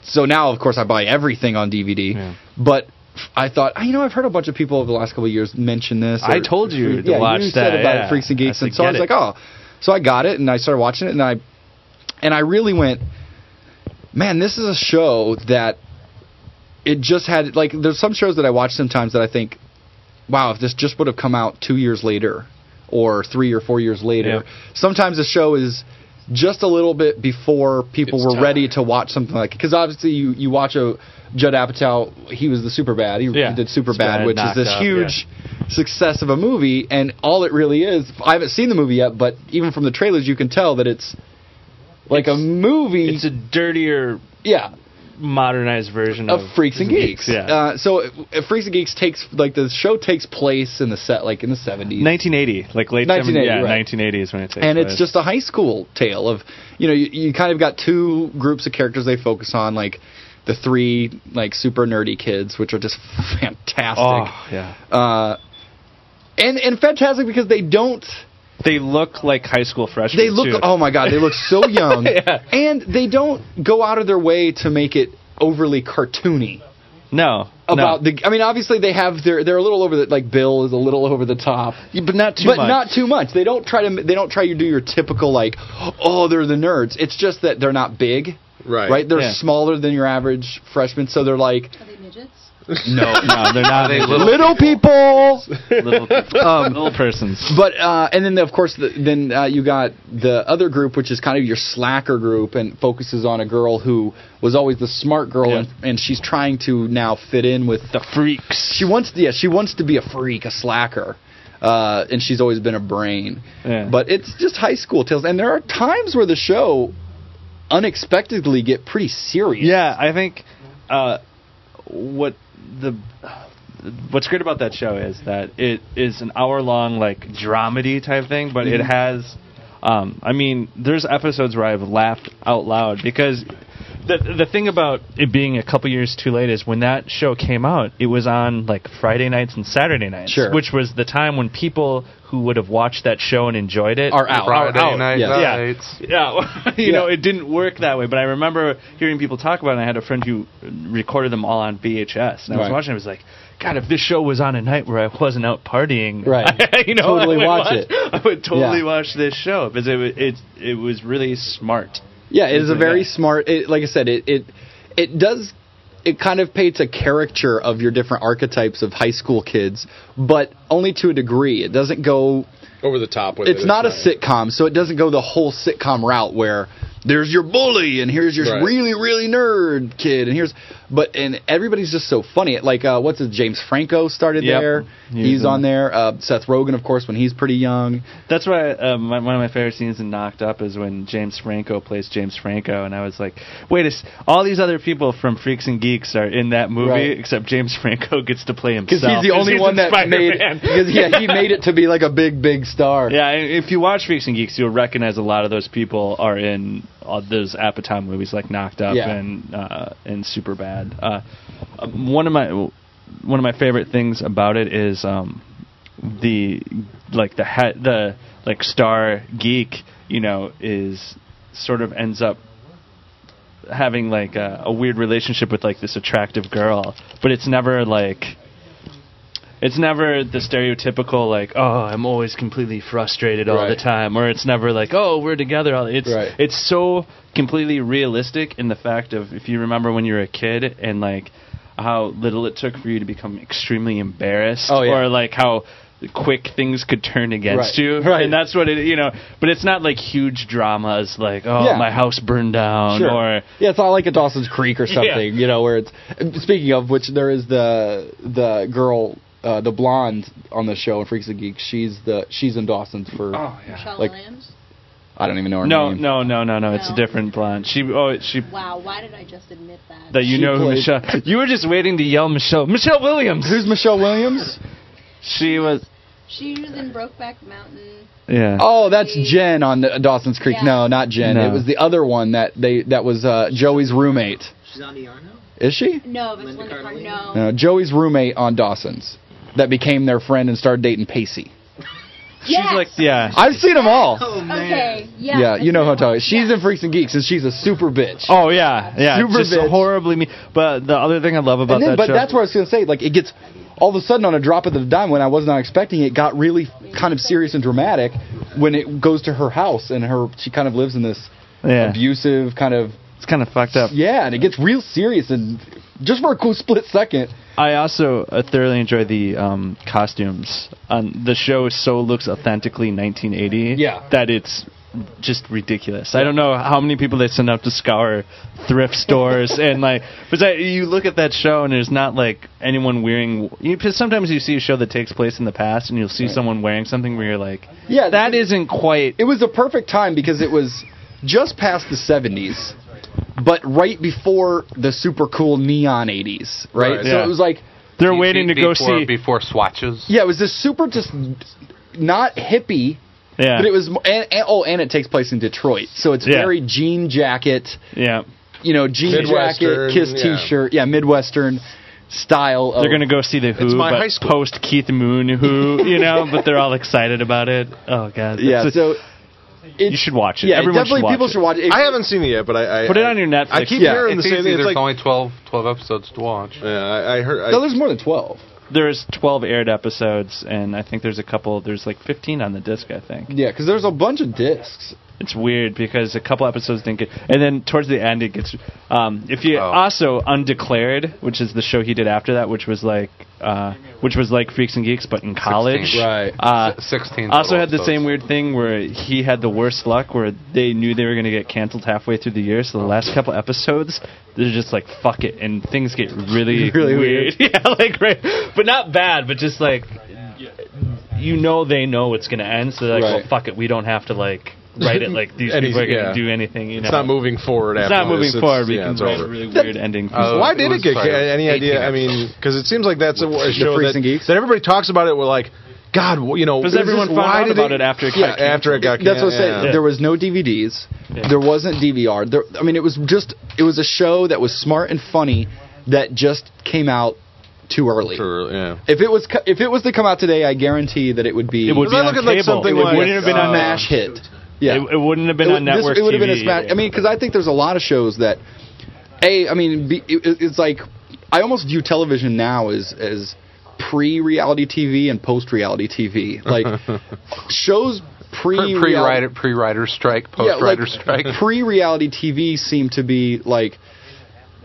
S3: so now, of course, I buy everything on DVD.
S2: Yeah.
S3: But I thought, "Ah, you know, I've heard a bunch of people over the last couple of years mention this.
S2: I told you to
S3: yeah,
S2: watch
S3: you
S2: that,
S3: said about
S2: yeah.
S3: Freaks and
S2: I
S3: Geeks,
S2: said,
S3: and so I
S2: "Get
S3: was
S2: it."
S3: like, oh. So I got it, and I started watching it, and I and I really went, man, this is a show that it just had like there's some shows that I watch sometimes that I think, wow, if this just would have come out two years later or three or four years later. Sometimes the show is just a little bit before people
S1: It's
S3: were
S1: time.
S3: ready to watch something like because obviously you you watch a Judd Apatow, he was the super bad, he,
S2: Yeah.
S3: he did super
S2: Superbad,
S3: bad, which is
S2: Knocked
S3: this
S2: Up,
S3: huge success of a movie, and all it really is. I haven't seen the movie yet, but even from the trailers, you can tell that it's like a movie.
S2: It's a dirtier,
S3: yeah,
S2: modernized version
S3: of
S2: of
S3: Freaks and Geeks.
S2: Yeah.
S3: Uh, so uh, Freaks and Geeks takes like the show takes place in the set like in the seventies.
S2: 1980, like late
S3: 1980,
S2: 1980, yeah, 1980
S3: right.
S2: is when it takes
S3: and it's
S2: place.
S3: just a high school tale of you know you, you kind of got two groups of characters they focus on like the three like super nerdy kids which are just [laughs] fantastic
S2: oh yeah.
S3: uh, and and fantastic because they don't
S2: They look like high school freshmen.
S3: they look
S2: too.
S3: oh my god they look [laughs] so young and they don't go out of their way to make it overly cartoony
S2: no
S3: about
S2: no.
S3: the I mean obviously they have their they're a little over the like Bill is a little over the top
S2: but not too
S3: but not too much. They don't try to. They don't try to do your typical like, oh, they're the nerds. It's just that they're not big,
S1: Right.
S3: right? They're
S2: Yeah.
S3: smaller than your average freshman, so they're like
S10: Are they midgets?
S2: no, no, they're [laughs] not
S4: They
S2: little,
S4: little,
S3: little people.
S2: little,
S3: [laughs] Um,
S2: little persons.
S3: but uh, and then of course the, then uh, you got the other group, which is kind of your slacker group, and focuses on a girl who was always the smart girl,
S2: Yeah.
S3: and, and she's trying to now fit in with
S2: The freaks.
S3: she wants yeah she wants to be a freak a slacker uh, and she's always been a brain
S2: Yeah.
S3: but it's just high school tales and there are times where the show unexpectedly get pretty serious
S2: Yeah, I think uh, what the what's great about that show is that it is an hour long like dramedy type thing, but it has. Um, I mean, there's episodes where I've laughed out loud because the the thing about it being a couple years too late is when that show came out, it was on like Friday nights and Saturday nights,
S3: Sure.
S2: which was the time when people who would have watched that show and enjoyed it
S3: Are out.
S4: Friday
S2: out.
S4: night
S3: yes.
S2: Yeah.
S4: lights.
S2: Yeah, [laughs] you know, it didn't work that way. But I remember hearing people talk about it. and I had a friend who recorded them all on VHS, and I was
S3: Right.
S2: watching. it, I was like, God, if this show was on a night where I wasn't out partying, [laughs]
S3: Right.
S2: you know,
S3: Totally
S2: I would
S3: watch it.
S2: [laughs] I would totally
S3: Yeah.
S2: watch this show because it was it, it was really smart.
S3: Yeah, it is a
S2: Isn't
S3: very
S2: it?
S3: smart. It, like I said, it it it does. It kind of paints a caricature of your different archetypes of high school kids, but only to a degree. It doesn't go.
S1: Over the top with it.
S3: It's not a sitcom, so it doesn't go the whole sitcom route where there's your bully and here's your
S1: Right.
S3: really really nerd kid and here's but and everybody's just so funny. Like uh, what's his James Franco started
S2: Yep.
S3: there.
S2: He's
S3: He's,
S2: on
S3: on there. Uh, Seth Rogen, of course, when he's pretty [laughs] young.
S2: That's why uh, my, one of my favorite scenes in Knocked Up is when James Franco plays James Franco, and I was like, "Wait, a s- all these other people from Freaks and Geeks are in that movie,
S3: Right.
S2: except James [laughs] Franco gets to play himself."
S3: Because he's the only
S2: in
S3: one that
S2: Spider-Man.
S3: [laughs] made because yeah he made it to be like a big big star.
S2: Yeah, i- if you watch Freaks and Geeks, you'll recognize a lot of those people are in all those Apatow movies like Knocked Up
S3: Yeah.
S2: and uh, and Super Bad. Uh, um, one of my one of my favorite things about it is um, the like the he- the like star geek, you know, is sort of ends up having like a, a weird relationship with like this attractive girl, but it's never like it's never the stereotypical like oh I'm always completely frustrated all the
S3: Right.
S2: time, or it's never like oh we're together. All it's
S3: Right.
S2: it's so completely realistic in the fact of if you remember when you were a kid and like how little it took for you to become extremely embarrassed
S3: Oh, yeah.
S2: or like how quick things could turn against
S3: Right.
S2: you
S3: Right.
S2: and that's what it you know but it's not like huge dramas like oh
S3: Yeah.
S2: my house burned down
S3: Sure.
S2: or
S3: yeah, it's not like a Dawson's Creek or something,
S2: Yeah.
S3: you know, where it's. Speaking of which, there is the the girl, uh, the blonde on the show in Freaks and Geeks. She's the she's in Dawson's for
S10: Michelle
S3: Like-
S10: Williams.
S3: I don't even know her
S2: No,
S3: name.
S2: no, no, no, no. It's a
S10: No.
S2: different blonde. She, oh, she.
S10: Wow, why did I just admit that?
S2: That you
S3: She
S2: know who
S3: plays-
S2: Michelle. You were just waiting to yell Michelle. Michelle Williams.
S3: Who's
S2: [laughs]
S3: Michelle Williams?
S2: she was?
S10: she was in Brokeback Mountain.
S2: Yeah.
S3: Oh, that's Jen on the, Dawson's Creek.
S10: Yeah.
S3: No, not Jen.
S2: No.
S3: It was the other one that they that was uh, Joey's roommate.
S11: She's on the yard now?
S3: Is she?
S10: No, but it's
S11: Linda
S10: Linda Car-
S11: Cardellini?
S10: No.
S3: No, Joey's roommate on Dawson's that became their friend and started dating Pacey.
S10: Yes!
S2: She's like, yeah.
S3: I've seen them all.
S11: Oh, man.
S10: Okay. Yeah.
S3: yeah, you know who I'm talking. about. She's
S10: Yeah.
S3: in Freaks and Geeks and she's a super bitch.
S2: Oh yeah, yeah.
S3: Super
S2: just
S3: bitch.
S2: horribly mean. But the other thing I love about
S3: And then-
S2: that
S3: but
S2: show.
S3: that's what I was going to say. Like, it gets all of a sudden on a drop of the dime when I was not expecting it, got really kind of serious and dramatic when it goes to her house and her she kind of lives in this
S2: yeah.
S3: abusive kind of
S2: It's kind of fucked up.
S3: yeah, and it gets real serious and just for a cool split second.
S2: I also uh, thoroughly enjoy the um, costumes. Um, the show so looks authentically 1980
S3: Yeah.
S2: that it's just ridiculous. I don't know how many people they send out to scour thrift stores and like, but that, you look at that show and there's not like anyone wearing. You, cause sometimes you see a show that takes place in the past and you'll see someone wearing something where you're like,
S3: Yeah,
S2: that
S3: it-
S2: isn't quite.
S3: It was a perfect time because it was just past the 70s, but right before the super cool neon 80s, right?
S4: Right.
S3: so
S2: Yeah.
S3: it was like
S2: They're
S4: Be-
S2: waiting
S4: be-
S2: to go
S4: before,
S2: see.
S4: before swatches.
S3: yeah, it was this super just not hippie
S2: yeah,
S3: But it was, mo- and, and, oh, and it takes place in Detroit, so it's
S2: Yeah.
S3: very jean jacket,
S2: yeah.
S3: you know, jean
S1: Midwestern,
S3: jacket, kiss
S1: yeah.
S3: t-shirt, yeah, midwestern style. Of,
S2: They're gonna go see the Who,
S1: It's my
S2: but
S1: high school.
S2: post Keith Moon Who, you know. but they're all excited about it. Oh god,
S3: [laughs] yeah.
S2: That's a-
S3: So it,
S2: you should watch it.
S3: yeah,
S2: Everyone
S3: definitely
S2: should watch
S3: people
S2: it.
S3: should watch it.
S1: I haven't seen it yet, but I, I
S2: Put it
S1: I-
S2: on your Netflix.
S1: I keep
S3: Yeah.
S1: hearing
S4: It's
S1: the same
S4: easy.
S1: thing. It's like
S4: There's only 12, 12 episodes to watch.
S1: yeah, I, I heard. I,
S3: No, there's more than twelve.
S2: There's 12 aired episodes, and I think there's a couple. There's like 15 on the disc, I think.
S3: Yeah, because there's a bunch of discs.
S2: It's weird because a couple episodes didn't get, and then towards the end it gets. Um, if you
S4: Oh.
S2: also undeclared, which is the show he did after that, which was like, uh, which was like Freaks and Geeks, but in college.
S4: 16.
S3: Right.
S2: Uh,
S4: S- 16
S2: also
S4: total
S2: had the
S4: episodes.
S2: same weird thing where he had the worst luck where they knew they were going to get canceled halfway through the year so the last couple episodes they're just like fuck it and things get
S1: [laughs]
S2: really
S3: Really
S2: weird, [laughs] yeah like right but not bad but just like you know they know it's going to end so they're like well
S3: Right.
S2: fuck it we don't have to like write
S1: [laughs]
S2: it like these
S1: Any-
S2: people are going to
S1: yeah.
S2: do anything you know
S1: it's not moving forward.
S2: it's
S1: after
S2: not moving
S1: this. It's-
S2: forward we
S1: yeah,
S2: can
S1: it's
S2: write
S1: over.
S2: really weird ending
S4: Uh,
S1: Why
S4: it
S1: did it,
S4: was,
S1: get
S4: sorry,
S1: any
S4: 18
S1: idea? I mean, because it seems like that's a, a show
S3: Freaks
S1: that,
S3: and Geeks?
S1: that everybody talks about it. We're like, God, wh- you know,
S2: Because
S1: is
S2: everyone
S1: this-
S2: found
S1: why
S2: out
S1: did
S2: about it after it got
S1: yeah, after it got
S3: That's
S1: canceled,
S3: what I'm saying.
S1: yeah.
S3: There was no DVDs. There wasn't DVR. There, I mean, it was just it was a show that was smart and funny that just came out too early.
S1: Sure, yeah.
S3: If it was co- if it was to come out today, I guarantee that it would be
S2: It would
S1: Was
S2: be
S1: I
S2: on
S1: looking
S2: cable.
S1: like something
S3: it would
S1: like, uh,
S3: be
S2: wouldn't have been
S3: a
S2: on
S3: smash hit. Yeah,
S2: It, it wouldn't have been
S3: It
S2: on
S3: would- this-
S2: network.
S3: It would have been a
S2: TV.
S3: smash. I mean, because I think there's a lot of shows that, a, I mean, B, it, it's like I almost view television now as as pre-reality TV and post-reality
S2: [laughs]
S3: TV. Like shows pre
S4: Pre- Pre-writer, pre-writer strike,
S2: [laughs]
S4: post-writer strike.
S3: [laughs] pre-reality TV seemed to be like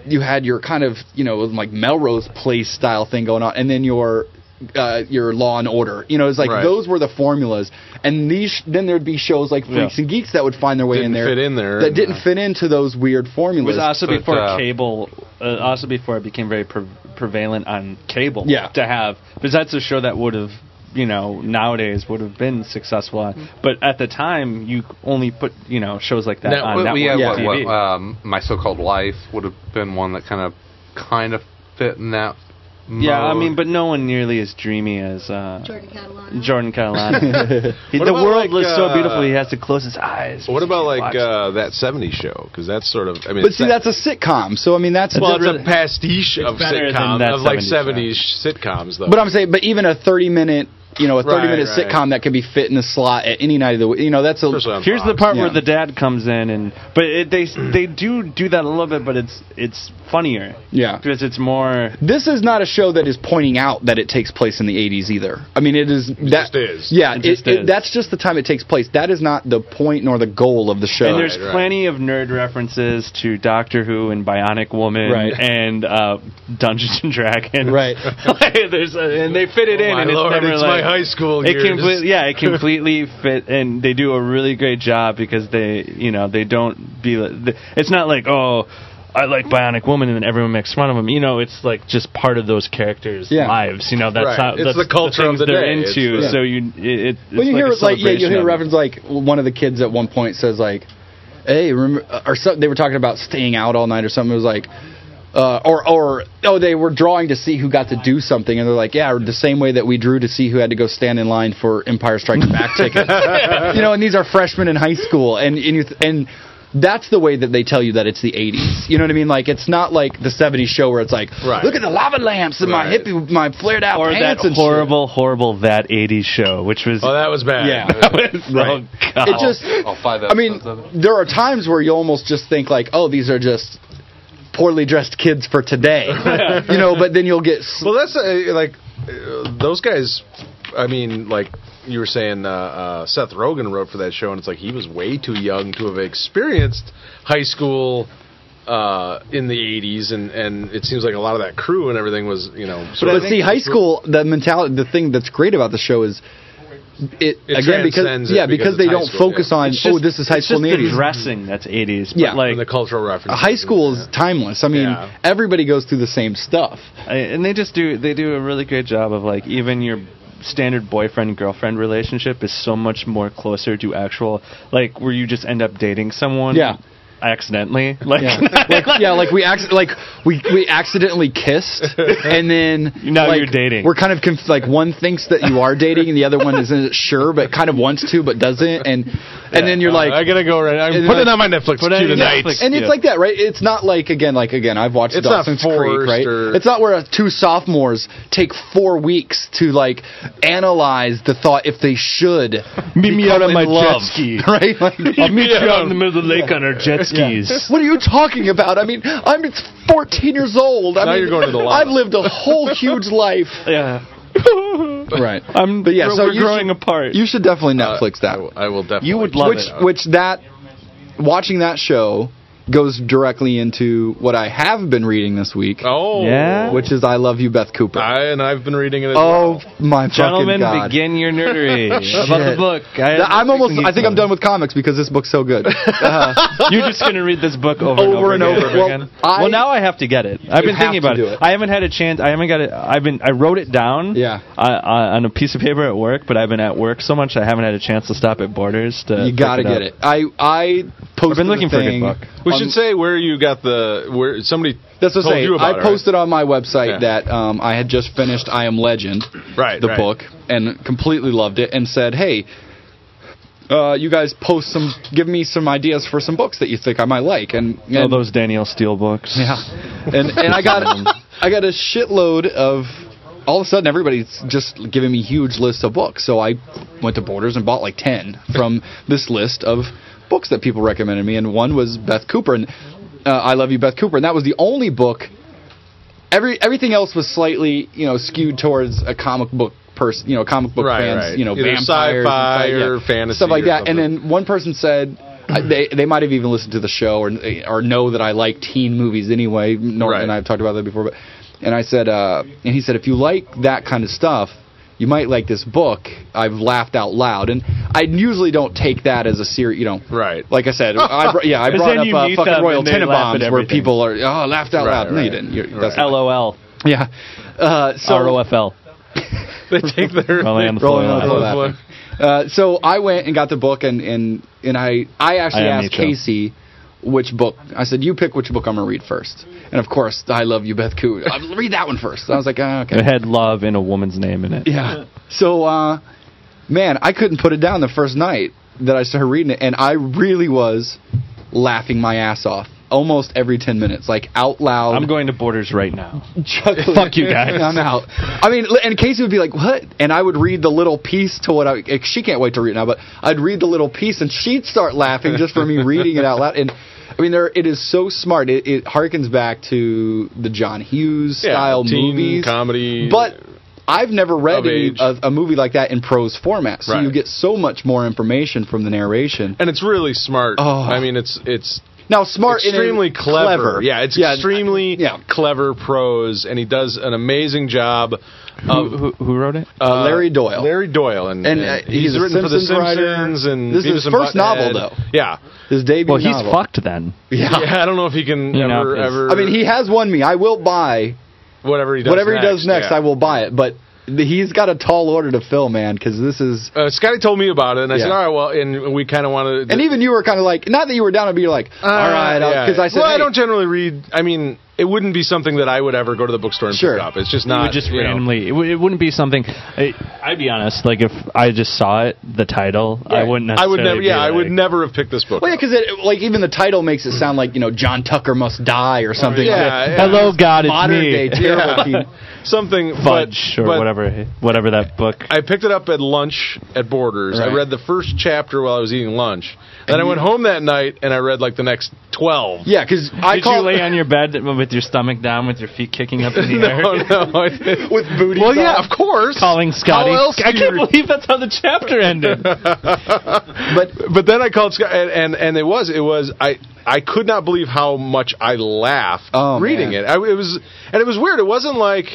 S3: you had your kind of you know like Melrose Place style thing going on, and then your uh, your Law and Order. You know, it's like
S4: Right.
S3: those were the formulas, and these then there'd be shows like Freaks and Geeks that would find their way in
S1: Didn't
S3: there
S1: fit in there,
S3: that didn't
S1: yeah.
S3: fit into those weird
S2: It
S3: formulas.
S2: was also
S4: But,
S2: before
S4: uh,
S2: cable. Uh, also before it became very pre- prevalent on cable.
S3: Yeah.
S2: To have because that's a show that would have you know nowadays would have been successful on,
S1: Mm-hmm.
S2: but at the time you only put you know shows like that
S4: Net-
S2: on
S4: well,
S2: network
S4: yeah,
S2: TV.
S4: what- what, um, my so-called life would have been one that kind of, kind of fit in that.
S2: Yeah, I
S4: mode.
S2: mean, but no one nearly as dreamy as uh,
S10: Jordan Catalano.
S2: Jordan
S1: [laughs]
S2: Catalano. He-
S1: What
S2: the
S1: about,
S2: world
S1: like,
S2: looks so
S1: uh,
S2: beautiful. He has to close his eyes.
S1: What about like
S2: Watch.
S1: uh, that '70s show? Because that's sort of, I mean,
S3: but see,
S1: that-
S3: that's a sitcom, so I mean that's
S1: well, it's
S3: that's
S1: a pastiche of
S2: better than
S1: sitcoms,
S2: that
S1: of like
S2: 70s
S1: '70s sitcoms, though.
S3: But I'm saying, but even a 30 minute, you know, a 30
S1: Right,
S3: minute
S1: right.
S3: sitcom that could be fit in a slot at any night of the week. You know, that's a
S1: Especially on
S2: Here's the
S1: Fox.
S2: part where
S3: Yeah.
S2: the dad comes in, and but it, they they do do that a little bit, but it's it's funnier
S3: yeah.
S2: because it's more.
S3: This is not a show that is pointing out that it takes place in the 80s either. I mean, it is that
S1: just is.
S3: yeah,
S2: It
S3: it
S2: just
S3: it-
S2: is.
S3: that's just the time it takes place. That is not the point nor the goal of the show.
S2: And there's
S1: Right, right.
S2: plenty of nerd references to Doctor Who and Bionic Woman
S3: Right.
S2: and uh, Dungeons and Dragons.
S3: Right.
S2: Like, [laughs] there's uh, and they fit it
S1: Oh
S2: in.
S1: my
S2: and
S1: lord,
S2: it's, never
S1: it's
S2: like,
S1: my high school
S2: It
S1: years.
S2: completely, yeah,
S1: [laughs]
S2: it completely fit, and they do a really great job because they, you know, they don't be. It's not like oh. I like Bionic Woman, and then everyone makes fun of them. You know, it's like just part of those characters'
S3: Yeah.
S2: lives. You know, that's
S1: Right.
S2: how
S1: It's
S2: that's
S1: the culture of
S2: things
S1: the
S2: they're
S1: day. It's
S2: into.
S1: the-
S2: So you, it, it, it's
S3: when you
S2: like
S3: hear
S2: a
S3: it's like yeah, you
S2: celebration
S3: hear
S2: of it.
S3: reference like one of the kids at one point says like, "Hey, remember?" Or something. They were talking about staying out all night or something. It was like. Uh, or, or oh, they were drawing to see who got to do something, and they're like, yeah, the same way that we drew to see who had to go stand in line for Empire Strikes
S2: [laughs]
S3: Back tickets, you know. And these are freshmen in high school, and and, you th- and that's the way that they tell you that it's the '80s. You know what I mean? Like it's not like the '70s show where it's like,
S1: Right.
S3: look at the lava lamps and my
S1: Right.
S3: hippie, my flared out
S2: or that
S3: pants and shit."
S2: horrible, horrible that '80s show, which [laughs] was
S1: oh, that was bad.
S3: Yeah.
S1: That was-
S2: Right.
S3: It just
S4: all five
S3: I mean,
S4: episodes of it.
S3: there are times where you almost just think like, oh, these are just poorly dressed kids for
S1: [laughs]
S3: today, you know. But then you'll get s-
S1: Well, that's uh, like uh, those guys. I mean, like you were saying, uh, uh, Seth Rogen wrote for that show, and it's like he was way too young to have experienced high school uh, in the '80s, and and it seems like a lot of that crew and everything was, you know. sort
S3: but
S1: of-
S3: see, high school, the mentality, the thing that's great about the show is it,
S1: It
S3: again
S1: transcends
S3: because
S1: it
S3: yeah,
S1: because
S3: because they
S1: it's high
S3: don't
S1: school,
S3: focus
S1: yeah.
S3: on
S2: It's just-
S3: oh, this is high
S2: it's
S3: school
S2: just
S3: in the
S2: the
S3: 80s.
S2: dressing that's 80s.
S3: Yeah.
S2: But like,
S1: and the cultural reference.
S3: High school is timeless. I mean,
S1: Yeah.
S3: everybody goes through the same stuff.
S2: I- and they just do they do a really great job of like even your standard boyfriend girlfriend relationship is so much more closer to actual like where you just end up dating someone.
S3: Yeah.
S2: Accidentally, like, [laughs]
S3: Yeah, like, [laughs] yeah, like we ac- like we we accidentally kissed,
S1: [laughs]
S3: and then
S2: Now
S3: like,
S2: you're dating.
S3: We're kind of conf- like one thinks that you are dating, and the other one isn't sure, but kind of wants to, but doesn't, and and then you're
S1: Uh,
S3: like,
S1: I gotta go right. I'm
S3: and
S1: putting on
S3: then like-
S1: my Netflix
S2: put
S1: queue
S2: it on your
S1: tonight.
S2: Netflix.
S3: and it's
S2: Yeah.
S3: like that, right? It's not like again, like again, I've watched
S1: It's not
S3: Dawson's Creek,
S1: forced
S3: right?
S1: or-
S3: It's not where uh, two sophomores take four weeks to like analyze the thought if they should [laughs]
S2: Meet me out
S3: become
S2: on
S3: in
S2: my jet
S3: love,
S2: ski.
S3: right?
S1: [laughs]
S3: Like,
S2: I'll [laughs] meet you out in the middle of the lake on our jet skis.
S3: What are you talking about? I mean, I'm 14 years old. I
S1: Now
S3: mean,
S1: you're going to the lava.
S3: I've lived a
S1: [laughs]
S3: whole huge life.
S2: Yeah,
S3: Right.
S2: I'm.
S3: But yeah, so
S2: we're
S3: you
S2: growing
S3: should-
S2: apart.
S3: You should definitely
S1: Uh,
S3: Netflix
S1: I
S3: that.
S1: will, I will definitely.
S2: You would love
S3: which,
S2: it.
S3: which that watching that show goes directly into what I have been reading this week,
S1: Oh,
S2: Yeah.
S3: which is I Love You, Beth Cooper.
S1: I and I've been reading it. As
S3: oh my
S2: Gentlemen,
S3: fucking god!
S2: begin your
S3: [laughs]
S2: nerdery about the
S3: Shit.
S2: book. I
S3: Th- I'm almost. I think I'm done with comics because this book's so
S1: [laughs]
S3: good. Uh-huh.
S2: You're just gonna read this book over,
S3: Over
S2: and
S3: and
S2: over,
S3: over.
S2: again.
S3: Well,
S2: again.
S3: I-
S2: well, now I have to get it. I've
S3: You
S2: been thinking
S3: have
S2: about
S3: to do
S2: it.
S3: it.
S2: I haven't had a chance. I haven't got it. I've been. I wrote it down.
S3: Yeah.
S2: Uh, uh, on a piece of paper at work, but I've been at work so much I haven't had a chance to stop at Borders to.
S3: you gotta
S2: pick
S3: get
S2: up.
S3: it. I I posted.
S2: I've been looking
S3: the
S2: for a good
S3: thing
S2: book.
S1: We should say where you got the where somebody
S3: That's what I'm
S1: told
S3: saying.
S1: you about it,
S3: I
S1: right?
S3: posted on my website
S1: Yeah.
S3: that um, I had just finished I Am Legend,
S1: Right,
S3: the
S1: right.
S3: book, and completely loved it, and said, "Hey, uh, you guys post some, give me some ideas for some books that you think I might like." And, and
S1: Oh,
S2: All those Daniel Steele books.
S3: [laughs] yeah, and and I
S1: [laughs]
S3: got I got a shitload of. All of a sudden, everybody's just giving me huge lists of books. So I went to Borders and bought like ten from this list of books that people recommended me, and one was Beth Cooper and uh, I Love You, Beth Cooper, and that was the only book. Every everything else was slightly you know skewed towards a comic book person, you know, comic book
S1: Right,
S3: fans,
S1: right.
S3: you know,
S1: Either
S3: vampires, and
S1: sci-fi
S3: stuff,
S1: or fantasy
S3: stuff like
S1: or
S3: that.
S1: something.
S3: And then and one person said I- they they might have even listened to the show or or know that I like teen movies anyway. Norton
S1: Right.
S3: and I have talked about that before, but and I said uh, and he said if you like that kind of stuff, you might like this book. I've laughed out loud, and I usually don't take that as a serious, you know.
S1: Right.
S3: Like I said, I br-
S2: [laughs]
S3: yeah, I
S2: 'Cause
S3: brought
S2: then
S3: up
S2: you
S3: uh,
S2: meet
S3: fucking
S2: them
S3: Royal
S2: and they laugh at
S3: Tenenbaums where
S2: everything.
S3: people are oh laughed out
S1: Right,
S3: loud. No,
S1: right.
S3: you didn't. You're, That's not-
S2: LOL.
S3: yeah. Uh, so [laughs]
S2: ROFL.
S1: they take their
S2: Rolling on the floor.
S3: Rolling on the floor. laughing. Uh, so I went and got the book, and and, and I I actually
S2: I am
S3: asked
S2: Nietzsche.
S3: Casey which book. I said, "You pick which book I'm gonna read first. And of course, I love you, Beth Coo. "Uh, read that one first. I was like, "Ah,
S2: It
S3: okay,
S2: had love in a woman's name in it.
S3: yeah. So, uh, man, I couldn't put it down the first night that I started reading it, and I really was laughing my ass off almost every ten minutes, like out loud.
S2: I'm going to Borders right now.
S3: chuckling.
S2: Fuck you guys.
S3: I'm out. I mean, li- and Casey would be like, "What?" And I would read the little piece to what I. eh, She can't wait to read it now, but I'd read the little piece, and she'd start laughing just
S1: [laughs]
S3: for me reading it out loud. And I mean, there it is so smart. It, it harkens back to the John Hughes
S1: Yeah,
S3: style
S1: teen
S3: movies,
S1: comedy.
S3: but. I've never read
S1: Of
S3: any,
S1: age.
S3: a, a movie like that in prose format, so you
S1: Right.
S3: get so much more information from the narration.
S1: and it's really smart.
S3: Oh.
S1: I mean, it's it's
S3: Now, smart, in a-
S1: extremely clever. Yeah, it's extremely
S3: yeah.
S1: clever prose, and he does an amazing job. Of,
S2: Oh, Who, who wrote it?
S1: uh,
S3: Larry Doyle.
S1: Larry Doyle, and,
S3: And,
S1: and
S3: uh,
S1: he's,
S3: he's a
S1: written for the
S3: Simpsons writer.
S1: Simpsons. And
S3: This is his
S1: Beavis and
S3: first novel,
S1: Butthead.
S3: though.
S1: Yeah.
S3: His debut.
S2: Well, he's
S3: novel.
S2: fucked then.
S1: yeah, I don't know if he can
S2: You know,
S1: ever,
S2: it's-
S1: ever.
S3: I mean, he has won me. I will buy
S1: whatever he does,
S3: whatever he does next,
S1: yeah.
S3: I will buy it. But th- he's got a tall order to fill, man, because this is.
S1: Uh, Scotty told me about it, and I said,
S3: Yeah.
S1: "All right, well," and we kind of wanted.
S3: And even you were kind of like, not that you were down, but you're like, all right, because I said,
S1: Uh, well, I
S3: hey,
S1: don't generally read. I mean, it wouldn't be something that I would ever go to the bookstore and
S3: Sure.
S1: pick up. It's just
S2: You
S1: not
S2: would just
S1: you know.
S2: randomly. It, w- it wouldn't be something. I, I'd be honest. Like if I just saw it, the title, I
S3: Right.
S2: wouldn't.
S1: I would
S2: necessarily
S1: never.
S2: be
S1: Yeah, I
S2: like-
S1: would never have picked this book.
S3: well, yeah,
S1: up.
S3: because like even the title makes it sound like you know John Tucker must die or something.
S1: yeah,
S3: like
S1: yeah.
S3: that.
S2: Hello, God, it's
S3: modern
S2: me. [laughs]
S3: day terrible
S1: Yeah.
S3: people.
S1: something
S2: Fudge
S1: but,
S2: or
S1: but
S2: whatever, whatever that book.
S1: I picked it up at lunch at Borders. I
S3: Right.
S1: read the first chapter while I was eating lunch. Then I went home that night and I read like the next twelve. [laughs]
S3: Yeah, because I
S2: Did you
S3: call
S2: lay on your bed with your stomach down, with your feet kicking up in the air?
S1: [laughs] no, no,
S2: [laughs]
S1: I didn't.
S3: with booty.
S1: Well,
S3: song.
S1: yeah, of course.
S2: Calling Scotty.
S1: How else
S2: I
S1: do
S2: can't
S1: you-
S2: believe that's how the
S1: [laughs]
S2: chapter ended.
S3: but
S1: But then I called Scott, and, and and it was it was I I could not believe how much I laughed
S3: Oh,
S1: reading
S3: man.
S1: it. I, it was and it was weird. It wasn't like.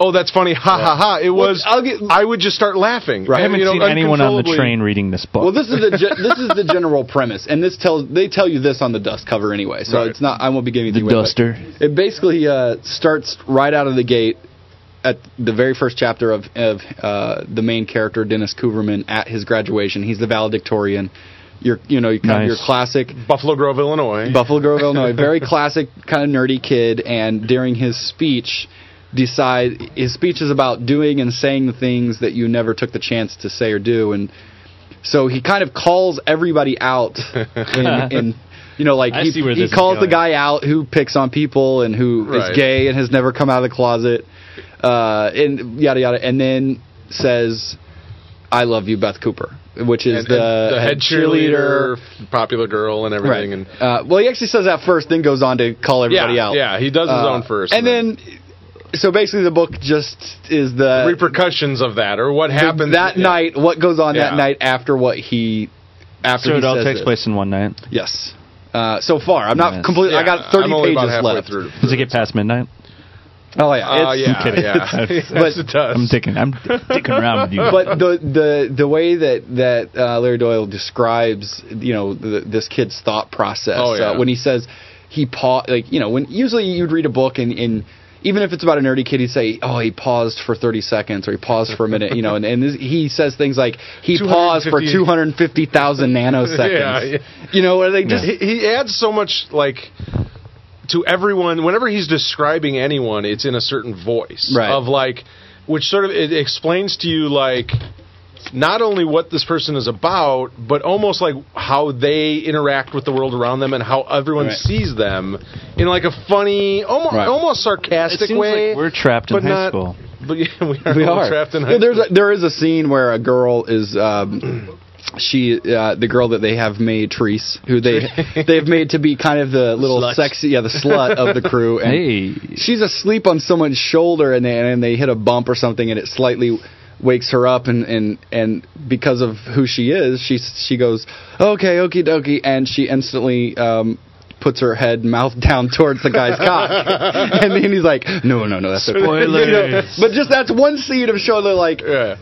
S1: Oh, that's funny! Ha ha ha! It was.
S3: I'll get-
S1: I would just start laughing.
S3: Right.
S2: I haven't
S1: you know,
S2: seen anyone on the
S1: uncontrollably.
S2: train reading this book.
S3: Well, this is the ge- this is the general premise, and this tells they tell you this on the dust cover anyway. So
S1: Right.
S3: it's not I won't be giving you the,
S2: The
S3: away, but
S2: duster.
S3: It basically uh, starts right out of the gate at the very first chapter of of uh, the main character Dennis Cooverman at his graduation. He's the valedictorian. Your you know you kind of
S2: Nice.
S3: your classic
S1: Buffalo Grove, Illinois.
S3: Buffalo
S1: [laughs]
S3: Grove, Illinois. Very classic, kind of nerdy kid. And during his speech, decide his speech is about doing and saying the things that you never took the chance to say or do. And so he kind of calls everybody
S1: [laughs]
S3: out, and, and you know, like
S2: I
S3: he,
S2: see where
S3: he
S2: this is
S3: calls the
S2: going.
S3: guy out who picks on people and who is
S1: Right.
S3: gay and has never come out of the closet, uh, and yada yada. And then says, "I love you, Beth Cooper." Which is
S1: And-
S3: the,
S1: and the head cheerleader,
S3: cheerleader
S1: popular girl, and everything. And
S3: uh, well, he actually says that first, then goes on to call everybody
S1: yeah,
S3: out.
S1: yeah, he does his
S3: Uh,
S1: own first,
S3: and then, so basically, the book just is the
S1: repercussions of that, or what
S3: the-
S1: happens
S3: that
S1: yeah.
S3: night. What goes on that
S1: Yeah.
S3: night after what he after
S2: so
S3: he
S2: it all
S3: says
S2: takes
S3: this.
S2: place in one night.
S3: Yes. Uh, so far, I'm not
S2: Yes.
S3: completely. I
S1: Yeah,
S3: got 30
S1: I'm only about
S3: pages
S1: halfway
S3: left.
S1: Through.
S2: Does it get past midnight?
S3: Oh yeah,
S1: Uh,
S3: it's-
S1: yeah, yeah. [laughs] yes, it does.
S2: I'm dicking. I'm dicking around
S1: [laughs]
S2: with you.
S3: but the the the way that that uh, Larry Doyle describes you know the, this kid's thought process
S1: Oh, yeah.
S3: uh, when he says he paused like you know when usually you'd read a book and and even if it's about a nerdy kid, he'd say, "Oh, he paused for 30 seconds, or he paused for a minute," you know, and, and this, he says things like,
S1: [laughs]
S3: "He paused for
S1: 250
S3: 250,000 nanoseconds,"
S1: [laughs] Yeah, yeah.
S3: you know, and they just
S1: he, he adds so much like to everyone whenever he's describing anyone it's in a certain voice
S3: Right.
S1: of like which sort of it explains to you like not only what this person is about but almost like how they interact with the world around them and how everyone
S3: Right.
S1: sees them in like a funny almost,
S3: Right.
S1: almost sarcastic way
S2: we're trapped in
S1: but
S2: high
S1: not-
S2: school.
S1: but yeah, [laughs] we are, all trapped in high
S3: Yeah, there's
S1: school.
S3: a, there is a scene where a girl is. Um, She, uh, the girl that they have made, Therese, who they [laughs] they've made to be kind of the little
S1: Slut.
S3: sexy, yeah, the slut of the crew. And
S1: [laughs]
S3: she's asleep on someone's shoulder, and they and they hit a bump or something, and it slightly wakes her up, and and and because of who she is, she she goes, okay, okie dokie, and she instantly. Um, Puts her head mouth [laughs] down towards the
S1: [laughs]
S3: guy's cock, and then he's like, "No, no, no, that's okay." You know, but just that's one scene of showing that, like,
S1: yeah.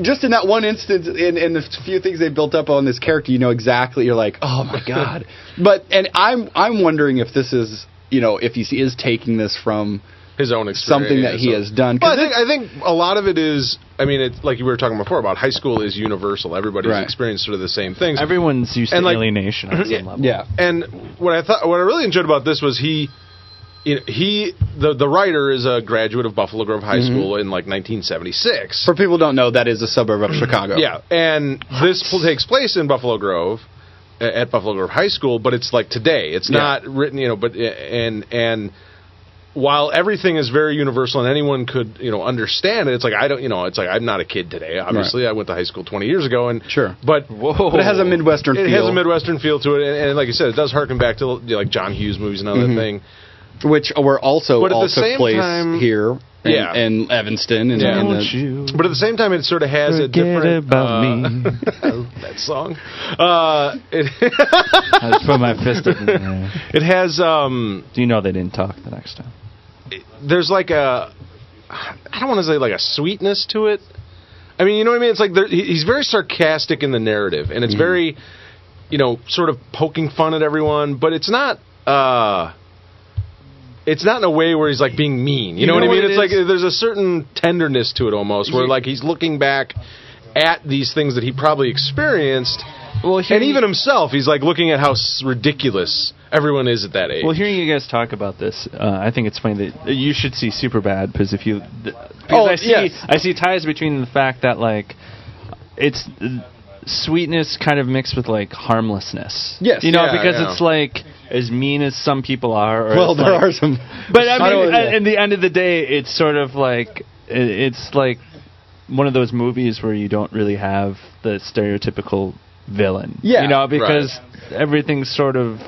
S3: just in that one instance, in, in the few things they built up on this character, you know exactly. You're like, oh
S1: [laughs]
S3: my god. but and I'm I'm wondering if this is you know if he is taking this from
S1: his own experience
S3: something that he
S1: so-
S3: has done. 'Cause
S1: Well, I think I think a lot of it is. I mean, it's like you were talking before about high school is universal. Everybody's
S3: Right.
S1: experienced sort of the same things.
S2: Everyone's used
S1: And,
S2: to
S1: like-
S2: alienation [clears throat] on some level.
S3: yeah,
S1: and what I thought, what I really enjoyed about this was he, you know, he the the writer is a graduate of Buffalo Grove High
S3: Mm-hmm.
S1: School in like 1976.
S3: for people who don't know, that is a suburb of Chicago.
S1: Mm-hmm. Yeah, and this pl- takes place in Buffalo Grove, a- at Buffalo Grove High School, but it's like today. It's not written, you know, but and and while everything is very universal and anyone could, you know, understand it, it's like I don't, you know, it's like I'm not a kid today. Obviously, I went to high school 20 years ago, and
S3: Sure.
S1: but
S3: But it has a midwestern
S1: Oh. it
S3: feel,
S1: has a midwestern feel to it, and, and like you said, it does harken back to you know, like John Hughes movies and other
S3: Mm-hmm.
S1: thing.
S3: which were also
S1: But at
S3: all
S1: the
S3: took
S1: same
S3: place
S1: time-
S3: here. And,
S1: Yeah.
S3: and Evanston and,
S1: Yeah. Oh,
S3: and
S1: Don't
S3: the-
S2: [laughs]
S1: But at the same time, it sort of has a different
S2: about
S1: uh, [laughs]
S2: me.
S1: that song. Uh, it [laughs]
S2: I just put my fist up in the air.
S1: it has um,
S2: Do [laughs] you know they didn't talk the next time?
S1: there's like a I don't want to say like a sweetness to it. I mean, you know what I mean? It's like there, he- he's very sarcastic in the narrative, and it's very, you know, sort of poking fun at everyone, but it's not. uh it's not in a way where he's like being mean. You, know, what I mean?
S2: it
S1: It's like uh,
S2: is?
S1: there's a certain tenderness to it almost, where like he's looking back at these things that he probably experienced,
S2: Well,
S1: and even himself, he's like looking at how s- ridiculous everyone is at that age.
S2: Well, hearing you guys talk about this, uh, I think it's funny that you should see Superbad because if you, th- because
S3: Oh,
S2: I see,
S3: yes.
S2: I see ties between the fact that like it's uh, sweetness kind of mixed with like harmlessness.
S3: Yes,
S2: you know,
S1: yeah,
S2: because
S1: yeah.
S2: it's like as mean as some people are. Or
S3: well,
S2: as,
S3: there
S2: like-
S3: are some.
S2: But
S3: [laughs]
S2: I
S3: don't-
S2: mean,
S3: yeah.
S2: at, at the end of the day, it's sort of like i it's like one of those movies where you don't really have the stereotypical villain.
S3: Yeah,
S2: you know, because everything's sort of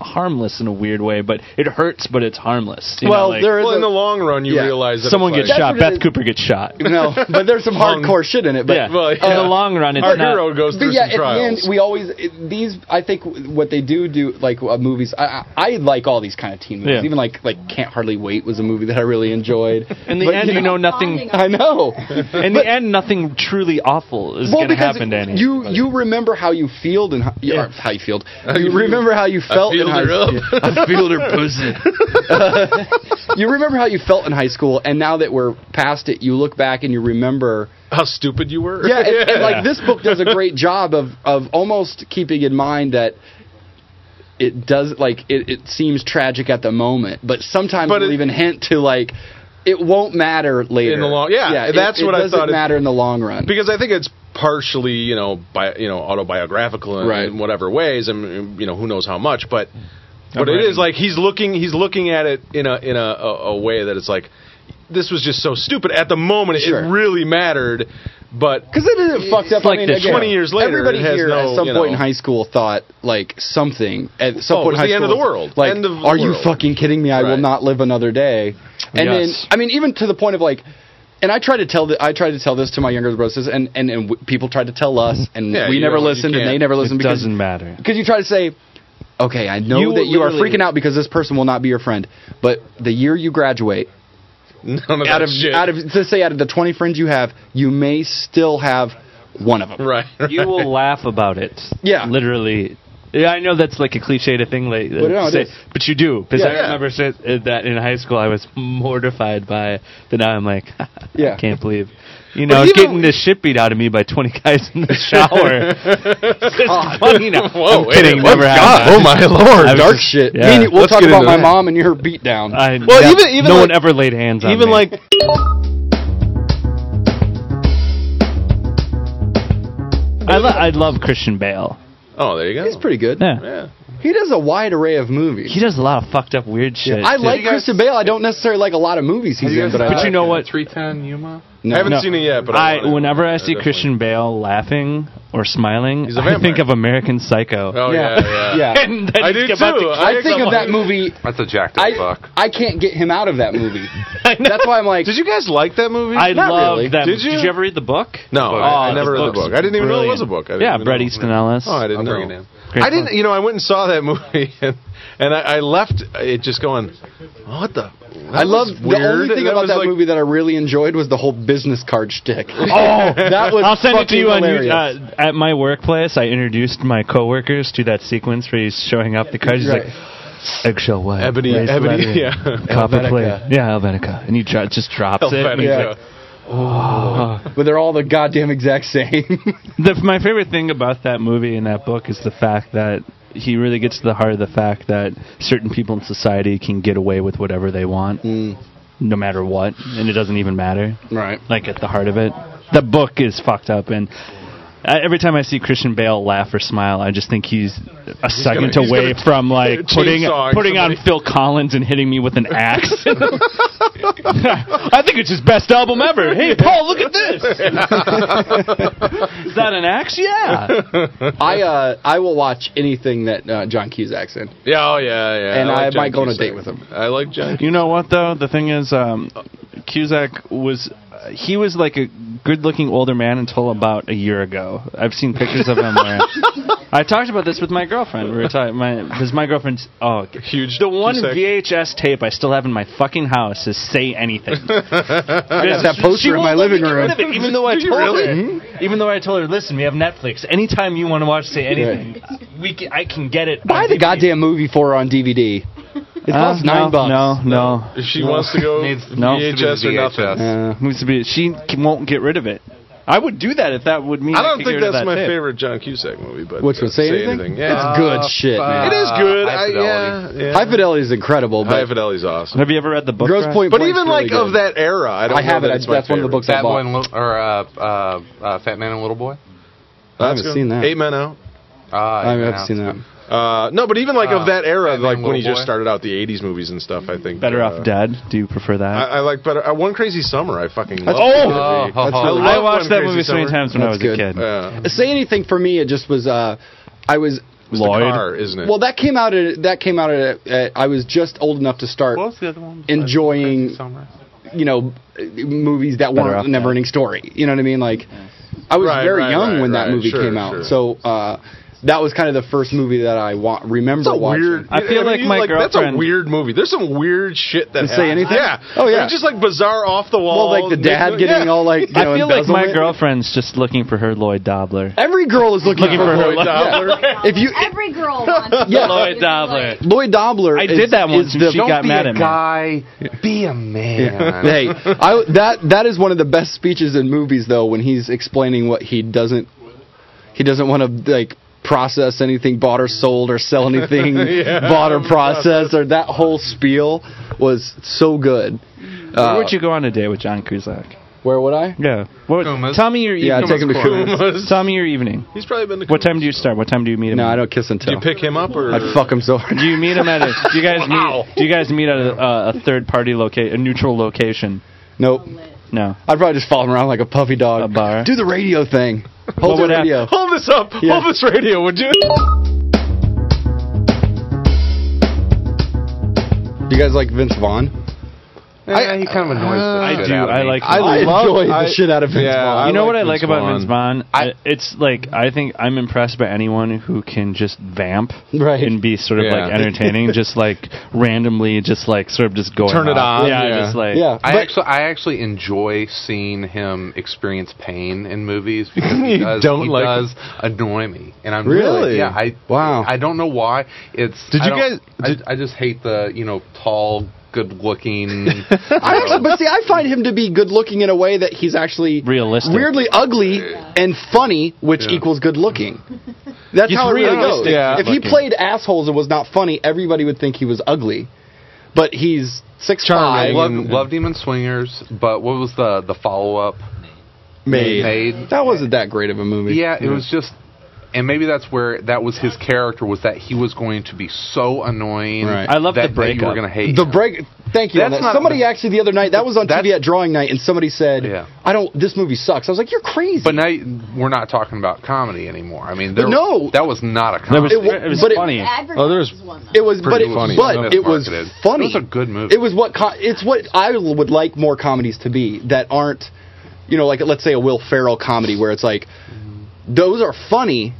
S2: harmless in a weird way, but it hurts, but it's harmless. you know,
S3: well,
S2: like,
S3: there is
S1: Well, in
S3: a,
S1: the long run, you
S3: Yeah.
S1: realize that
S2: someone
S1: it's
S2: gets
S1: like-
S3: That's
S2: shot.
S3: what it
S2: Beth
S3: is.
S2: Cooper gets shot.
S3: no, but there's some
S1: [laughs] Long-
S3: hardcore shit in it. But
S2: yeah.
S1: well,
S2: in
S1: yeah.
S2: the long run, it's
S1: our
S2: not.
S1: hero goes through
S3: But yeah,
S1: some
S3: at
S1: trials.
S3: the end, we always it- these. I think w- what they do do like uh, movies. I, I I like all these kind of teen movies.
S2: Yeah.
S3: Even like like Can't Hardly Wait was a movie that I really enjoyed.
S2: [laughs] In the
S3: But,
S2: end, you know
S10: Bonding
S2: nothing.
S3: [laughs]
S2: [laughs]
S3: I know.
S2: In the end, nothing truly awful is
S3: well,
S2: going to
S3: because
S2: happen to anyone.
S3: you you remember how you feel and how, yeah. or how you
S1: [laughs]
S3: feel. You remember how you felt in
S1: feel
S3: high
S1: her up.
S3: school.
S2: [laughs]
S3: I feel her pussy. [laughs] you remember how you felt in high school, and now that we're past it, you look back and you remember.
S1: how stupid you were.
S3: yeah, and,
S1: [laughs]
S3: and, [laughs] like this book does a great job of of almost keeping in mind that it does like it, it seems tragic at the moment, but sometimes
S1: But
S3: it'll
S1: it-
S3: even hint to like it won't matter later
S1: In the long- yeah,
S3: it-
S1: that's
S3: it
S1: what I
S3: doesn't
S1: thought it-
S3: matter in the long run.
S1: because I think it's partially, you know, by you know, autobiographical in,
S3: Right.
S1: in whatever ways, and you know, who knows how much, but but it
S2: writing-
S1: is like he's looking, he's looking at it in a in a, a, a way that it's like this was just so stupid at the moment.
S3: Sure.
S1: It really mattered, but
S3: Because it is fucked up.
S2: like
S3: I mean,
S2: the
S3: again,
S1: 20 years later,
S3: everybody
S1: it has
S3: here
S1: no,
S3: at some
S1: you
S3: point
S1: know-
S3: in high school thought like something. At some
S1: Oh, it
S3: point,
S1: was
S3: in high
S1: the end of
S3: school,
S1: the world.
S3: Like,
S1: End of the
S3: are you
S1: world."
S3: fucking kidding me? I will
S1: Right.
S3: not live another day. And
S2: Yes.
S3: then, I mean, even to the point of like. And I tried to tell the, I tried to tell this to my younger brothers, and and, and w- people tried to tell us, and
S1: Yeah,
S3: we
S1: you
S3: never
S1: know, you
S3: listened, and
S1: can't-
S3: they never listened
S2: it
S3: because
S2: doesn't matter.
S3: because you try to say, okay, I know
S2: You
S3: that you are
S2: literally-
S3: freaking out because this person will not be your friend, but the year you graduate,
S1: [laughs] none of
S3: out
S1: Oh, that
S3: of
S1: shit.
S3: out of to say out of the twenty friends you have, you may still have one of them.
S1: [laughs] right. [laughs]
S2: you will laugh about it.
S3: Yeah.
S2: Literally Yeah, I know that's like a cliche to thing, like
S3: But
S2: uh,
S3: no, it
S2: say,
S3: is.
S2: but you do because
S3: Yeah.
S2: I
S3: Yeah.
S2: remember sa- uh, that in high school I was mortified by it. But now I'm like, [laughs]
S3: Yeah.
S2: I can't believe, you know,
S3: even-
S2: getting the shit beat out of me by 20 guys
S1: [laughs]
S2: in the shower. it's just funny now.
S1: Ah. Whoa,
S2: I'm kidding,
S1: wait,
S2: never
S1: what? God, oh
S2: happened.
S1: my lord,
S2: I was
S1: dark
S2: just-
S1: shit.
S2: Yeah.
S3: Me and you- we'll
S1: Let's
S3: talk
S1: get
S3: about
S1: into
S3: my
S1: that.
S3: mom and your beat down.
S2: I,
S1: Well,
S2: yeah,
S1: even- even
S2: no one
S1: like-
S2: ever laid hands on
S1: Even
S2: me.
S1: like
S2: I, lo- I love Christian Bale.
S1: oh, there you go.
S3: He's pretty good.
S2: Yeah.
S1: Yeah.
S3: He does a wide array of movies.
S2: He does a lot of fucked up weird shit.
S3: I
S2: too.
S3: like Christian Bale. I don't necessarily like a lot of movies he's
S4: you
S3: in,
S4: guys
S3: but I
S4: seen
S3: like
S2: you know
S4: that
S2: what?
S4: 310
S1: I
S4: Yuma.
S3: No,
S1: haven't
S2: no.
S1: seen it yet, but I,
S2: I,
S1: want it.
S2: whenever I see
S1: definitely.
S2: Christian Bale laughing or smiling,
S1: He's a
S2: I think
S1: vampire.
S2: of American Psycho. [laughs]
S1: Oh yeah,
S3: Yeah.
S1: yeah.
S3: Yeah.
S2: And then
S1: I
S2: he's
S1: do
S2: about
S1: too.
S2: to [laughs] kill
S3: I think of that movie.
S4: That's a jacked up
S3: I
S4: fuck.
S3: I can't get him out of that movie. That's why I'm like.
S1: Did you guys like that movie?
S2: I
S3: Not
S2: love
S3: really.
S2: that.
S1: Did you?
S2: ever read the
S1: [laughs]
S2: book?
S1: No, I, I
S2: Oh,
S1: never
S2: this
S1: read the
S2: book's
S1: book. I didn't even know it was a
S2: brilliant.
S1: book. I didn't
S2: Yeah,
S1: even
S2: Bret
S1: know.
S2: Easton Ellis.
S1: Oh, I
S4: I'll
S1: didn't
S4: bring it
S1: know.
S4: in.
S2: Great
S1: I didn't.
S2: book.
S1: You know, I went and saw that movie, and, and I, I left it just going, "What the?" that
S3: I love
S1: was
S3: the only thing
S1: That
S3: about
S1: was
S3: that
S1: like-
S3: movie that I really enjoyed was the whole business card shtick.
S2: Oh,
S3: [laughs] that was
S2: I'll send it to
S3: fucking
S2: you on
S3: hilarious.
S2: YouTube. Uh, at my workplace, I introduced my coworkers to that sequence where he's showing up the cards. He's
S3: Right.
S2: like, eggshell white,
S1: Ebony,
S2: raised
S1: Ebony,
S2: leather,
S1: yeah.
S2: copper
S3: Helvetica.
S2: plate, yeah, Helvetica, and he dro- just drops it.
S1: Helvetica.
S3: Yeah. but they're all the goddamn exact same.
S2: The, my favorite thing about that movie and that book is the fact that he really gets to the heart of the fact that certain people in society can get away with whatever they want, no matter what, and it doesn't even matter.
S3: right.
S2: Like at the heart of it, the book is fucked up, and I, every time I see Christian Bale laugh or smile, I just think he's a second
S1: gonna- he's
S2: away
S1: gonna [laughs]
S2: from like putting
S1: chainsawing
S2: putting on
S1: somebody.
S2: Phil Collins and hitting me with an
S1: [laughs]
S2: axe. I think it's his best album ever. Hey, Paul, look
S1: [laughs]
S2: at this. is that an axe? Yeah.
S3: I uh I will watch anything that uh, John Cusack's in.
S1: Yeah, oh yeah, yeah.
S3: And I
S1: like John
S3: might go on a
S1: Cusack.
S3: date with him.
S1: I like John.
S2: You know what though? The thing is, um, Cusack was uh, he was like a good-looking older man until about a year ago. I've seen pictures of him.
S3: [laughs]
S2: where I talked about this with my girlfriend. We were talking my because my girlfriend's oh
S1: Huge
S2: The one
S1: Cusack.
S2: VHS tape I still have in my fucking house is "Say
S3: [laughs]
S2: Anything."
S3: I got that poster in my living room.
S2: Of it, even though I
S1: Do you
S2: told
S1: really?
S3: Hmm?
S2: her, even though I told her, listen, we have Netflix. Anytime you want to watch "Say Anything," we can, I can get it.
S3: Buy
S1: [laughs]
S2: on
S3: the
S2: DVD.
S3: goddamn movie for her on DVD. It costs
S2: Uh, no,
S3: nine bucks.
S2: No, no,
S1: If she wants to go
S4: Needs-
S1: VHS,
S4: no. Needs to
S1: or
S4: be
S1: nothing.
S4: VHS.
S3: Uh,
S2: Needs to be. She c- won't get rid of it. I would do that if that would mean.
S1: I don't think
S2: could get rid of
S1: that's
S2: that
S1: my
S2: tape.
S1: favorite John Cusack movie, but
S3: Which
S1: uh,
S3: one? Say anything?
S1: Yeah,
S3: It's good shit, man.
S1: it is
S4: Uh,
S1: good.
S4: High
S1: I, yeah,
S4: Fidelity.
S1: yeah.
S3: High Fidelity is incredible, but
S1: High Fidelity's awesome.
S2: Have you ever read the book?
S3: Gross
S2: Ryan?
S3: Point
S1: But
S3: Break's
S1: even
S3: really
S1: like
S3: good.
S1: of that era, I don't.
S3: I
S1: know
S3: have
S1: that
S3: it.
S1: it's my
S3: That's one of
S1: favorite.
S3: the books I
S4: Fat
S3: bought.
S4: Boy and Little, or uh, uh, uh, Fat Man and Little Boy.
S3: I
S1: That's
S3: haven't
S1: good.
S3: seen that.
S1: Eight Men Out.
S4: Ah,
S3: I
S4: yeah,
S3: haven't seen that.
S4: that's
S1: Uh, no, but even like
S4: Uh,
S1: of that era,
S4: Batman,
S1: like when he
S4: Little
S1: just
S4: Boy.
S1: started out the '80s movies and stuff. I think
S2: Better
S1: uh,
S2: Off Dead. Do you prefer that?
S1: I, I like better. Uh, One Crazy Summer. I fucking love.
S2: oh,
S4: Oh, ho, ho.
S2: I
S1: really-
S4: I-
S1: love
S2: watched
S1: One
S2: that
S1: Crazy
S2: movie so many
S1: Summer. Uh,
S2: times when I was
S3: That's
S2: a kid.
S3: good.
S1: Yeah.
S3: Say anything for me. It just was. Uh, I was.
S1: It's the car, isn't it?
S3: Well, that came out. At, that came out. At, at, I was just old enough to start,
S4: What was the other one?
S3: Enjoying-
S4: Summer.
S3: you know, movies that
S2: Better
S3: weren't
S2: Off
S3: a never-ending story. You know what I mean? Like, I was
S1: Right,
S3: very
S1: right,
S3: young
S1: right,
S3: when that
S1: right.
S3: movie
S1: Sure,
S3: came out,
S1: sure.
S3: so uh, that was kind of the first movie that I wa- remember
S1: That's a
S3: watching.
S1: weird.
S2: I feel like
S1: you-
S2: my
S1: That's a
S2: girlfriend-
S1: weird movie. There's some weird shit that.
S3: To say
S1: happens.
S3: anything?
S1: Yeah.
S3: Oh, yeah.
S1: It's just like bizarre, off the
S3: Well,
S1: wall.
S3: like the dad
S1: yeah. [laughs]
S3: getting all like. You know,
S2: I feel like my
S3: embezzlement.
S2: girlfriend's just looking for her Lloyd Dobler.
S3: Every girl is looking,
S2: Looking
S3: for,
S2: for her
S3: [laughs] Lloyd.
S1: Dobler.
S3: Yeah. If you
S10: every girl
S3: [laughs]
S10: wants
S3: Yeah.
S2: Lloyd Dobler.
S3: Lloyd Dobler,
S2: I
S3: is-
S2: did that once
S3: is
S2: and
S3: the-
S2: she got
S4: Be
S2: mad
S4: a
S2: at me.
S4: guy. Be a man.
S3: hey, I, that that is one of the best speeches in movies though when he's explaining what he doesn't he doesn't want to like process anything bought or sold or sell anything
S2: [laughs]
S3: bought or processed or that whole spiel was so good.
S2: Where
S3: Uh,
S2: would you go on a date with John Cusack?
S3: where would I?
S2: Yeah. What,
S4: Kuma's.
S2: tell me your evening.
S3: Yeah, I'd take him to Kuma's.
S2: Tell me your evening.
S1: He's probably been. To
S2: What time do you start? What time do you meet him?
S3: No,
S2: at?
S3: I don't kiss and
S1: Do
S3: tell.
S1: you pick him up or?
S3: I'd fuck him so hard.
S2: Do you meet him at a? Do you
S1: [laughs]
S2: guys
S1: Wow.
S2: meet? Do you guys meet at a, uh, a third party location, a neutral location?
S3: Nope.
S2: No.
S3: I'd probably just follow him around like a puffy dog.
S2: A bar.
S3: Do the radio thing. Hold
S2: would
S3: the
S2: hap-
S3: radio.
S1: Hold this up.
S3: Yeah.
S1: Hold this radio, would you?
S3: You guys like Vince Vaughn?
S4: I, he kind of annoys
S2: I
S4: the shit
S2: do.
S4: out of
S2: I
S4: me.
S2: like.
S3: I,
S1: love-
S3: enjoy
S1: I-
S3: the shit out of Vince
S1: yeah,
S3: Vaughn.
S1: I
S2: you know
S1: like
S2: what I like
S1: Vince
S2: about
S1: Vaughn.
S2: Vince Vaughn? I, it's like I think I'm impressed by anyone who can just vamp
S3: Right.
S2: and be sort of
S1: Yeah.
S2: like entertaining, just like randomly, just like sort of just going
S1: Turn it
S2: off.
S1: on,
S2: Yeah,
S1: yeah.
S2: just like
S3: yeah,
S4: I
S3: but-
S4: actually, I actually enjoy seeing him experience pain in movies because he
S1: You
S4: does,
S1: don't
S4: he
S1: like-
S4: does annoy me, and I'm
S1: Really?
S4: yeah. I
S3: Wow.
S4: I don't know why. It's
S1: Did
S4: I
S1: you
S4: don't-
S1: guys- did-
S4: I, I just hate the you know tall, good-looking.
S3: I actually, but see, I find him to be good looking in a way that he's actually
S2: Realistic.
S3: weirdly ugly and funny, which
S4: Yeah.
S3: equals good looking. That's
S2: He's
S3: how it really goes.
S2: realistic
S1: Yeah.
S3: If he played assholes and was not funny, everybody would think he was ugly. But he's six
S4: I
S1: Charming.
S3: five.
S4: loved, loved him in Swingers, but what was the the follow-up?
S3: Made.
S4: Made.
S3: That wasn't that great of a movie.
S4: Yeah, it was just, and maybe that's where that was his character was that he was going to be so annoying.
S3: Right.
S2: I love the
S4: that, that you were
S2: breakup.
S4: going to hate
S3: The
S4: him.
S3: break. Thank you. on
S4: That's
S3: that.
S4: not-
S3: Somebody actually the other night that was on TV
S4: That's-
S3: at drawing night, and somebody said,
S4: Yeah.
S3: "I don't. This movie sucks." I was like, "You're crazy."
S4: But now you- we're not talking about comedy anymore. I mean, there,
S3: No.
S4: that was not a comedy.
S3: It wa-
S2: it was
S3: but it-
S2: funny.
S1: Oh, there's-
S10: one.
S3: It was, but
S4: pretty
S3: it,
S4: funny.
S3: but it was
S4: Mismarketed.
S3: funny.
S4: It was a good movie.
S3: It was what co- it's what I would like more comedies to be that aren't, you know, like let's say a Will Ferrell comedy where it's like, those are funny,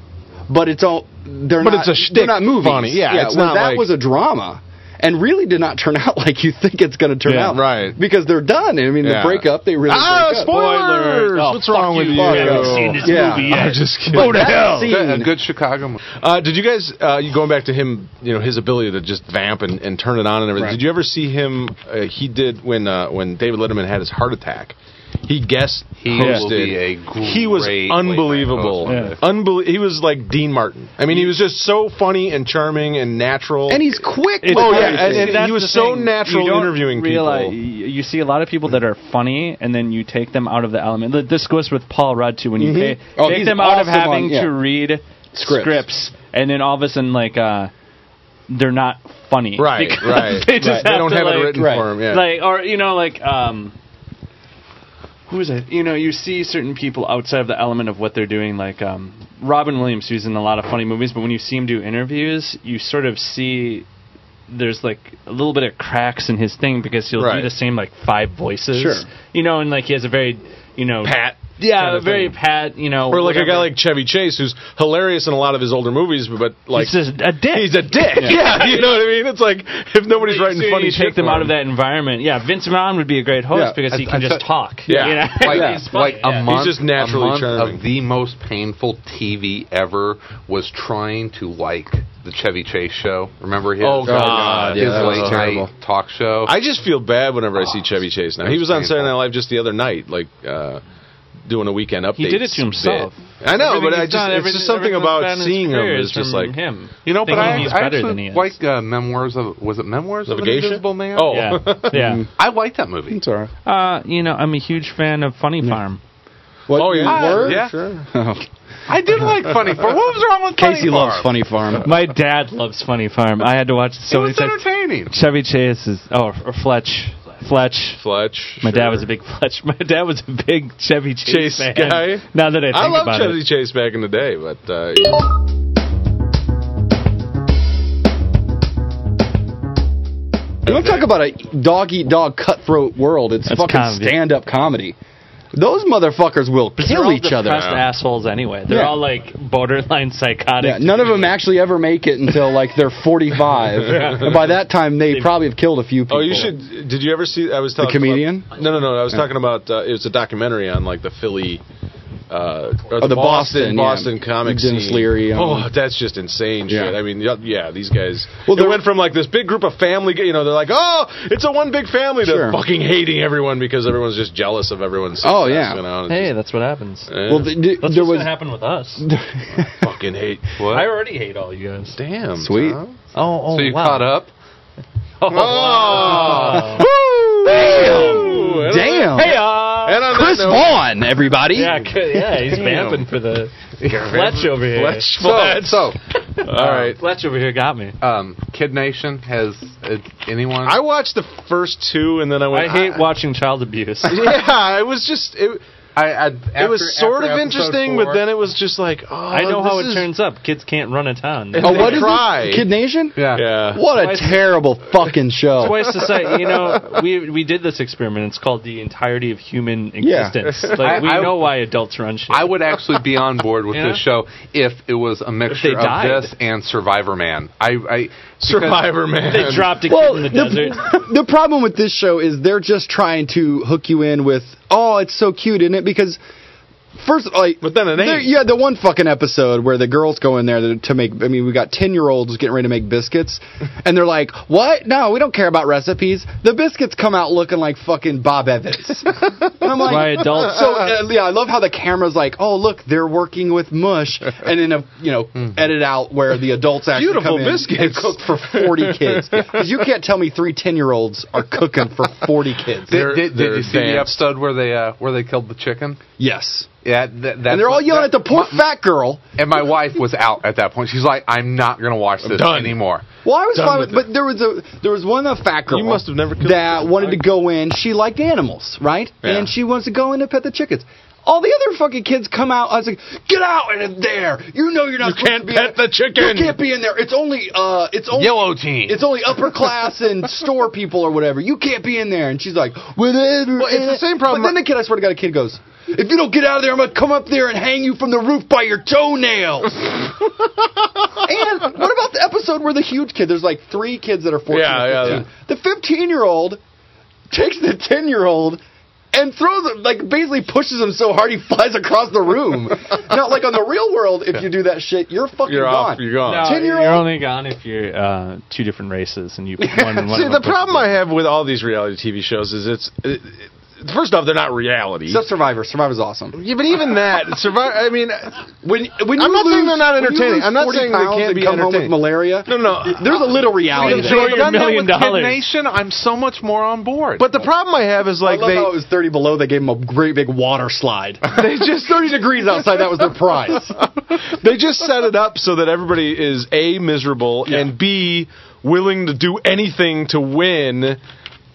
S3: but it's all they're
S1: But it's
S3: not.
S1: a shtick
S3: they're not movies.
S1: funny. Yeah, it's
S3: where
S1: not
S3: that
S1: like-
S3: was a drama. And really did not turn [laughs] out like you think it's going to turn
S1: Yeah,
S3: out,
S1: right.
S3: Because they're done. I mean,
S1: Yeah.
S3: the breakup. They really.
S1: Ah,
S3: break up.
S1: spoilers!
S2: Oh,
S1: What's wrong with you?
S3: I haven't
S8: seen this
S3: Yeah.
S8: movie yet.
S1: [laughs] I'm just kidding.
S3: But that scene-
S4: Good- a good Chicago movie.
S1: Uh, did you guys? Uh, you going back to him? You know his ability to just vamp and, and turn it on and everything.
S3: Right.
S1: Did you ever see him? Uh, he did when uh, when David Letterman had his heart attack. He guessed
S4: He
S1: hosted.
S4: will be a
S1: he was
S4: great
S1: unbelievable.
S4: late-night
S1: Unbel- he was like Dean Martin. I mean, he was just so funny and charming and natural.
S3: and he's quick. with
S1: oh yeah,
S3: everything.
S1: and, and
S2: That's
S1: he
S2: the
S1: was so
S2: thing.
S1: natural
S2: You don't
S1: interviewing
S2: realize-
S1: people.
S2: y- You see a lot of people that are funny, and then you take them out of the element. Th- This goes with Paul Rudd too. When you
S1: Mm-hmm.
S2: pay,
S3: Oh,
S2: take
S3: he's
S2: them out of
S3: awesome on-
S2: having
S3: yeah.
S2: to read
S3: Scripts.
S2: scripts. and then all of a sudden, like uh, they're not funny,
S1: Right,
S2: [laughs] Because
S1: right.
S2: They just
S1: Right. They
S2: have
S1: don't
S2: to,
S1: have it
S2: like-
S1: written
S3: right.
S1: for him. Yeah.
S2: like or you know like um who is it you know you see certain people outside of the element of what they're doing like um robin williams who's in a lot of funny movies but when you see him do interviews you sort of see there's like a little bit of cracks in his thing because he'll
S1: Right.
S2: do the same like five voices
S3: Sure.
S2: you know and like he has a very you know
S1: Pat.
S2: yeah
S1: kind of
S2: very
S1: thing.
S2: pat you know
S1: Or like a guy
S2: whatever.
S1: like Chevy Chase, who's hilarious in a lot of his older movies, but like
S2: he's just a dick
S1: he's a dick. Yeah. [laughs] you know what I mean. It's like if nobody's writing
S2: So
S1: funny
S2: you
S1: shit
S2: take them
S1: for
S2: out of
S1: him.
S2: that environment. Yeah, Vince Vaughn would be a great host
S3: Yeah,
S2: because he
S4: I-
S2: can
S4: I
S2: just
S4: said-
S2: talk.
S1: Yeah. um,
S2: you know? [laughs]
S4: Like,
S2: He's funny,
S4: like a
S2: yeah.
S4: month,
S1: just naturally
S4: a month
S1: charming.
S4: of the most painful TV ever was trying to like the Chevy Chase show. Remember his?
S1: Oh, God.
S4: his
S1: Yeah, that was
S4: late
S1: terrible.
S4: night talk show.
S1: I just feel bad whenever I see Chevy Chase now. He was on
S4: painful.
S1: Saturday Night Live just the other night, like uh, doing a weekend update.
S2: did it to himself.
S1: bit. I know,
S2: Everything
S1: but I just
S2: he's done,
S1: it's
S2: everything-
S1: just something
S2: everything that's
S1: about
S2: been in his
S1: seeing
S2: career
S1: him
S2: is
S1: is just
S2: from
S1: like
S2: him.
S4: you know, but
S2: thinking
S4: I,
S2: he's
S4: I
S2: better
S4: actually
S2: than he is.
S4: like uh, Memoirs of was it Memoirs of an
S1: Navigation?
S4: Invisible Man?
S1: Oh. [laughs]
S2: yeah, [laughs] Hmm. yeah.
S4: I like that movie.
S3: It's all right.
S2: Uh, you know, I'm a huge fan of Funny
S1: Mm.
S2: Farm.
S3: What,
S1: Oh, yeah.
S3: you
S1: Ah,
S3: were?
S4: yeah.
S3: Sure.
S4: I did like Funny Farm. What was wrong with
S3: Casey
S4: Funny Farm?
S3: loves Funny Farm.
S2: [laughs] My dad loves Funny Farm. I had to watch
S4: It
S2: so many
S4: was
S2: times.
S4: entertaining.
S2: Chevy Chase is oh or Fletch, Fletch.
S1: Fletch.
S2: My dad
S1: sure.
S2: was a big Fletch. [laughs] My dad was a big Chevy Chase,
S1: Chase
S2: fan.
S1: guy.
S2: Now that I think
S1: I love
S2: about
S1: Chevy
S2: it,
S1: Chase back in the day, but uh,
S3: You want to talk about a dog eat dog cutthroat world? It's
S2: That's
S3: fucking
S2: comedy.
S3: stand up comedy. Those motherfuckers will
S2: they're
S3: kill
S2: all
S3: each other.
S2: depressed assholes anyway. They're
S3: Yeah.
S2: all like borderline psychotic.
S3: Yeah, none of them actually ever make it until like they're 45, and by that time they probably have killed a few people.
S1: oh, you should. Did you ever see? I was talking
S3: comedian?
S1: About, no, no, no. I was talking about uh, it was a documentary on like the Philly. Uh, or
S3: Oh, the Boston,
S1: Boston,
S3: yeah.
S1: comic
S3: Dennis
S1: scene.
S3: Leary, um,
S1: oh, that's just insane
S3: Yeah.
S1: shit. I mean, yeah, yeah, these guys. Well,
S3: Well, there-
S1: they went from like this big group of family. You know, they're like, oh, it's a one big family to
S3: Sure.
S1: fucking hating everyone because everyone's just jealous of everyone's. Success,
S3: Oh, yeah.
S1: You know, and
S2: Hey,
S1: just,
S2: that's what happens.
S1: eh,
S3: Well, th- th-
S2: That's
S3: there
S2: what's
S3: was
S2: gonna happen with us.
S3: [laughs]
S1: fucking hate. What?
S2: I already hate all you guys.
S1: Damn.
S3: Sweet.
S1: Tom.
S2: Oh, oh
S4: So you
S2: wow.
S4: caught up?
S2: [laughs]
S1: Oh.
S3: damn, damn,
S2: Hey, uh,
S1: And on that
S3: Chris
S1: note-
S3: Vaughn, everybody.
S2: yeah, c- yeah, he's vamping for the Fletch over here. [laughs] Uh,
S1: Fletch.
S4: So, so
S1: All right.
S2: Fletch over here got me.
S4: um, Kid Nation has uh, anyone?
S1: I [laughs] watched the first two, and then I went.
S2: I hate watching child abuse.
S1: yeah, it was just. It,
S4: I, I after,
S1: it was sort
S4: after
S1: of
S4: episode
S1: interesting,
S4: four,
S1: but then it was just like, oh,
S2: I know how
S1: this
S2: it
S1: is-
S2: turns up. Kids can't run a town.
S1: And
S2: [laughs]
S3: Oh,
S1: they
S3: what is
S1: cry.
S3: this? Kid Nation?
S4: yeah.
S1: Yeah.
S3: What
S2: Twice-
S3: a terrible fucking show.
S2: Twice the size. You know, we we did this experiment. It's called the entirety of human
S3: Yeah.
S2: existence. Like we
S4: I- I-
S2: know why adults run shit.
S4: I would actually be on
S1: [laughs]
S4: board with
S2: Yeah.
S4: this show if it was a mixture of
S2: died.
S4: this and Survivor Man. I, I because-
S1: Survivor Man.
S2: they dropped a kid in the, desert.
S3: [laughs] the problem with this show is they're just trying to hook you in with, oh, it's so cute, isn't it? Because first, like,
S1: But then it ain't.
S3: there- yeah, the one fucking episode where the girls go in there to, to make. I mean, we got ten year olds getting ready to
S1: [laughs]
S3: make biscuits, and they're like, "What? No, we don't care about recipes." The biscuits come out looking like fucking
S1: [laughs]
S3: Bob Evans. and I'm like,
S2: Why adults?
S3: so uh, yeah, I love how the camera's like, oh look, they're working with mush, and then uh,
S1: [laughs]
S3: you know edit out where the adults actually
S1: Hmm. Beautiful
S3: come in and
S1: biscuits.
S3: cook for
S1: [laughs]
S3: forty kids. 'Cause you can't tell me three ten year olds are cooking for forty kids.
S1: They're-
S4: Did, did,
S1: they're
S4: did you see the
S1: advanced.
S4: episode where they uh, where they killed the chicken?
S3: yes,
S4: Yeah, th- that's
S3: and they're all
S4: what-
S3: yelling at
S4: that-
S3: the poor fat girl.
S4: [laughs] And my wife was out at that point. She's like, "I'm not going to watch this
S1: done.
S4: anymore."
S3: Well, I was
S1: Done
S3: fine
S1: with
S3: with, but there was a there was one a fat girl.
S1: You must have never killed
S3: that
S1: a-
S3: wanted to go in. She liked animals, right?
S1: Yeah.
S3: And she wants to go in to pet the chickens. All the other fucking kids come out. I was like, "Get out in there! You know you're not.
S1: You can't
S3: supposed to be
S1: pet
S3: in-
S1: the chicken."
S3: You can't be in there. It's only uh, it's only
S4: Yellow team.
S3: It's only upper class and store people or whatever. You can't be in there. And she's like, whatever. Well, uh,
S4: it's the same problem-
S3: But then the kid, I swear to God, a kid goes, if you don't get out of there, I'm going to come up there and hang you from the roof by your toenails. [laughs] and what about the episode where the huge kid, there's like three kids that are 14
S1: Yeah, yeah,
S3: or 15. The 15 year old takes the 10 year old. And throws him, like basically pushes him so hard he flies across the [laughs] room. now, like on the real world, if you do that shit, you're fucking
S1: You're
S3: gone.
S1: off. Oh, You're gone.
S2: No,
S3: 10 year
S2: You're
S3: old.
S2: only gone if you're uh, two different races and you one. one
S1: See,
S2: of
S1: the
S2: them puts
S1: problem
S2: it.
S1: I have with all these reality TV shows is it's. It, it- first off, they're not reality.
S3: Except Survivor. Survivor's awesome.
S1: yeah, but even [laughs] that, survive. I mean,
S3: When when
S1: I'm
S3: you
S1: not saying
S3: lose-
S1: they're not
S3: when you
S1: entertaining.
S3: lose
S1: I'm not
S3: 40
S1: saying they
S3: pounds
S1: can't
S3: and
S1: be
S3: come home with
S1: entertaining.
S3: malaria.
S1: no, no.
S3: There's a little reality.
S2: Enjoy
S3: There.
S2: your
S1: done that
S2: million
S1: with Kid
S2: dollars.
S4: Nation, I'm so much more on board.
S1: But the problem I have is
S3: I
S1: like
S3: love how
S1: they
S3: it was 30 below. They gave him a great big water slide.
S1: [laughs] they just
S3: 30 degrees outside. That was their prize.
S1: they just set it up so that everybody is a miserable and b willing to do anything to win.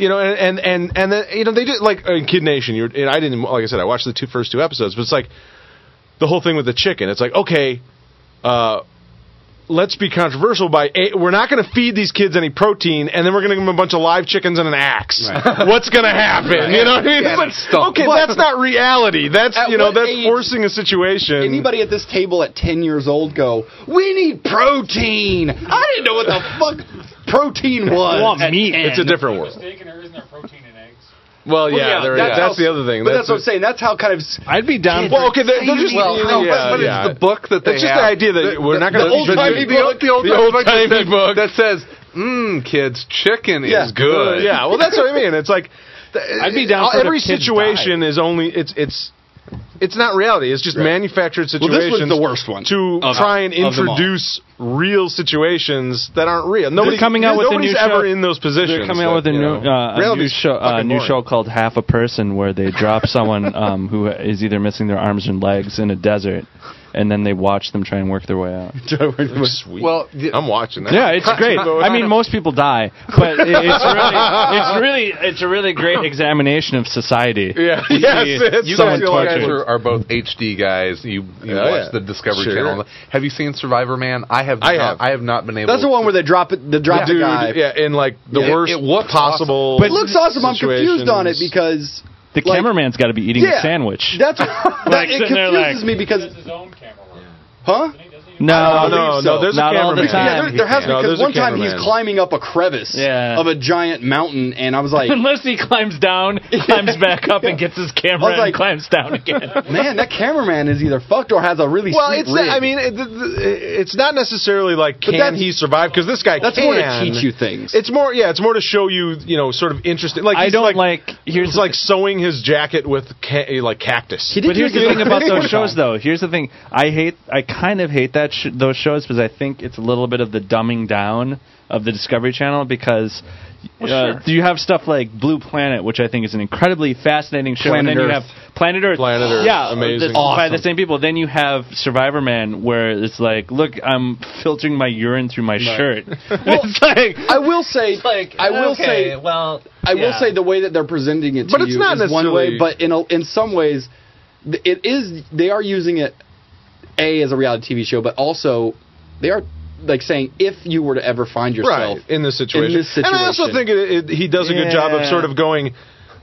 S1: You know, and and and and then, you know they just like in Kid Nation. You're, and I didn't like I said I watched the two first two episodes, but it's like the whole thing with the chicken. It's like okay, uh, let's be controversial by a, we're not going to feed these kids any protein, and then we're going to give them a bunch of live chickens and an axe. [laughs] What's going to happen? You know, what I mean?
S4: Yeah,
S1: It's like,
S4: that's dumb.
S1: okay, that's not reality. That's
S3: At
S1: you know
S3: what
S1: that's
S3: age-
S1: forcing a situation.
S3: [laughs] Anybody at this table at 10 years old go, we need protein. I didn't know what the fuck protein
S1: [laughs]
S3: was.
S2: want
S3: at
S2: meat.
S3: 10.
S1: It's a different world.
S12: Mistaken, there isn't there protein in eggs?
S1: Well, yeah,
S3: yeah,
S1: there- yeah,
S3: that's how-
S1: that's the other thing.
S3: But that's, what I'm
S1: the-
S3: saying. That's how kind of. s-
S2: I'd be down.
S1: Well, okay, they're, they're just
S4: Well,
S1: yeah,
S4: no, but, but
S1: yeah.
S4: it's the book that
S1: It's
S4: they
S1: just the
S4: have.
S1: idea that we're not gonna-
S4: the old-timey
S1: the- the-
S4: book, the old
S1: the old-timey
S4: timey
S1: book.
S4: book that says, "Mmm, kids, chicken
S1: Yeah.
S4: is good."
S1: Yeah, well, that's what I mean. It's like th-
S2: I'd be down for it
S1: every
S2: if kids
S1: situation is only it's it's it's not reality. It's just manufactured
S3: Well,
S1: situations.
S3: this was the worst one.
S1: to
S3: Of-
S1: try and
S3: of them all.
S1: introduce real situations that aren't real. Nobody
S2: coming out with a
S1: nobody's
S2: new
S1: ever
S2: show-
S1: in those positions.
S2: They're coming out
S1: that,
S2: with a
S1: you
S2: new,
S1: know.
S2: uh, a new
S1: Reality's
S2: show, uh,
S1: fucking
S2: new
S1: boring.
S2: show called Half a Person, where they
S1: [laughs]
S2: drop someone um, who is either missing their arms and legs in a desert, and then they watch them try and work their
S1: [laughs]
S2: way out.
S1: Sweet.
S4: Well, the-
S1: I'm watching that.
S2: Yeah, it's great. [laughs] I mean, most people die, but it, it's really, it's really, it's a really great examination of society.
S1: Yeah, [laughs] yes, it's
S4: You
S1: someone
S4: guys, you guys
S1: tortured.
S4: are, are both HD guys. You, you
S1: Oh,
S4: watch
S1: yeah.
S4: the Discovery
S1: Sure.
S4: Channel. Have you seen Survivor Man? I have.
S1: I
S4: not,
S1: have.
S4: I have not been able.
S3: That's the one where they drop it, they drop the
S1: dude,
S3: guy.
S1: yeah, in like the
S4: Yeah. It-
S1: worst
S4: it looks
S1: possible.
S3: It looks awesome. I'm confused on it
S1: situations.
S3: because
S2: The
S3: Like-
S2: cameraman's got to be eating a sandwich.
S3: That's [laughs] that, it
S2: sitting there
S3: confuses
S2: like-
S3: me because
S12: That's his own camera work.
S3: huh?
S12: Doesn't he- doesn't he-
S2: no,
S1: No, no,
S3: believe so.
S1: no. There's
S2: Not
S1: a
S2: all the
S1: cameraman.
S2: time.
S3: Yeah, there, there has to
S1: No,
S3: because
S1: there's a
S3: one time he's
S1: cameraman.
S3: climbing up a crevice
S2: Yeah.
S3: of a giant mountain, and I was
S2: [laughs]
S3: like,
S2: [laughs] Unless he climbs down,
S1: [laughs]
S2: climbs back up, and gets his
S3: I
S2: camera and
S3: was like-
S2: climbs down again.
S3: man, that cameraman is either fucked or has a really
S1: Well,
S3: sweet
S1: it's
S3: rig.
S1: not, I mean, it, the, the, it's not necessarily like can
S3: that's-
S1: he survive because this guy
S3: that's
S1: can.
S3: more to teach you things.
S1: It's more, yeah, it's more to show you, you know, sort of interesting. Like
S2: I
S1: he's
S2: don't
S1: like,
S2: like- here's
S1: he's
S2: the-
S1: like sewing his jacket with ca- like cactus.
S3: He did
S2: But here's the
S3: use it
S2: thing
S3: on
S2: about those
S3: camera.
S2: shows, though. Here's the thing. I hate. I kind of hate that sh- those shows because I think it's a little bit of the dumbing down of the Discovery Channel because. uh, You have stuff like Blue Planet, which I think is an incredibly fascinating show, and
S3: Planet
S2: then you
S3: Earth.
S2: have Planet Earth,
S1: Planet Earth,
S2: yeah,
S1: amazing.
S2: the- by the same people. Then you have Survivor Man, where it's like, look, I'm filtering my urine through my shirt. it's like,
S3: I will say, I will say,
S2: well,
S3: I will say the way that they're presenting it to
S1: But it's
S3: you
S1: not
S3: is one
S1: necessarily-
S3: way, but in a, in some ways, th- it is they are using it a as a reality TV show, but also they are like saying if you were to ever find yourself
S1: right in this situation.
S3: in this
S1: And I also
S3: situation.
S1: think it, it, he does a good job of
S2: Yeah.
S1: sort of going.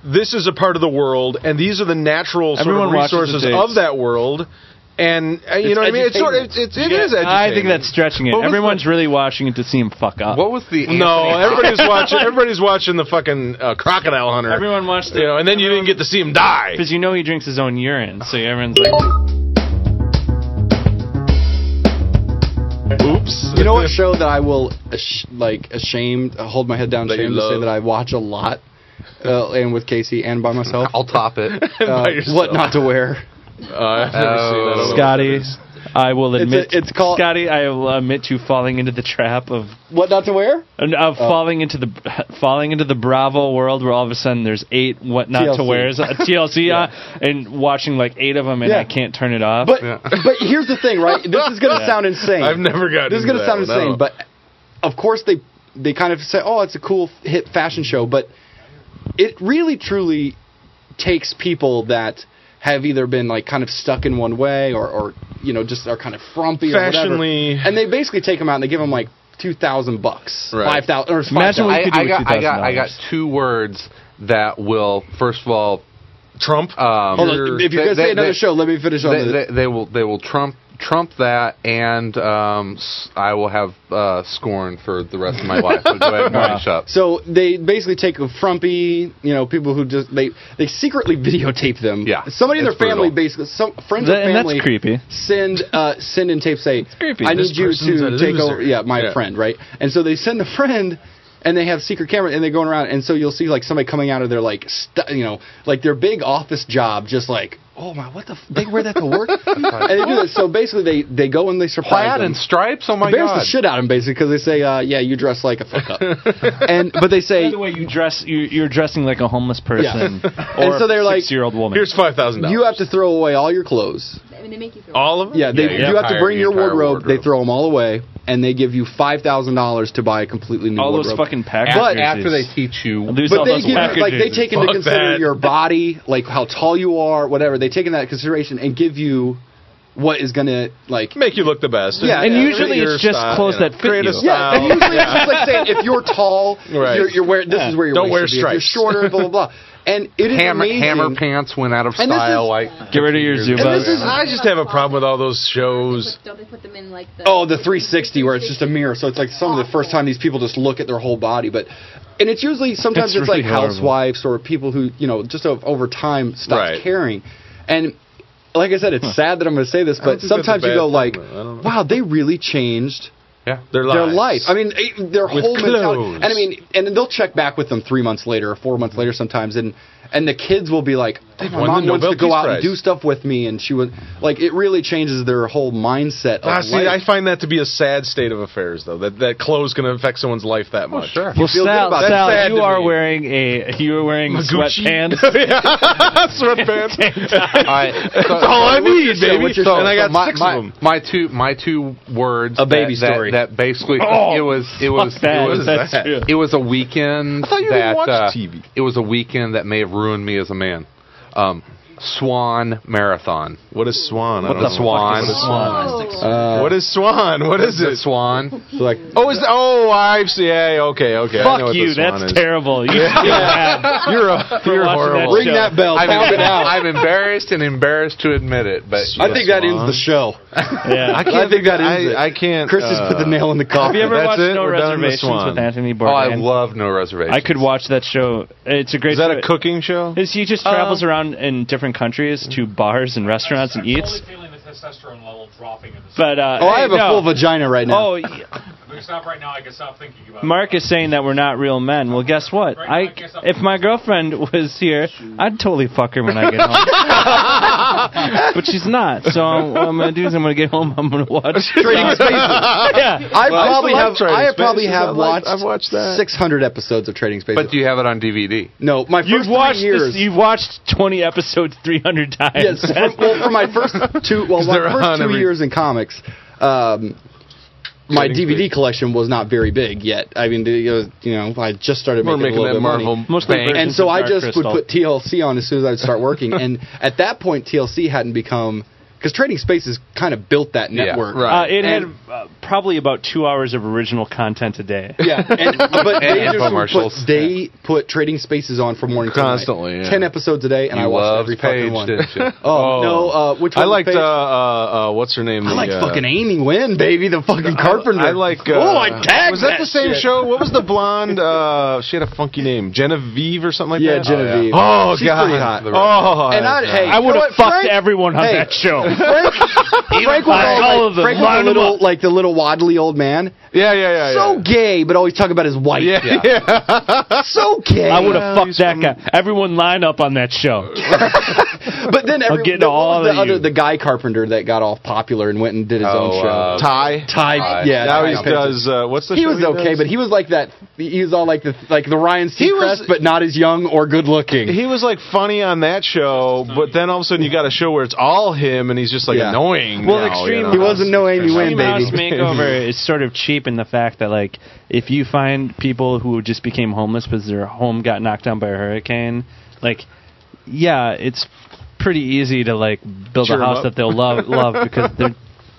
S1: This is a part of the world, and these are the natural sort
S2: Everyone
S1: of
S2: watches the
S1: resources
S2: tapes.
S1: of that world. And uh, you
S2: It's
S1: know what I mean? It's sort of it's,
S2: edutainment.
S1: it's, it
S2: Yeah,
S1: is
S2: I think
S1: edutainment.
S2: that's stretching it.
S4: What was
S2: Everyone's really watching it to see him fuck up.
S4: What was the
S1: no.
S4: Anthony-
S1: Everybody's watching. Everybody's watching the fucking uh, crocodile hunter.
S2: Everyone watched it.
S1: you know, and then you didn't get to see him die.
S2: Because you know he drinks his own urine, so everyone's like,
S1: Oops.
S3: You know what show that I will ash- like ashamed hold my head down
S1: That you
S3: ashamed to say
S1: love.
S3: that I watch a lot, uh, and with Casey and by myself.
S4: I'll top it.
S3: Uh,
S1: By yourself.
S3: what not to wear?
S1: Uh, I've never seen that. I don't know what that
S2: Scotty,
S1: is.
S2: I will
S3: It's a-
S2: admit,
S3: it's called-
S2: Scotty, I will admit to falling into the trap of
S3: What not to wear?
S2: of falling into the falling into the Bravo world where all of a sudden there's eight what not to
S3: TLC.
S2: wears uh, TLC
S3: [laughs]
S2: uh, and watching like eight of them and
S3: Yeah.
S2: I can't turn it off.
S3: But
S4: Yeah.
S3: but here's the thing, right? This is
S1: [laughs]
S3: gonna sound
S1: [laughs]
S3: insane.
S1: I've never gotten.
S3: this is gonna
S1: into
S3: sound
S1: that one,
S3: insane,
S1: no.
S3: but of course they they kind of say, "Oh, it's a cool f- hip fashion show," but it really truly takes people that have either been like kind of stuck in one way or or you know just are kind of frumpy or whatever,
S1: Fashionly-
S3: and they basically take them out and they give them like two thousand bucks,
S1: Right.
S3: five thousand or five
S2: Imagine
S3: thousand.
S2: what you
S4: I,
S2: could do
S4: I
S2: with
S4: got I got I got
S2: $2,000.
S4: two words that will first of all
S1: Trump.
S4: um,
S3: Hold on, if you're gonna say
S4: they- they-
S3: another
S4: they-
S3: show, let me finish on
S4: they,
S3: the-
S4: they, they will they will trump trump that and um, s- I will have uh, scorn for the rest of
S3: [laughs]
S4: my life. So go ahead and finish up.
S3: So they basically take a frumpy, you know, people who just they they secretly [laughs] videotape them.
S4: Yeah,
S3: somebody in their
S4: it's
S3: family
S4: brutal.
S3: basically, some friends
S2: That-
S3: or
S2: and that's
S3: family
S2: creepy.
S3: Send uh, send and tape say,
S1: creepy.
S3: I
S1: This
S3: need you
S1: person's a
S3: to take
S1: loser.
S3: over. Yeah, my
S1: Yeah.
S3: friend, right? And so they send the friend. And they have secret camera, and they're going around, and so you'll see like somebody coming out of their like, stu- you know, like their big office job, just like, oh my, what the, f- they wear that to work, and they do this. So basically, they they go and they surprise
S4: Plaid
S3: them
S4: and stripes. Oh my
S3: embarrass
S4: god!
S3: the shit out of him basically because they say, uh, "Yeah, you dress like a fuck up," and but they say,
S2: By the way, you dress you, you're dressing like a homeless person or
S3: [laughs] And so they're like,
S2: six year old woman.
S1: Here's five thousand dollars.
S3: "You have to throw away all your clothes."
S10: I mean, they make you throw
S1: all of them.
S3: Yeah, they,
S4: Yeah, your
S3: you have to
S4: entire-
S3: bring
S4: your
S3: your
S4: entire
S3: wardrobe.
S4: wardrobe.
S3: They throw them all away, and they give you five thousand dollars to buy a completely new
S2: all those
S3: wardrobe.
S2: fucking pack
S4: But
S2: jerseys.
S4: after they teach you,
S2: Lose all
S3: but they
S2: those
S3: give
S2: pack
S3: like they
S2: jerseys.
S3: take into
S1: Fuck
S3: consideration
S1: that.
S3: your body, like how tall you are, whatever. They take into that consideration and give you what is gonna like
S1: make you look the best.
S3: Yeah,
S2: and
S3: yeah,
S2: usually
S1: your
S2: it's just
S1: style,
S2: clothes
S1: you know,
S2: that fit
S1: create
S2: you.
S1: a style.
S3: Yeah, and usually it's just like saying if you're tall,
S1: Right.
S3: you're, you're wearing this is where you're
S1: Don't wear
S3: You're
S1: stripes.
S3: shorter, blah blah blah. And it is
S4: hammer
S3: amazing.
S4: hammer pants went out of
S3: And this
S4: style.
S3: is-
S4: like
S2: Get rid of your Zuba.
S3: And this is-
S1: I just have a problem with all those shows.
S10: Don't they put them in like the?
S3: Oh, the 360 where it's just a mirror. So it's like some of the first time these people just look at their whole body, but and it's usually sometimes
S2: That's
S3: it's
S2: really
S3: like
S2: horrible.
S3: housewives or people who you know just o- over time stop
S1: Right.
S3: caring, and like I said, it's sad that I'm going to say this,
S1: don't
S3: but
S1: think that's a
S3: sometimes you
S1: bad
S3: go
S1: thing,
S3: like,
S1: though. I don't know.
S3: wow, they really changed
S4: yeah.
S1: Their lives.
S3: their life. I mean, eh, their
S1: With
S3: whole mentality.
S1: clothes.
S3: And I mean, and they'll check back with them three months later or four months later sometimes, and and the kids will be like, oh, my
S1: won
S3: mom
S1: the
S3: wants
S1: Nobel
S3: to go
S1: Peace
S3: out and
S1: Prize."
S3: do stuff with me, and she would like it really changes their whole mindset. Of
S1: Ah, see,
S3: life.
S1: I find that to be a sad state of affairs, though. That that clothes can affect someone's life that much.
S4: sure.
S2: well,
S3: feel good
S2: Sal,
S3: about it.
S2: Sal,
S1: That's sad
S2: you
S1: to
S2: are
S1: me.
S2: wearing a you are wearing
S1: Gucci. [laughs]
S2: [laughs] sweatpants.
S1: sweatpants. That's
S4: All right, so-
S1: all I
S4: what's your
S1: need,
S4: show?
S1: baby.
S4: What's your show?
S1: and I got
S4: So my,
S1: six
S4: my,
S1: of them.
S4: My two, my two words.
S3: A baby
S4: that, that-
S3: story.
S4: That, basically, it was, it was,
S2: that.
S4: it was,
S2: That's
S4: that-
S2: true.
S4: it was a weekend.
S1: I thought you
S4: that,
S1: didn't watch
S4: uh,
S1: TV.
S4: It was a weekend that may have ruined me as a man. Um, Swan Marathon.
S1: What is Swan? I
S4: What
S1: don't
S4: the
S1: know.
S4: Swan?
S10: Oh.
S3: Uh,
S1: What is Swan? What is
S4: The
S1: it?
S4: Swan.
S3: So, like
S1: Oh, is oh I see. Yeah, okay, okay. I know
S2: Fuck
S1: what
S2: you,
S1: the Swan is.
S2: that's terrible. You yeah. [laughs]
S1: You're a [laughs] you're
S2: watching that
S1: horrible.
S2: show.
S3: ring that bell,
S4: I'm,
S3: pound Oh, it out.
S4: [laughs] I'm embarrassed and embarrassed to admit it, but
S3: I think that ends the show.
S2: yeah.
S1: [laughs] I can't
S3: I think that
S1: I,
S3: is it.
S1: I can't.
S3: Chris has put the
S1: uh,
S3: nail in
S2: [laughs]
S3: the
S2: Have
S3: coffin.
S2: you ever
S1: That's
S2: watched
S1: it,
S2: No
S1: we're done with the
S2: Reservations
S1: Swan.
S2: with Anthony
S4: Oh, I
S2: Bourdain?
S4: love No Reservations.
S2: I could watch that show. It's a Uh. great.
S1: Is that
S2: show.
S1: a cooking show?
S2: Is he just travels around in different countries to bars and restaurants and
S13: I'm
S2: eats?
S13: totally feeling the testosterone level dropping in this.
S2: But uh,
S3: oh, I
S2: hey,
S3: have a
S2: no.
S3: full vagina right now.
S2: Oh, y-
S13: If we stop right now, I can stop thinking about
S2: Mark is saying that we're not real men. Well, guess what? I if my girlfriend [laughs] was here, I'd totally fuck her when I get home. [laughs] but she's not, so what I'm gonna do is I'm gonna get home. I'm gonna watch.
S3: Trading [laughs]
S2: [laughs]
S3: Spaces.
S2: yeah.
S3: I
S1: Well, I
S3: probably
S1: like
S3: have.
S1: Trading
S3: I probably
S1: Spaces. I
S3: have
S1: like-
S3: watched.
S1: I've watched that.
S3: 600 episodes of Trading Spaces.
S4: But do you have it on DVD?
S3: no, my 1st
S2: You've
S3: three
S2: watched
S3: years.
S2: this, you've watched 20 episodes 300 times.
S3: [laughs] yes, for, well, for my first two, well, my
S1: They're
S3: first
S1: on
S3: two
S1: every-
S3: years in comics, um, my
S1: Trading
S3: DVD
S1: space.
S3: collection was not very big yet. I mean, it was- you know, I just started
S1: We're
S3: making,
S1: making
S3: a little
S1: that
S3: bit of
S1: Marvel
S3: money.
S1: mostly bank.
S3: And
S2: versions
S3: so
S2: of
S3: I
S2: Dark
S3: just
S2: Crystal.
S3: would put TLC on as soon as I'd start working. and at that point, TLC hadn't become because Trading Spaces kind of built that
S4: Yeah,
S3: network.
S4: right.
S2: Uh, it
S3: And-
S2: had uh, probably about two hours of original content a
S3: [laughs]
S2: day.
S3: Yeah, and, but
S4: And
S3: they just
S4: infomercials.
S3: Put, they put Trading Spaces on from morning
S4: Constantly,
S3: to night.
S4: yeah.
S3: ten episodes a day, and I
S4: You
S3: watched
S4: loved
S3: every
S4: Paige,
S3: fucking one.
S4: didn't
S1: [laughs]
S4: you?
S3: Oh, no, uh, which one
S1: I
S3: was
S1: liked
S3: Paige?
S1: uh, uh, uh, what's her name?
S3: I
S1: The,
S3: like
S1: uh,
S3: fucking Amy Wynn, baby, the fucking carpenter.
S1: I like. Uh,
S3: oh, I tagged
S1: Was that, the same
S3: shit.
S1: show? What was the blonde? Uh, she had a
S3: [laughs]
S1: funky name, Genevieve or something like
S3: Yeah,
S1: that.
S3: Genevieve.
S1: Oh,
S3: She's
S1: God.
S3: pretty hot.
S1: Oh,
S3: And I, hey,
S7: I
S3: you know
S7: would have
S3: what,
S7: fucked
S3: Frank-
S7: everyone on
S3: Hey.
S7: that
S3: [laughs]
S7: show. [laughs]
S3: Frank, Frank was all,
S7: all
S3: like,
S7: of them.
S3: Frank was
S7: Line
S3: a
S7: 'em
S3: little
S7: up.
S3: like the little waddly old man.
S1: yeah, yeah, yeah.
S3: so
S1: yeah.
S3: gay, but always talk about his wife.
S1: Yeah, yeah.
S3: So gay.
S7: I would have
S1: Yeah,
S7: fucked
S1: he's
S7: that
S1: from-
S7: guy. Everyone line up on that show.
S3: But then every,
S7: get
S3: the, what
S7: all
S3: was the
S7: of
S3: other
S7: you.
S3: the guy carpenter that got all popular and went and did his
S4: Oh,
S3: own show.
S4: uh,
S1: Ty.
S3: Ty, yeah,
S1: Now
S3: Ty
S1: he
S3: Spencer.
S1: does. Uh, what's the
S3: He
S1: show
S3: was okay,
S1: does?
S3: but he was like that. He was all like the like the Ryan
S1: He was-
S3: Seacrest, but not as young or good looking.
S1: he was like funny on that show, but then all of a sudden you got a show where it's all him and he's just like
S3: Yeah.
S1: annoying.
S2: Well,
S1: now,
S2: Extreme-
S1: You know?
S3: He wasn't no Amy
S2: Extreme
S3: Wynn,
S2: House
S3: baby.
S1: [laughs]
S2: Makeover is sort of cheap in the fact that like if you find people who just became homeless because their home got knocked down by a hurricane, like yeah, it's pretty easy to like build
S1: Cheer
S2: a
S1: 'em
S2: house
S1: up.
S2: that they'll love
S1: [laughs]
S2: love because they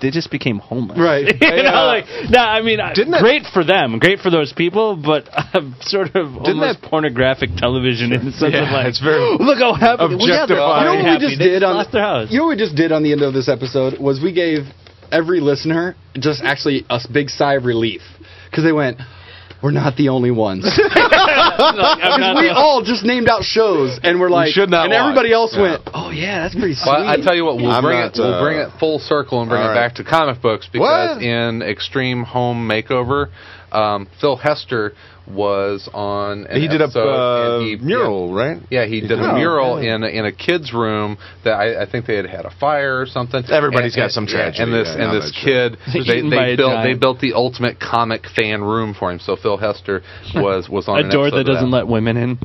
S2: they just became homeless.
S3: Right.
S2: [laughs] you
S1: Hey,
S2: know,
S1: uh,
S2: like no, I mean, I-
S1: didn't that-
S2: great for them, great for those people, but [laughs] I'm sort of almost
S1: that-
S2: pornographic television in the sense of
S1: Yeah,
S2: like
S1: it's
S3: [laughs]
S1: very.
S2: look how happy
S1: objectifying.
S2: we
S1: You know
S2: are.
S1: what we
S2: happy.
S3: just
S2: they
S3: did on-
S2: lost their house.
S3: You know what we just did on the end of this episode was we gave every listener just actually a s- big sigh of relief because they went, "We're not the
S2: [laughs]
S3: only ones." [laughs]
S2: Like, I'm not
S3: Because we
S2: the-
S3: all just named out shows and we're like,
S1: should not
S3: and
S1: watch.
S3: everybody else
S1: Yeah.
S3: went, "Oh yeah, that's pretty sweet."
S4: Well, I tell you what, we'll
S1: I'm
S4: bring
S1: not,
S4: it. We'll
S1: uh,
S4: bring it full circle and bring
S1: all
S4: it
S1: right.
S4: back to comic books because
S1: What?
S4: in Extreme Home Makeover, um, Phil Hester was on. An
S1: He did a
S4: episode
S1: uh,
S4: and he-
S1: mural, right?
S4: Yeah, he did
S1: did.
S4: a mural
S1: Oh, yeah.
S4: in a, in a kid's room that I, I think they had had a fire or something.
S1: Everybody's
S4: Everybody's
S1: got some tragedy,
S4: And this
S1: yeah,
S4: and
S1: I'm
S4: this
S1: not
S4: kid,
S2: [laughs]
S4: they,
S2: Eaten by
S4: they
S2: a
S4: built they
S2: giant.
S4: built the ultimate comic fan room for him. So Phil Hester was was on
S2: a door that doesn't
S4: let.
S2: let women in.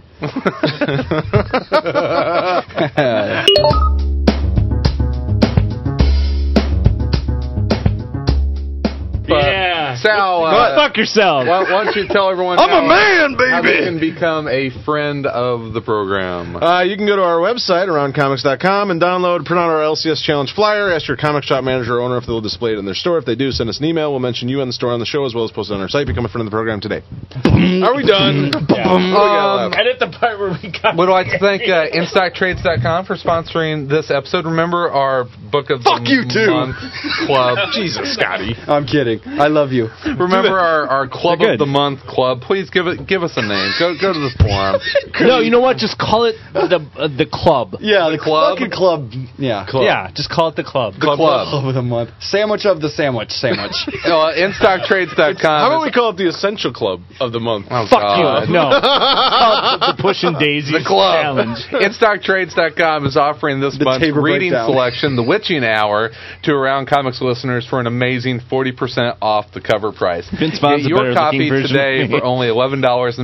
S13: Yeah.
S4: Sal, uh,
S2: Fuck yourself.
S4: Why, why don't you tell everyone?
S1: I'm a
S4: how-
S1: man,
S4: How
S1: baby!
S4: they can become a friend of the program.
S1: Uh, you can go to our website, aroundcomics.com, and download, print out our LCS Challenge flyer. Ask your comic shop manager or owner if they'll display it in their store. If they do, send us an email. We'll mention you and the store on the show as well as post it on our site. Become a friend of the program [laughs] today. Are we done?
S4: Um,
S13: Edit the part where we got.
S4: We'd like to thank uh, InsideTrades.com for sponsoring this episode. Remember our book of
S3: Fuck
S4: the
S3: you too.
S4: month club.
S1: [laughs] [laughs] Jesus, Scotty.
S3: I'm kidding. I love you.
S4: Remember our, our club
S2: They're
S4: of
S2: good.
S4: the month club. Please give it give us a name. Go go to the forum.
S2: No, you know what? Just call it the uh, the club.
S3: Yeah, the,
S4: club?
S3: fucking club. Yeah,
S2: Yeah, just call it the club.
S4: The club.
S3: Club of the month. Sandwich of the sandwich. Sandwich.
S4: [laughs] Uh, InStockTrades.com.
S1: How about we call it the Essential Club of the Month?
S4: Oh,
S2: Fuck
S4: God.
S2: you. No. Call it the pushing daisy
S4: the club.
S2: [laughs] challenge.
S4: InStockTrades.com is offering this
S3: The
S4: month's
S3: table
S4: reading
S3: breakdown.
S4: selection, The Witching Hour, to Around Comics listeners for an amazing 40% off the cover price.
S2: Vince Vaughn's
S4: Get
S2: a
S4: your
S2: better
S4: copy
S2: looking version
S4: today
S2: of [laughs] me.
S4: for only $11.97.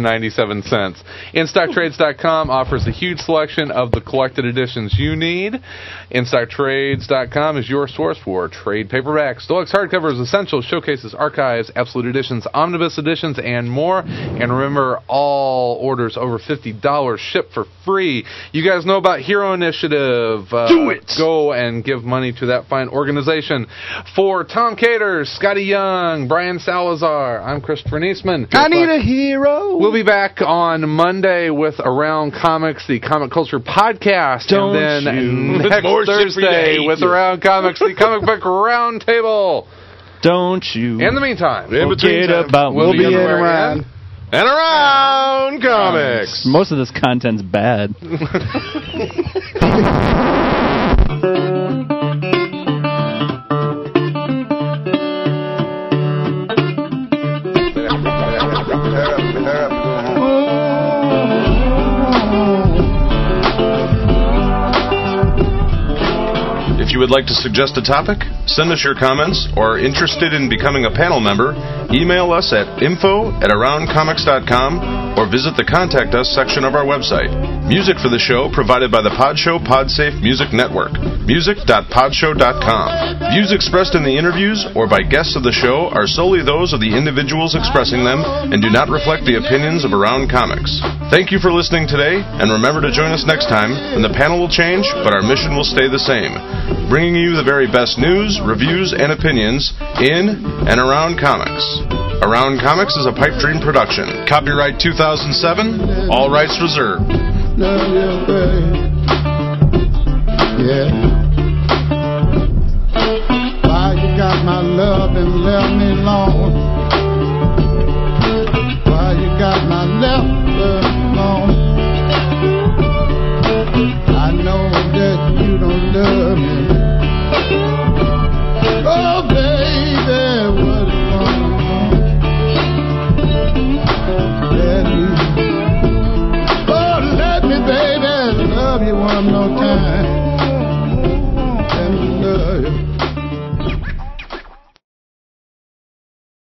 S4: InStockTrades.com offers a huge selection of the collected editions you need. InStockTrades.com is your source for trade paperbacks, deluxe hardcovers, essentials, showcases, archives, absolute editions, omnibus editions, and more. And remember, all orders over $50 ship for free. You guys know about Hero Initiative. Uh, Do it! Go and give money to that fine organization. For Tom Cater, Scotty Young, Brian Salazar, I'm Christopher Niesman.
S3: I need a hero.
S4: We'll be back on Monday with Around Comics, the comic culture podcast,
S2: Don't
S4: and then
S2: you.
S4: next
S1: More shit for you to
S4: Thursday
S1: hate
S4: with
S1: you.
S4: Around Comics, the
S1: [laughs]
S4: comic book roundtable.
S2: Don't you
S4: In the meantime,
S1: In between
S2: forget
S1: times.
S2: about
S4: We'll
S2: me.
S4: be in around.
S1: And Around Comics.
S2: Most of this content's bad.
S14: If you would like to suggest a topic, send us your comments, or are interested in becoming a panel member, email us at info at aroundcomics.com
S1: or visit the Contact Us section of our website. Music for the show provided by the Podshow Podsafe Music Network. Music.podshow.com. Views expressed in the interviews or by guests of the show are solely those of the individuals expressing them and do not reflect the opinions of Around Comics. Thank you for listening today, and remember to join us next time when the panel will change, but our mission will stay the same bringing you the very best news, reviews, and opinions in and around comics. Around Comics is a pipe dream production. Copyright 2007, all rights reserved.
S8: Love you, babe.